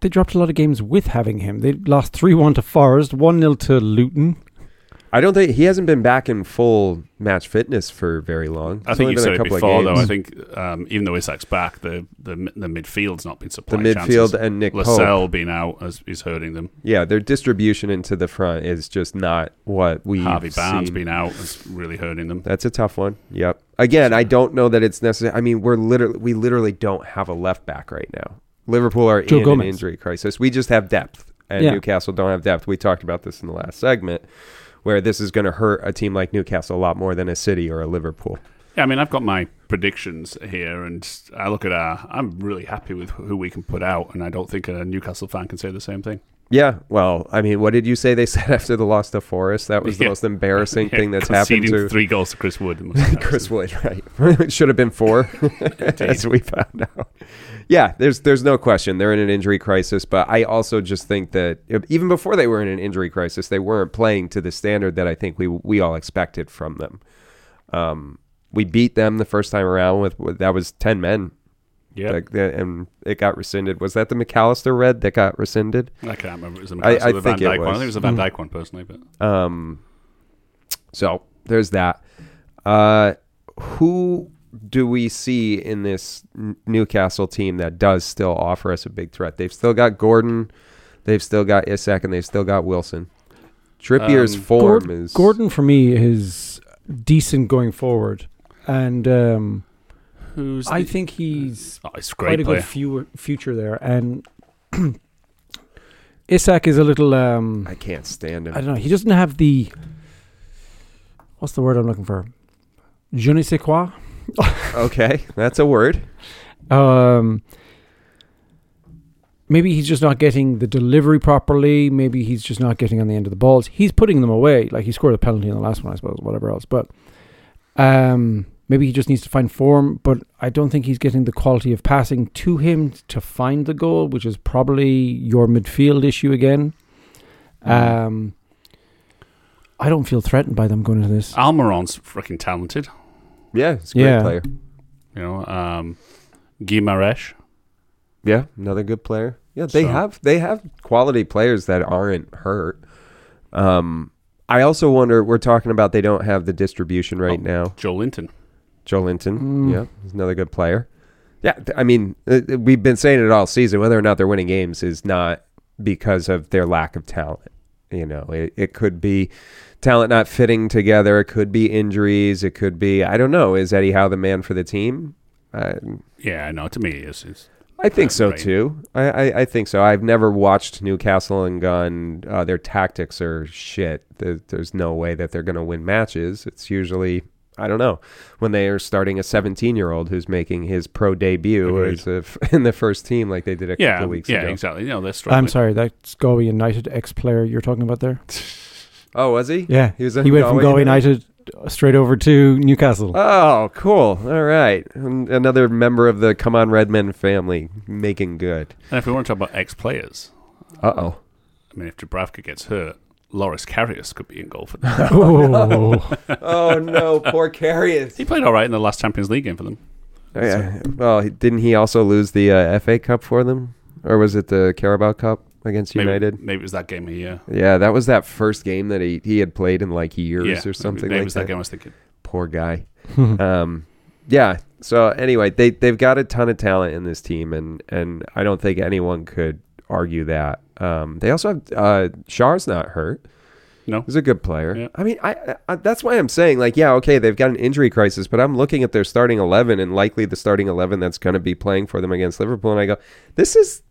S3: They dropped a lot of games with having him. They lost three one to Forest, one 0 to Luton.
S1: I don't think he hasn't been back in full match fitness for very long.
S2: I
S1: It's
S2: think
S1: only
S2: you
S1: been
S2: said it before, though. I
S1: games.
S2: think um, even though Isak's back, the the mi- the midfield's not been
S1: the
S2: supplying
S1: midfield
S2: chances.
S1: and Nick Pope.
S2: Lascelles being out is, is hurting them.
S1: Yeah, their distribution into the front is just not what we
S2: Harvey Barnes
S1: seen.
S2: being out is really hurting them.
S1: That's a tough one. Yep. Again, I don't know that it's necessary. I mean, we're literally we literally don't have a left back right now. Liverpool are
S3: Joe
S1: in
S3: Gomez.
S1: an injury crisis. We just have depth, and
S3: Yeah.
S1: Newcastle don't have depth. We talked about this in the last segment, where this is going to hurt a team like Newcastle a lot more than a City or a Liverpool.
S2: Yeah, I mean, I've got my predictions here, and I look at our. I'm really happy with who we can put out, and I don't think a Newcastle fan can say the same thing.
S1: Yeah. Well, I mean, what did you say they said after the loss to Forest? That was the
S2: Yeah.
S1: most embarrassing
S2: Yeah,
S1: thing that's
S2: conceding
S1: happened to
S2: three goals to Chris Wood. must be
S1: Chris Wood, right? it should have been four, as we found out. Yeah, there's there's no question they're in an injury crisis, but I also just think that if- even before they were in an injury crisis, they weren't playing to the standard that I think we we all expected from them. Um, we beat them the first time around with, with that was ten men,
S2: Yeah,
S1: like, that- and it got rescinded. Was that the McAllister red that got rescinded?
S2: I can't remember. It was a
S1: I- I
S2: the Van
S1: think it
S2: Dyke one. I
S1: was.
S2: think it was the Van Dyke one personally, but
S1: Um, so there's that. Uh, who do we see in this N- Newcastle team that does still offer us a big threat? They've still got Gordon, they've still got Isak, and they've still got Wilson. Trippier's
S2: Um,
S1: form
S3: Gord-
S1: is
S3: Gordon for me is decent going forward, and um,
S2: who's?
S3: I think he's
S2: oh, he's a
S3: quite
S2: great
S3: a
S2: player.
S3: good few, future there. And Isak is a little. Um,
S1: I can't stand
S3: I
S1: him.
S3: don't know. He doesn't have the. What's the word I'm looking for? Je ne sais quoi.
S1: Okay, that's a word.
S3: Um, maybe he's just not getting the delivery properly. Maybe he's just not getting on the end of the balls. He's putting them away. Like he scored a penalty in the last one, I suppose, whatever else. But um, maybe he just needs to find form. But I don't think he's getting the quality of passing to him to find the goal, which is probably your midfield issue again. Um, I don't feel threatened by them going into this.
S2: Almiron's freaking talented.
S1: Yeah, he's a great
S3: Yeah.
S1: player.
S2: You know, um, Guimaraes.
S1: Yeah, another good player. Yeah, they
S2: So-
S1: have they have quality players that aren't hurt. Um, I also wonder. We're talking about they don't have the distribution right
S2: Oh.
S1: now.
S2: Joe Linton.
S1: Joe Linton.
S3: Mm.
S1: Yeah, he's another good player. Yeah, th- I mean, uh, uh, we've been saying it all season. Whether or not they're winning games is not because of their lack of talent. You know, it, it could be talent not fitting together. It could be injuries. It could be I don't know. Is Eddie Howe the man for the team? Uh,
S2: Yeah, no, to me he is. He's,
S1: I think
S2: Uh,
S1: so
S2: right.
S1: too. I, I, I think so. I've never watched Newcastle and gone, uh, their tactics are shit. There, there's no way that they're going to win matches. It's usually, I don't know, when they are starting a 17 year old who's making his pro debut
S2: Agreed.
S1: as a f in the first team like they did a
S2: yeah,
S1: couple weeks
S2: yeah,
S1: ago.
S2: exactly. You know, they're struggling.
S3: I'm sorry, that's Galway United ex-player you're talking about there.
S1: Oh, was he?
S3: Yeah,
S1: He was on
S3: he went from
S1: Galway
S3: Galway United straight over to Newcastle.
S1: Oh, cool. All right. An- Another member of the Come On Redmen family making good.
S2: And if we want to talk about ex-players,
S1: Uh oh.
S2: I mean, if Dubravka gets hurt, Loris Karius could be in goal for them.
S3: oh,
S1: oh, no. Poor Carius.
S2: He played all right in the last Champions League game for them.
S1: Oh, yeah. Well, he- didn't he also lose the uh, FA Cup for them, or was it the Carabao Cup against
S2: Maybe,
S1: United?
S2: Maybe it was that game he. Uh,
S1: Yeah, that was that first game that he, he had played in like years
S2: yeah,
S1: or something
S2: Maybe it
S1: like
S2: was
S1: that.
S2: that game I was thinking.
S1: Poor guy.
S2: Mm-hmm.
S1: um, yeah. So anyway, they they've got a ton of talent in this team, and and I don't think anyone could argue that. Um, they also have uh, Shar's not hurt.
S2: No.
S1: he's a good player.
S2: Yeah.
S1: I mean, I, I- I that's why I'm saying like, yeah, okay, they've got an injury crisis, but I'm looking at their starting eleven and likely the starting eleven that's going to be playing for them against Liverpool, and I go, this is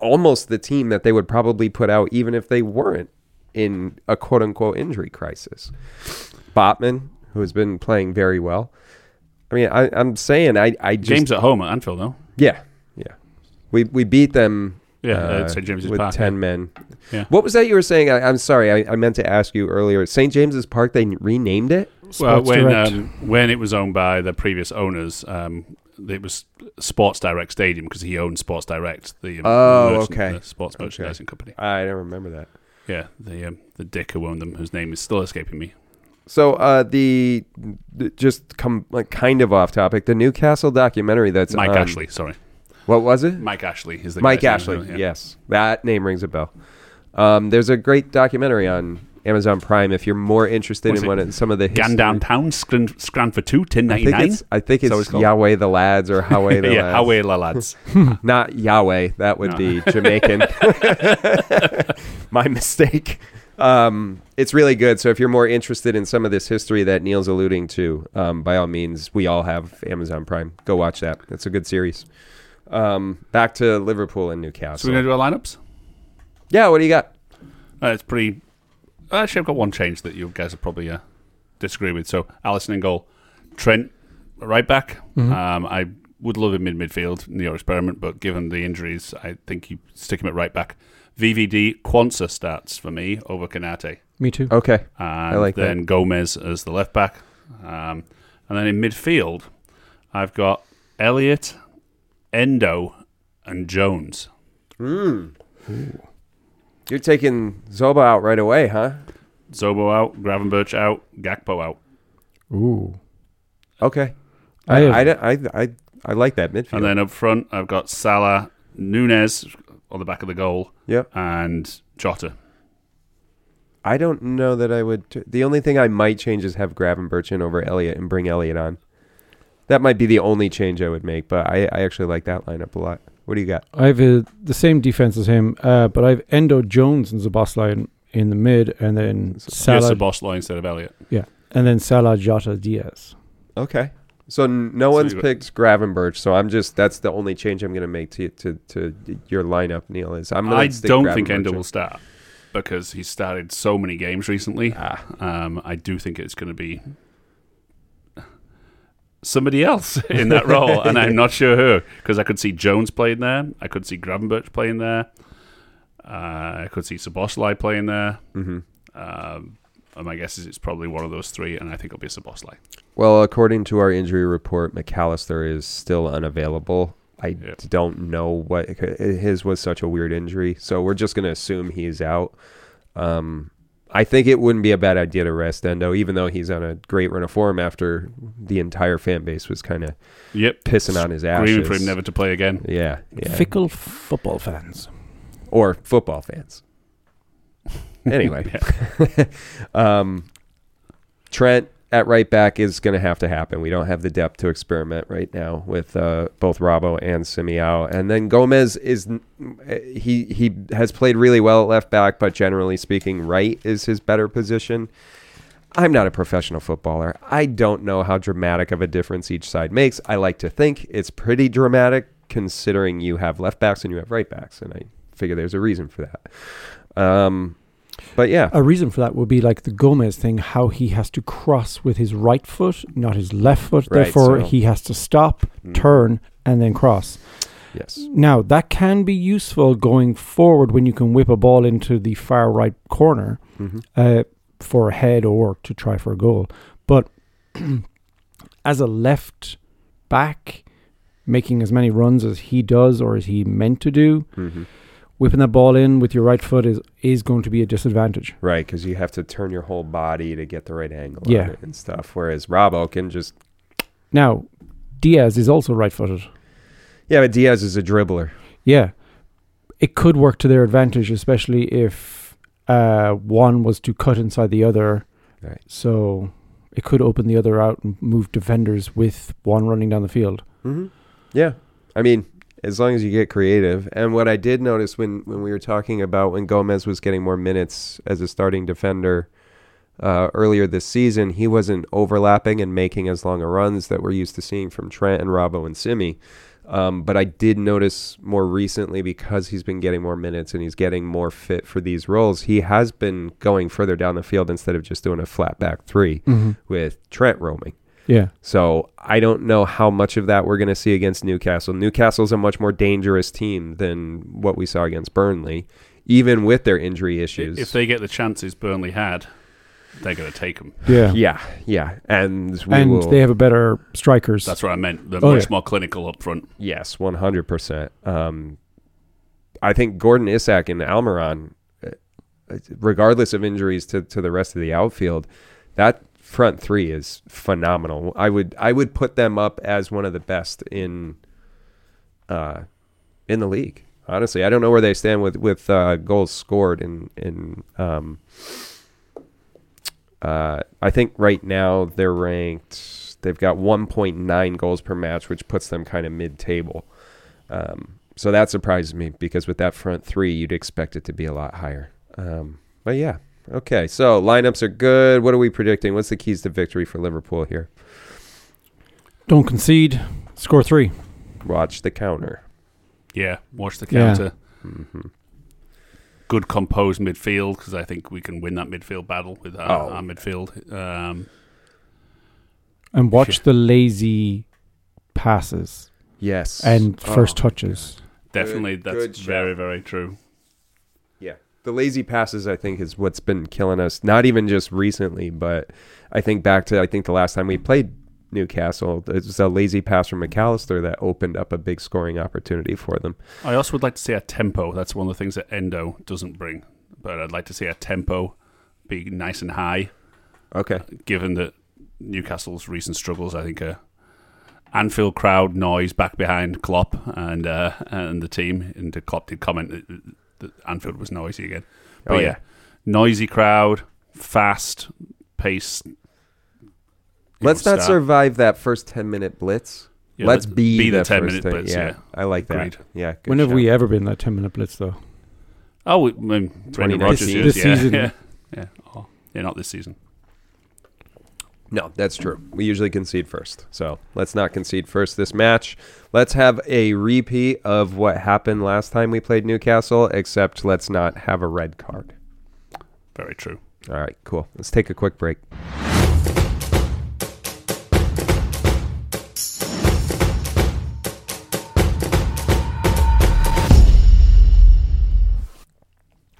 S1: almost the team that they would probably put out even if they weren't in a quote unquote injury crisis. Botman, who has been playing very well. I mean, I, I'm saying I, I just
S2: James at home at Anfield, though.
S1: yeah yeah we we beat them
S2: Yeah,
S1: uh,
S2: at St James's
S1: with
S2: Park.
S1: ten men.
S2: Yeah.
S1: What was that you were saying? I, I'm sorry, I, I meant to ask you earlier. St James's Park, they renamed it.
S2: Well,
S3: Sports
S2: when
S3: Direct.
S2: um, when it was owned by the previous owners, um, it was Sports Direct Stadium because he owned Sports Direct, the um,
S1: Oh,
S2: merchant-
S1: okay.
S2: the sports merchandising company.
S1: I don't remember that.
S2: Yeah, the um, the dick who owned them, whose name is still escaping me.
S1: So uh, the, the- just come like kind of off topic. The Newcastle documentary that's
S2: Mike
S1: on-
S2: Ashley, sorry,
S1: What was it?
S2: Mike Ashley is the
S1: um, Mike
S2: guy's name,
S1: Ashley. Yes, that name rings a bell. Um, there's a great documentary on Amazon Prime if you're more interested
S2: What is
S1: in
S2: it?
S1: one of some of the history.
S2: Gandown Town, Scran, Scran for two, ten
S1: I
S2: ninety
S1: think
S2: nine.
S1: it's I think
S2: So
S1: it's,
S2: it's called?
S1: Yahweh the lads or Howay the
S2: Yeah,
S1: lads.
S2: how are la lads?
S1: Not Yahweh. That would
S2: No.
S1: be Jamaican. My mistake. Um, it's really good. So if you're more interested in some of this history that Neil's alluding to, um, by all means, we all have Amazon Prime. Go watch that. That's a good series. Um, back to Liverpool and Newcastle.
S2: So we're gonna do our lineups.
S1: yeah, what do you got?
S2: Uh, it's pretty. Actually, I've got one change that you guys will probably uh, disagree with. So, Allison in goal, Trent right back.
S1: Mm-hmm.
S2: Um, I would love him in midfield in your experiment, but given the injuries, I think you stick him at right back. VVD Kwanzaa starts for me over Kanate,
S3: Me too.
S1: Okay.
S2: and
S1: like that.
S2: then Gomez as the left back, um, and then in midfield, I've got Elliot, Endo, and Jones.
S1: Hmm. You're taking Zoba out right away, huh?
S2: Zobo out, Gravenberch out, Gakpo out.
S3: Ooh.
S1: Okay.
S3: I
S1: Uh, I
S3: have-
S1: I, don't- I, I, I like that midfield.
S2: And then up front, I've got Salah, Nunes on the back of the goal,
S1: yep.
S2: and Jota.
S1: I don't know that I would. T- the only thing I might change is have Gravenberch in over Elliot and bring Elliot on. That might be the only change I would make, but I, I actually like that lineup a lot. What do you got?
S3: I have uh the same defense as him, uh, but I have Endo Jones and Zabosla in, in the mid, and then
S2: Here's the
S3: Salah,
S2: boss line instead of Elliot.
S3: and then Salah Jota Diaz.
S1: Okay. So n- no
S2: So
S1: one's
S2: you-
S1: picked Gravenberch, so I'm just that's the only change I'm going to make to, to to your lineup, Neil. Is I'm gonna
S2: I
S1: stick
S2: don't think
S1: Gravenberch
S2: Ender
S1: in.
S2: will start because he's started so many games recently.
S1: Ah.
S2: Um, I do think it's going to be somebody else in that role, and I'm not sure who because I could see Jones playing there, I could see Gravenberch playing there, uh, I could see Saboslai playing there.
S1: Mhm.
S2: Um, and my guess is it's probably one of those three, and I think it'll be Saboslai.
S1: Well, according to our injury report, McAllister is still unavailable. I
S2: Yeah.
S1: don't know what his was such a weird injury, so we're just going to assume he's out. Um, I think it wouldn't be a bad idea to rest Endo, even though he's on a great run of form after the entire fan base was kind of
S2: Yep.
S1: pissing on his ashes.
S2: Agreement for him never to play again.
S1: Yeah, yeah.
S3: Fickle football fans.
S1: or football fans. Anyway, um, Trent at right back is going to have to happen. We don't have the depth to experiment right now with uh, both Robbo and Simeao. And then Gomez is he he has played really well at left back, but generally speaking, right is his better position. I'm not a professional footballer. I don't know how dramatic of a difference each side makes. I like to think it's pretty dramatic considering you have left backs and you have right backs, and I figure there's a reason for that. Um, but yeah,
S3: A reason for that would be like the Gomez thing, how he has to cross with his right foot, not his left foot.
S1: Right,
S3: Therefore,
S1: so-
S3: he has to stop,
S1: Mm.
S3: turn, and then cross.
S1: yes,
S3: Now, that can be useful going forward when you can whip a ball into the far right corner
S1: hmm
S3: uh, for a head or to try for a goal. But as a left back, making as many runs as he does or as he meant to do,
S1: hmm
S3: whipping that ball in with your right foot is, is going to be a disadvantage.
S1: right, because you have to turn your whole body to get the right angle, on
S3: Yeah.
S1: it and stuff. Whereas Robbo can just
S3: Now, Diaz is also right footed.
S1: yeah, but Diaz is a dribbler.
S3: Yeah. It could work to their advantage, especially if uh, one was to cut inside the other.
S1: Right.
S3: So it could open the other out and move defenders with one running down the field.
S1: hmm Yeah, I mean, as long as you get creative. And what I did notice when when we were talking about when Gomez was getting more minutes as a starting defender uh, earlier this season, he wasn't overlapping and making as long a runs that we're used to seeing from Trent and Robbo and Simi. Um, but I did notice more recently because he's been getting more minutes and he's getting more fit for these roles, he has been going further down the field instead of just doing a flat back three
S3: Mm-hmm.
S1: with Trent roaming.
S3: Yeah.
S1: So I don't know how much of that we're going to see against Newcastle. Newcastle's a much more dangerous team than what we saw against Burnley, even with their injury issues.
S2: If they get the chances Burnley had, they're going to take them.
S3: Yeah.
S1: yeah, yeah, and we
S3: and
S1: will.
S3: they have a better strikers.
S2: That's what I meant. They're
S3: Oh,
S2: much
S3: yeah.
S2: more clinical up front.
S1: Yes, one hundred percent. Um, I think Gordon Isak and Almiron, uh, regardless of injuries to, to the rest of the outfield, that front three is phenomenal. I would I would put them up as one of the best in, uh, in the league. Honestly, I don't know where they stand with with uh, goals scored in in. Um, uh, I think right now they're ranked. They've got 1.9 goals per match, which puts them kind of mid-table. Um, so that surprises me because with that front three, you'd expect it to be a lot higher. Um, but yeah, okay. So lineups are good. What are we predicting? What's the keys to victory for Liverpool here?
S3: Don't concede. Score three.
S1: Watch the counter.
S2: Yeah, watch the
S3: Yeah.
S2: counter.
S1: hmm
S2: Good composed midfield because I think we can win that midfield battle with our,
S1: Oh.
S2: our midfield. Um,
S3: And watch the lazy passes
S1: Yes.
S3: and
S2: Oh.
S3: first touches.
S2: definitely,
S1: Good- good
S2: that's
S1: shout.
S2: very, very true.
S1: Yeah. The lazy passes, I think, is what's been killing us. Not even just recently, but I think back to I think the last time we played Newcastle, it was a lazy pass from McAllister that opened up a big scoring opportunity for them.
S2: I also would like to see a tempo. That's one of the things that Endo doesn't bring, but I'd like to see a tempo be nice and high.
S1: Okay.
S2: Given that Newcastle's recent struggles, I think uh, Anfield crowd noise back behind Klopp and uh, and the team, and Klopp did comment that, that Anfield was noisy again. But
S1: Oh,
S2: yeah.
S1: yeah.
S2: noisy crowd, fast pace. you
S1: Let's
S2: know,
S1: not
S2: style.
S1: survive that first ten minute blitz.
S2: Yeah,
S1: Let's
S2: let-
S1: be,
S2: the
S1: that
S2: ten
S1: first
S2: minute
S1: thing.
S2: blitz.
S1: yeah,
S2: Yeah.
S1: I like that.
S2: Agreed.
S1: Yeah. good
S3: when have
S1: shout.
S3: we ever been that 10 minute blitz, though?
S2: Oh, we, I mean, Brendan
S1: 2019.
S2: Rodgers.
S1: This-
S2: years,
S3: this
S2: yeah,
S3: season.
S2: Yeah, yeah. Oh, yeah, not this season.
S3: e-,
S1: No, that's true. We usually concede first. So let's not concede first this match. Let's have a repeat of what happened last time we played Newcastle, except let's not have a red card.
S2: Very true.
S1: All right, cool. Let's take a quick break.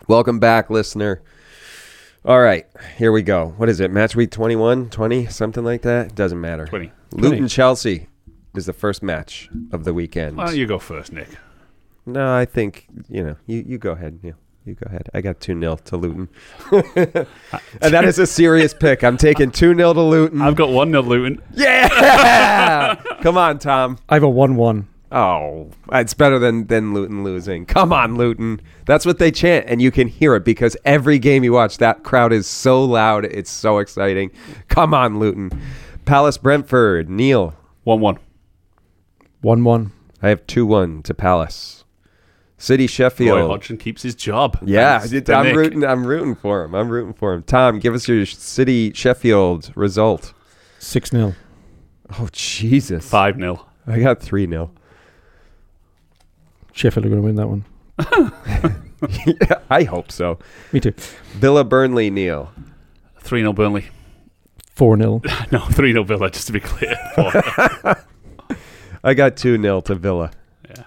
S1: Welcome back, listener. All right, here we go. What is it? Match week 21, 20, something like that? Doesn't matter.
S2: Twenty.
S1: Luton Chelsea is the first match of the weekend.
S2: Why don't you go first, Nick?
S1: No, I think you know. You you go ahead, Neil. You go ahead. I got two 0 to Luton. and that is a serious pick. I'm taking two 0 to Luton.
S2: I've got one nil Luton.
S1: yeah. Come on, Tom.
S3: I have a 1 1.
S1: Oh, it's better than than Luton losing. Come on, Luton. That's what they chant, and you can hear it because every game you watch, that crowd is so loud. It's so exciting. Come on, Luton. Palace Brentford. Neil,
S2: One one.
S3: 1 1.
S1: I have two one to Palace. City Sheffield.
S2: Roy Hodgson keeps his job.
S1: Yeah,
S2: Thanks
S1: it-
S2: to
S1: I'm
S2: Nick.
S1: rooting. I'm rooting for him. I'm rooting for him. Tom, give us your City Sheffield result.
S3: 6 0.
S1: Oh Jesus!
S2: Five 0
S1: I got three nil.
S3: Sheffield are going to win that one.
S1: I hope so.
S3: Me too.
S1: Villa Burnley Neil.
S2: Three 0 Burnley.
S3: 4 0.
S2: No, three 0 Villa. Just to be clear. Four.
S1: I got two nil to Villa.
S2: yeah.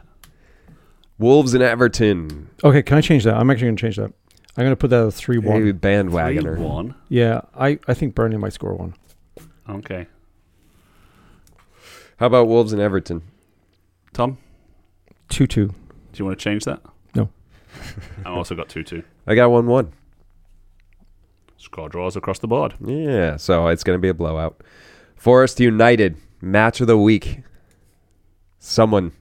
S1: Wolves and Everton.
S3: Okay, can I change that? I'm actually going to change that. I'm going to put that at 3 1.
S1: Hey,
S2: Three,
S1: bandwagoner.
S2: one.
S3: Yeah, I, I think Burnley might score one.
S2: Okay.
S1: How about Wolves and Everton?
S2: Tom,
S3: 2 2.
S2: do you want to change that?
S3: No.
S2: I also got two two.
S1: I got one one.
S2: Score draws across the board.
S1: Yeah, so it's going to be a blowout. Forest United match of the week. Someone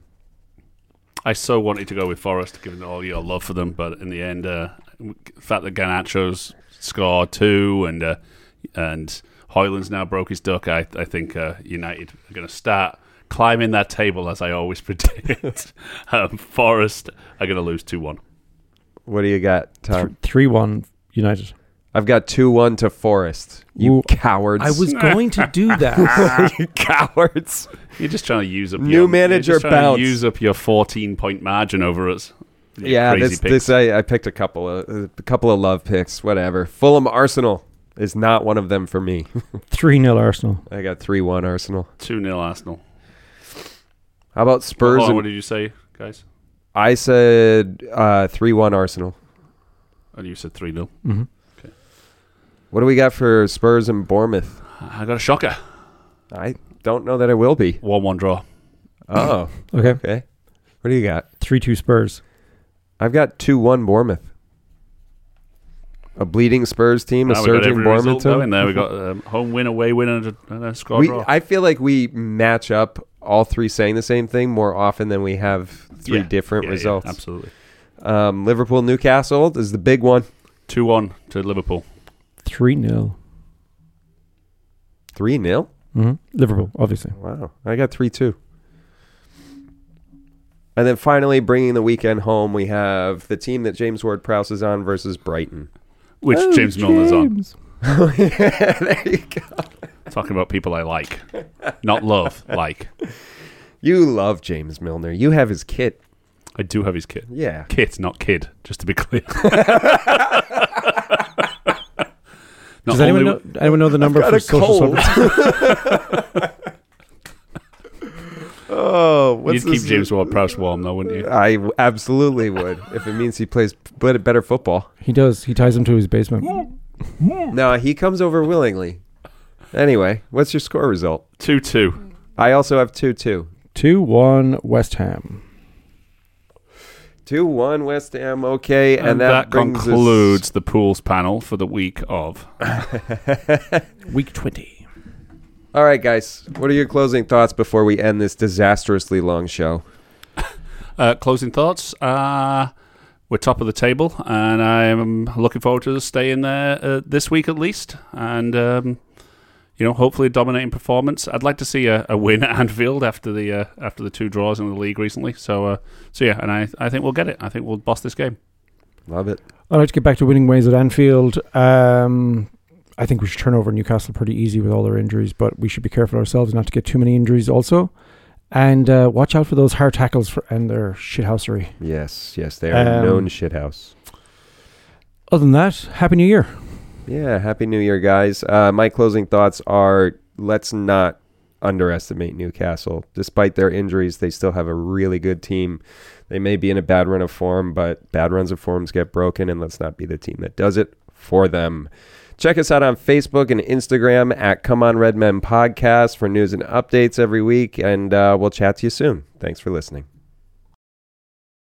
S2: I so wanted to go with Forest, given all your love for them, but in the end, uh, the fact that Ganacho's scored two and uh, and Hoyland's now broke his duck, I, I think uh, United are going to start climbing that table as I always predict. um, Forest are going to lose two one.
S1: What do you got, Tom?
S3: 3 1 United.
S1: I've got two one to Forest. You
S3: Ooh,
S1: cowards.
S4: I was going to do that.
S1: you cowards.
S2: You're just trying to use up
S1: New
S2: your,
S1: manager
S2: you're just trying to
S1: bounce.
S2: use up your 14 point margin over us. You
S1: Yeah,
S2: crazy
S1: this,
S2: pig.
S1: this uh, I, I picked a couple of a couple of love picks. Whatever. Fulham Arsenal is not one of them for me.
S3: 3 0 Arsenal.
S1: I got three one Arsenal.
S2: 2 0 Arsenal.
S1: How about Spurs?
S2: Hold on,
S1: and-
S2: Oh, what did you say, guys?
S1: I said uh, three one Arsenal.
S2: Oh, you said 3 0.
S3: Mm-hmm.
S1: What do we got for Spurs and Bournemouth?
S2: I got a shocker.
S1: I don't know that it will be.
S2: 1 1 draw.
S1: Oh,
S3: Okay.
S1: okay. What do you got?
S3: 3 2 Spurs.
S1: I've got two one Bournemouth. A bleeding Spurs team, a
S2: Now we got
S1: surging
S2: every
S1: Bournemouth
S2: result though
S1: team.
S2: in there. We got um, home win, away win, and a, and a score
S1: We,
S2: draw.
S1: I feel like we match up all three saying the same thing more often than we have three
S2: Yeah.
S1: different
S2: Yeah, yeah,
S1: results.
S2: absolutely.
S1: um, Liverpool Newcastle is the big one.
S2: 2 1 to Liverpool.
S3: 3 0.
S1: Three 0
S3: hmm Liverpool, obviously.
S1: Wow, I got three two. And then finally, bringing the weekend home, we have the team that James Ward Prowse is on versus Brighton.
S2: Which
S3: Oh,
S2: James Milner's on.
S3: James.
S1: there you go.
S2: Talking about people I like. Not love, like.
S1: You love James Milner. You have his kit.
S2: I do have his kid.
S1: Yeah.
S2: Kit, not kid, just to be clear. Not
S3: Does anyone
S2: only-
S3: know, anyone know the number for social service?
S1: oh, what's
S2: You'd keep
S1: this-
S2: James Ward Prowse warm, though, wouldn't you?
S1: I w- absolutely would if it means he plays b- better football.
S3: He does. He ties him to his basement.
S1: No, he comes over willingly. Anyway, what's your score result?
S2: 2 2.
S1: I also have 2 2.
S3: 2 1 West Ham.
S1: 2 1 West Ham, okay. And,
S2: And, that,
S1: brings us-
S2: concludes the pools panel for the week of.
S3: Week 20.
S1: All right, guys. What are your closing thoughts before we end this disastrously long show?
S2: Uh, closing thoughts. Uh, we're top of the table, and I'm looking forward to staying there uh, this week at least. And, um, you know, hopefully a dominating performance. I'd like to see a, a win at Anfield after the uh, after the two draws in the league recently. So, uh, so yeah, and I, I think we'll get it. I think we'll boss this game.
S1: Love it.
S3: I'd like to get back to winning ways at Anfield. Um, I think we should turn over Newcastle pretty easy with all their injuries, but we should be careful ourselves not to get too many injuries also. And uh, watch out for those hard tackles for, and their shithousery.
S1: Yes, yes. They are a known
S3: Um,
S1: shithouse.
S3: Other than that, Happy New Year.
S1: Yeah, happy new year, guys. Uh, my closing thoughts are let's not underestimate Newcastle. Despite their injuries, they still have a really good team. They may be in a bad run of form, but bad runs of forms get broken, and let's not be the team that does it for them. Check us out on Facebook and Instagram at Come On Red Men Podcast for news and updates every week, and uh, we'll chat to you soon. Thanks for listening.